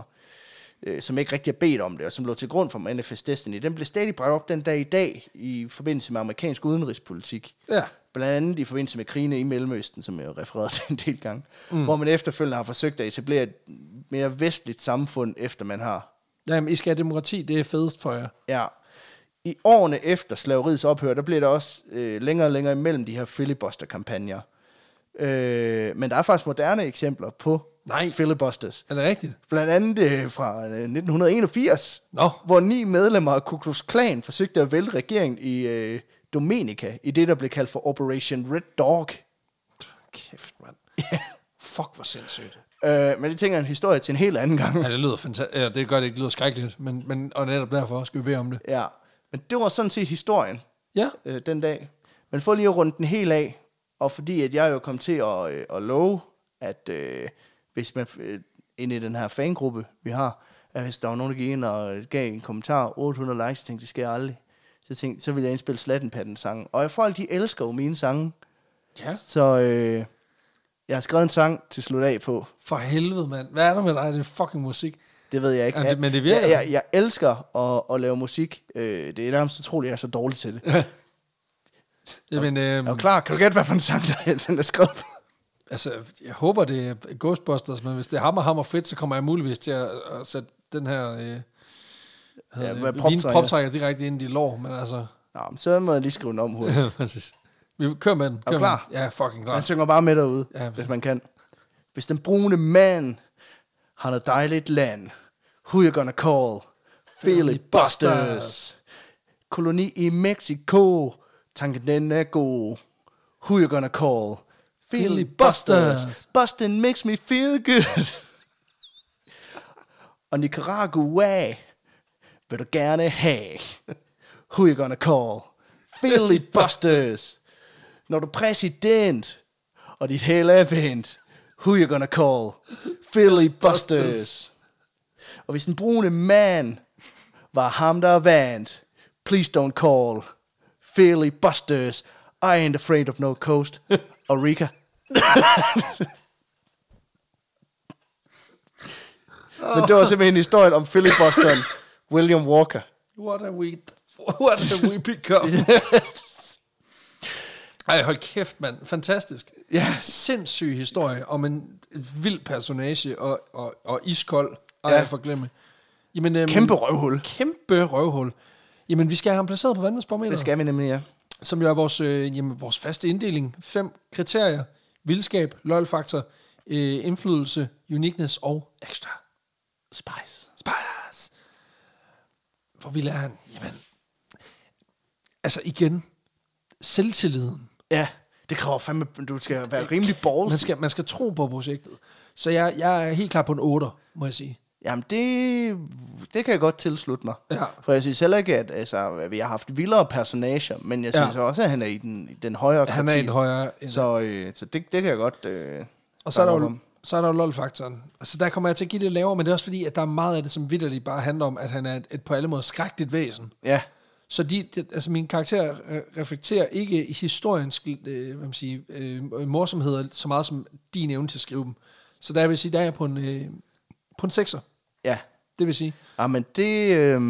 B: øh, som ikke rigtig har bedt om det, og som lå til grund for Manifest Destiny, den blev stadig bragt op den dag i dag i forbindelse med amerikansk udenrigspolitik.
A: Ja.
B: Blandt andet i forbindelse med krigene i Mellemøsten, som jeg jo refererede til en del gange, mm. hvor man efterfølgende har forsøgt at etablere et mere vestligt samfund, efter man har
A: Jamen, I skal have demokrati, det er fedest for jer.
B: Ja. I årene efter slaveriets ophør, der bliver der også øh, længere og længere imellem de her filibuster-kampagner. Øh, men der er faktisk moderne eksempler på
A: Nej.
B: filibusters.
A: Er det rigtigt?
B: Blandt andet øh, fra øh, 1981,
A: Nå.
B: hvor ni medlemmer af Ku Klux Klan forsøgte at vælte regeringen i øh, Dominica, i det, der blev kaldt for Operation Red Dog.
A: Kæft, mand. Fuck, hvor sindssygt.
B: Øh, men det tænker jeg er en historie til en helt anden gang.
A: Ja, det lyder fantastisk. Ja, det gør det ikke. Det lyder skrækkeligt. Men, men, og netop derfor skal vi bede om det.
B: Ja. Men det var sådan set historien.
A: Ja.
B: øh, den dag. Men for lige at runde den helt af, og fordi at jeg jo kom til at, øh, at love, at øh, hvis man øh, inde i den her fangruppe, vi har, at hvis der var nogen, der gik ind og øh, gav en kommentar, 800 likes, så tænkte jeg, det sker aldrig. Så tænkte så ville jeg indspille Slattenpatten sangen. Og folk, de elsker jo mine sange.
A: Ja.
B: Så øh, jeg har skrevet en sang til slut af på.
A: For helvede, mand. Hvad er der med dig? Det er fucking musik.
B: Det ved jeg ikke.
A: Ja, det- men det virker.
B: Jeg, jeg, jeg elsker at, at lave musik. Øh, det er nærmest utroligt, at jeg er så dårlig til det. Er
A: Jamen, øhm,
B: du klar? Kan du gætte, hvad for en sang, der er, den er skrevet på?
A: altså, jeg håber, det er Ghostbusters, men hvis det er hammer, hammer fedt, så kommer jeg muligvis til at, at sætte den her øh,
B: Ja,
A: ja,
B: hvad,
A: det,
B: proptrækker?
A: proptrækker. proptrækker direkte ind i lår, men altså...
B: Nå, men så må jeg lige skrive den om hurtigt.
A: præcis. Vi kører med den.
B: du
A: Kør med
B: klar?
A: den. Ja, fucking klar.
B: Man synger bare med derude, ja.
A: Ja.
B: hvis man kan. Hvis den brune mand har noget dejligt land, who you gonna call? Filibusters.
A: Filibusters.
B: Koloni i Mexico, tanken den er god. Who you gonna call? Filibusters.
A: Filibusters.
B: Boston makes me feel good. Og Nicaragua vil du gerne have. Who you gonna call? Filibusters. Når du er præsident, og dit hele er vendt. Who you gonna call? Filibusters. Og hvis den brune mand var ham, der vandt. Please don't call. Filibusters. I ain't afraid of no coast. Og Rika. Men det var simpelthen historien om filibusteren William Walker.
A: What are we... What have we become? Ej, hold kæft, mand. Fantastisk.
B: Ja.
A: Sindssyg historie om en vild personage og, og, og iskold. Ej,
B: Ja.
A: ja. jeg forglemme. Jamen, øhm,
B: Kæmpe røvhul.
A: Kæmpe røvhul. Jamen, vi skal have ham placeret på vandmandsbarometer,
B: Det skal vi nemlig, ja.
A: som jo er vores, øh, jamen, vores faste inddeling. Fem kriterier. Vildskab, lolfaktor, øh, indflydelse, uniqueness og ekstra.
B: Spice.
A: Spiders. Hvor vild er han? Jamen, altså igen, selvtilliden.
B: Ja, det kræver fandme, du skal være rimelig balls.
A: Man skal, man skal tro på projektet. Så jeg, jeg er helt klar på en 8, må jeg sige.
B: Jamen, det, det kan jeg godt tilslutte mig.
A: Ja.
B: For jeg synes heller ikke, at altså, vi har haft vildere personager, men jeg
A: Ja.
B: synes også, at han er i den, i den højere
A: Han er
B: kvartil.
A: en højere end
B: Så, øh, så det, det kan jeg godt... Øh,
A: Og så er der
B: bakke op
A: jo,
B: om.
A: så er der jo LOL-faktoren. Altså, der kommer jeg til at give det lavere, men det er også fordi, at der er meget af det, som vidderligt bare handler om, at han er et, et på alle måder skrækkeligt væsen.
B: Ja,
A: Så de, de, altså min karakter re- reflekterer ikke historiens øh, hvad man siger, øh, morsomheder så meget som din evne til at skrive dem. Så der vil jeg sige, der er jeg på en, øh, på en sekser.
B: ja.
A: Det vil sige,
B: Jamen, det... Øh,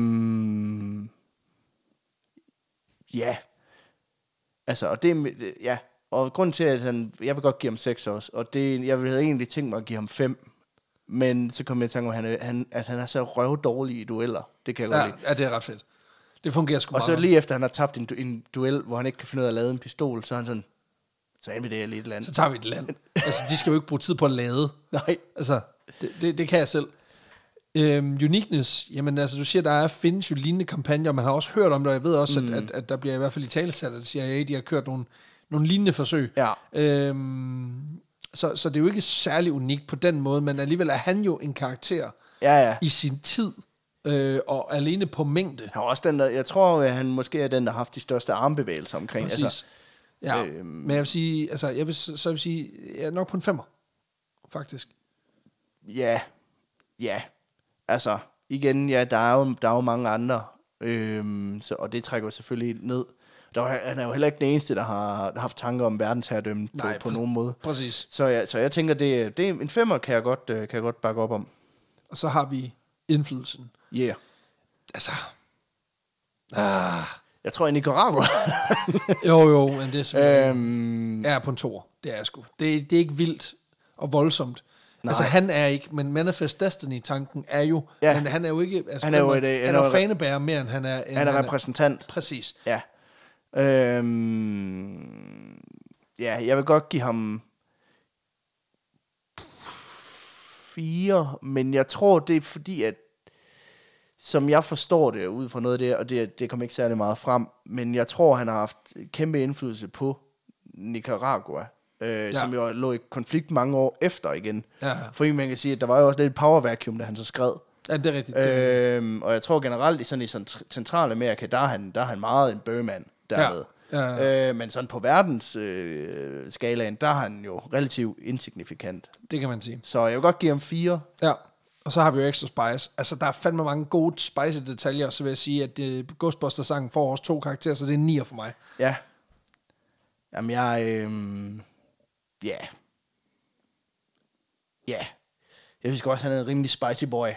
B: ja. Altså, og det... er mit- øh, Ja. Og grunden til, at han... Jeg vil godt give ham 6 også, og det, jeg havde egentlig tænkt mig at give ham 5. Men så kom jeg i tanke om, at han, er- han, at han er så røvdårlig i dueller. Det kan jeg godt
A: ja,
B: lide.
A: ja, det er ret fedt. Det fungerer sgu
B: Og
A: meget.
B: så
A: godt.
B: lige efter han har tabt en, du- en duel, hvor han ikke kan finde ud af at lade en pistol, så er han sådan, så anvider jeg lidt eller
A: så
B: andet.
A: tager vi et land. Altså, de skal jo ikke bruge tid på at lade.
B: Nej.
A: Altså, det, det, det kan jeg selv. Øhm, uniqueness, jamen altså, du siger, der er, findes jo lignende kampagner, og man har også hørt om det, og jeg ved også, mm. at, at, at der bliver i hvert fald i talesat, at CIA, de har kørt nogle, nogle lignende forsøg.
B: Ja.
A: Øhm, så, så det er jo ikke særlig unikt på den måde, men alligevel er han jo en karakter
B: Ja, ja.
A: i sin tid, øh, og alene på mængde.
B: Han er også den, der, jeg tror, at han måske er den, der har haft de største armbevægelser omkring.
A: Præcis. Altså, ja,
B: øhm.
A: øhm. men jeg vil sige, altså, jeg vil, så så vil jeg sige, jeg er nok på en femmer, faktisk.
B: ja, ja. Altså, igen, ja, der er jo, der er jo mange andre, øhm, så, og det trækker jo selvfølgelig ned. Der, er- han er jo heller ikke den eneste, der har haft tanker om verdensherredømmen på,
A: Nej,
B: på
A: præ-
B: nogen måde.
A: Præcis.
B: Så, ja, så jeg tænker, det, det er en femmer, kan jeg godt, øh, kan jeg godt bakke op om.
A: Og så har vi indflydelsen.
B: Yeah.
A: altså... Ah,
B: Jeg tror, i Nicaragua.
A: jo, jo, men det er selvfølgelig...
B: øhm,
A: Jeg er på en tor, det er jeg sgu. Det, det er ikke vildt og voldsomt. Nej. Altså,
B: Nej.
A: han er ikke, men Manifest Destiny-tanken er jo...
B: Ja.
A: Ja. Han, han er jo ikke... Altså,
B: Han er jo
A: på den
B: et,
A: måde- han
B: øh, han
A: er
B: er
A: jo
B: jo re-
A: fanebærer mere, end han er... End
B: Han er repræsentant.
A: Præcis.
B: Ja. Øhm, ja, jeg vil godt give ham fire, men jeg tror, det er fordi, at som jeg forstår det ud fra noget af det, og det, det kom ikke særlig meget frem, men jeg tror, han har haft kæmpe indflydelse på Nicaragua, øh, ja. som jo lå i konflikt mange år efter igen.
A: Ja.
B: For man kan sige, at der var jo også lidt power vacuum, da han så skred.
A: Ja, det er rigtigt. Øh, det,
B: Øhm, og jeg tror generelt i sådan i sådan Centralamerika, der er han, der er han meget en bøgemand dernede.
A: Ja, ja,
B: Øh, men sådan på verdens øh, skalaen, der er han jo relativt insignifikant.
A: det kan man sige.
B: Så jeg vil godt give ham fire.
A: Ja. Og så har vi jo Extra Spice. Altså, der er fandme mange gode spicy-detaljer, og så vil jeg sige, at uh, Ghostbusters-sangen får også to karakterer, så det er en nier for mig.
B: Ja. Jamen jeg... øhm, Ja. Øh, yeah. Ja. Yeah. Jeg vil også, han er en rimelig spicy boy.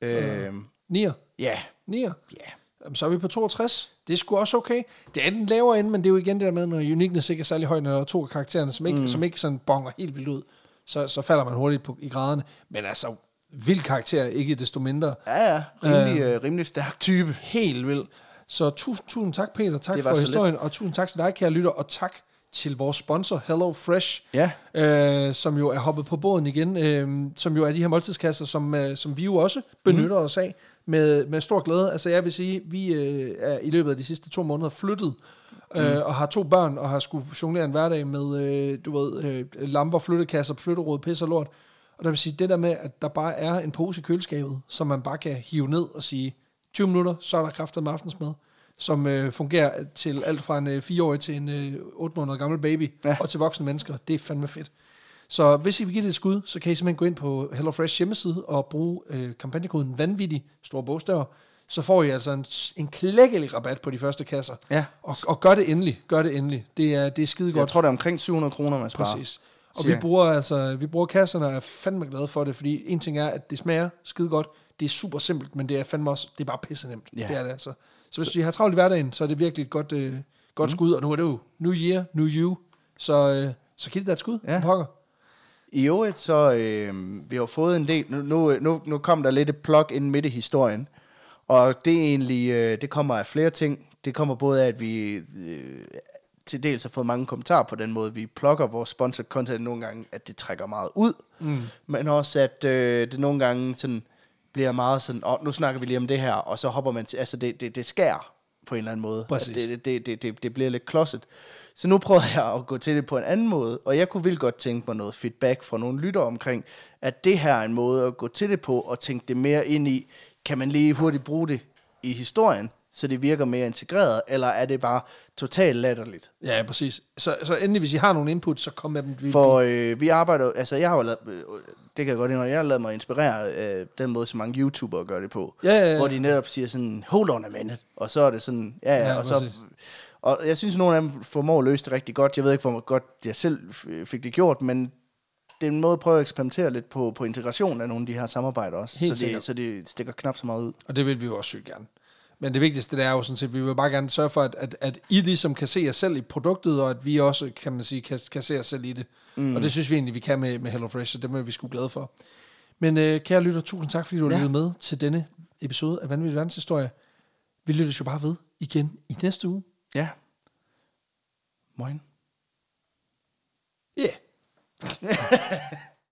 B: Øh, Ja. Øhm,
A: Nier.
B: yeah.
A: Nier.
B: Ja. Yeah.
A: Jamen, så er vi på 62. Det er sgu også okay. Det er den lavere ende, men det er jo igen det der med, når uniqueness ikke er særlig høj, når der er to af karaktererne, som ikke, mm. som ikke sådan bonger helt vildt ud, så, så falder man hurtigt på, i graderne. Men altså, vild karakter, ikke desto mindre.
B: Ja, ja. Rimelig, øh, rimelig stærk type.
A: Helt vild. Så tusind, tusind tak, Peter. Tak
B: Det var
A: for
B: så lidt.
A: historien, og tusind tak til dig, kære lytter, og tak til vores sponsor, Hello Fresh,
B: Ja.
A: øh, som jo er hoppet på båden igen, øh, som jo er de her måltidskasser, som, øh, som vi jo også benytter
B: Mhm.
A: mm. os af med, med stor glæde. Altså jeg vil sige, vi øh, er i løbet af de sidste to måneder flyttet, øh,
B: Mhm.
A: og har to børn, og har skulle jonglere en hverdag med, øh, du ved, øh, lamper, flyttekasser, flytterod, pis og lort. Og der vil sige, det der med, at der bare er en pose i køleskabet, som man bare kan hive ned og sige, 20 minutter, så er der kraftet med aftensmad, som øh, fungerer til alt fra en øh, 4-årig til en øh, 8 måneder gammel baby, ja.
B: Ja.
A: og til voksne mennesker. Det er fandme fedt. Så hvis I vil give det et skud, så kan I simpelthen gå ind på HelloFresh hjemmeside og bruge øh, kampagnekoden vanvittig, store bogstaver, så får I altså en, en klækkelig rabat på de første kasser.
B: Ja.
A: Og, og gør det endelig, gør det endelig. Det er, det er skide
B: Jeg
A: godt.
B: tror, det er omkring 700 kroner, man sparer.
A: Præcis. Og vi
B: Cirka.
A: bruger, altså, vi bruger kasserne, og jeg er fandme glad for det, fordi en ting er, at det smager skide godt, det er super simpelt, men det er fandme også, det er bare pisse nemt.
B: Ja.
A: Det er det altså. Så hvis vi har travlt i hverdagen, så er det virkelig et godt, øh, godt mm. skud, og nu er det jo new year, new you, så, øh, så giv det da et skud, ja.
B: Ja.
A: som pokker.
B: I øvrigt så, øh, vi har fået en del, nu- nu, nu, nu kom der lidt et plug ind midt i historien, og det er egentlig, øh, det kommer af flere ting. Det kommer både af, at vi øh, til dels har fået mange kommentarer på den måde, vi plukker vores sponsored content nogle gange, at det trækker meget ud. Mm. Men også, at øh, det nogle gange sådan bliver meget sådan, åh, nu snakker vi lige om det her, og så hopper man til, altså det, det, det skærer på en eller anden måde.
A: Præcis.
B: At Det, det, det, det, det bliver lidt klodset. Så nu prøvede jeg at gå til det på en anden måde, og jeg kunne vildt godt tænke mig noget feedback fra nogle lyttere omkring, at det her er en måde at gå til det på, og tænke det mere ind i, kan man lige hurtigt bruge det i historien, så det virker mere integreret, eller er det bare totalt latterligt?
A: Ja, ja, præcis. Så, så endelig, hvis I har nogle input, så kom med dem. Vi,
B: For øh, vi arbejder, jo- altså jeg har jo lavet, øh, det kan jeg godt indrømme, jeg har lavet mig inspirere øh, den måde, så mange YouTubere gør det på.
A: Ja, ja, ja.
B: Hvor de netop siger sådan, hold on a minute, og så er det sådan, ja, ja,
A: Ja,
B: ja og så...
A: præcis.
B: Og jeg synes, nogle af dem formår at løse det rigtig godt. Jeg ved ikke, hvor godt jeg selv f- fik det gjort, men det er en måde at prøve at eksperimentere lidt på, på integration af nogle af de her samarbejder også.
A: Helt
B: så,
A: sikkert.
B: det, så det stikker knap så meget ud.
A: Og det vil vi jo også sygt gerne. Men det vigtigste det er jo sådan set, at vi vil bare gerne sørge for, at, at, at I ligesom kan se jer selv i produktet, og at vi også, kan man sige, kan, kan se jer selv i det. Mm. Og det synes vi egentlig, vi kan med, med HelloFresh, så det er vi sgu glade for. Men øh, kære lytter, tusind tak, fordi du har
B: Ja.
A: ja. lyttet med til denne episode af Vanvittig Verdenshistorie. Vi lyttes jo bare ved igen i næste uge.
B: Ja. Moin.
A: Ja. Yeah.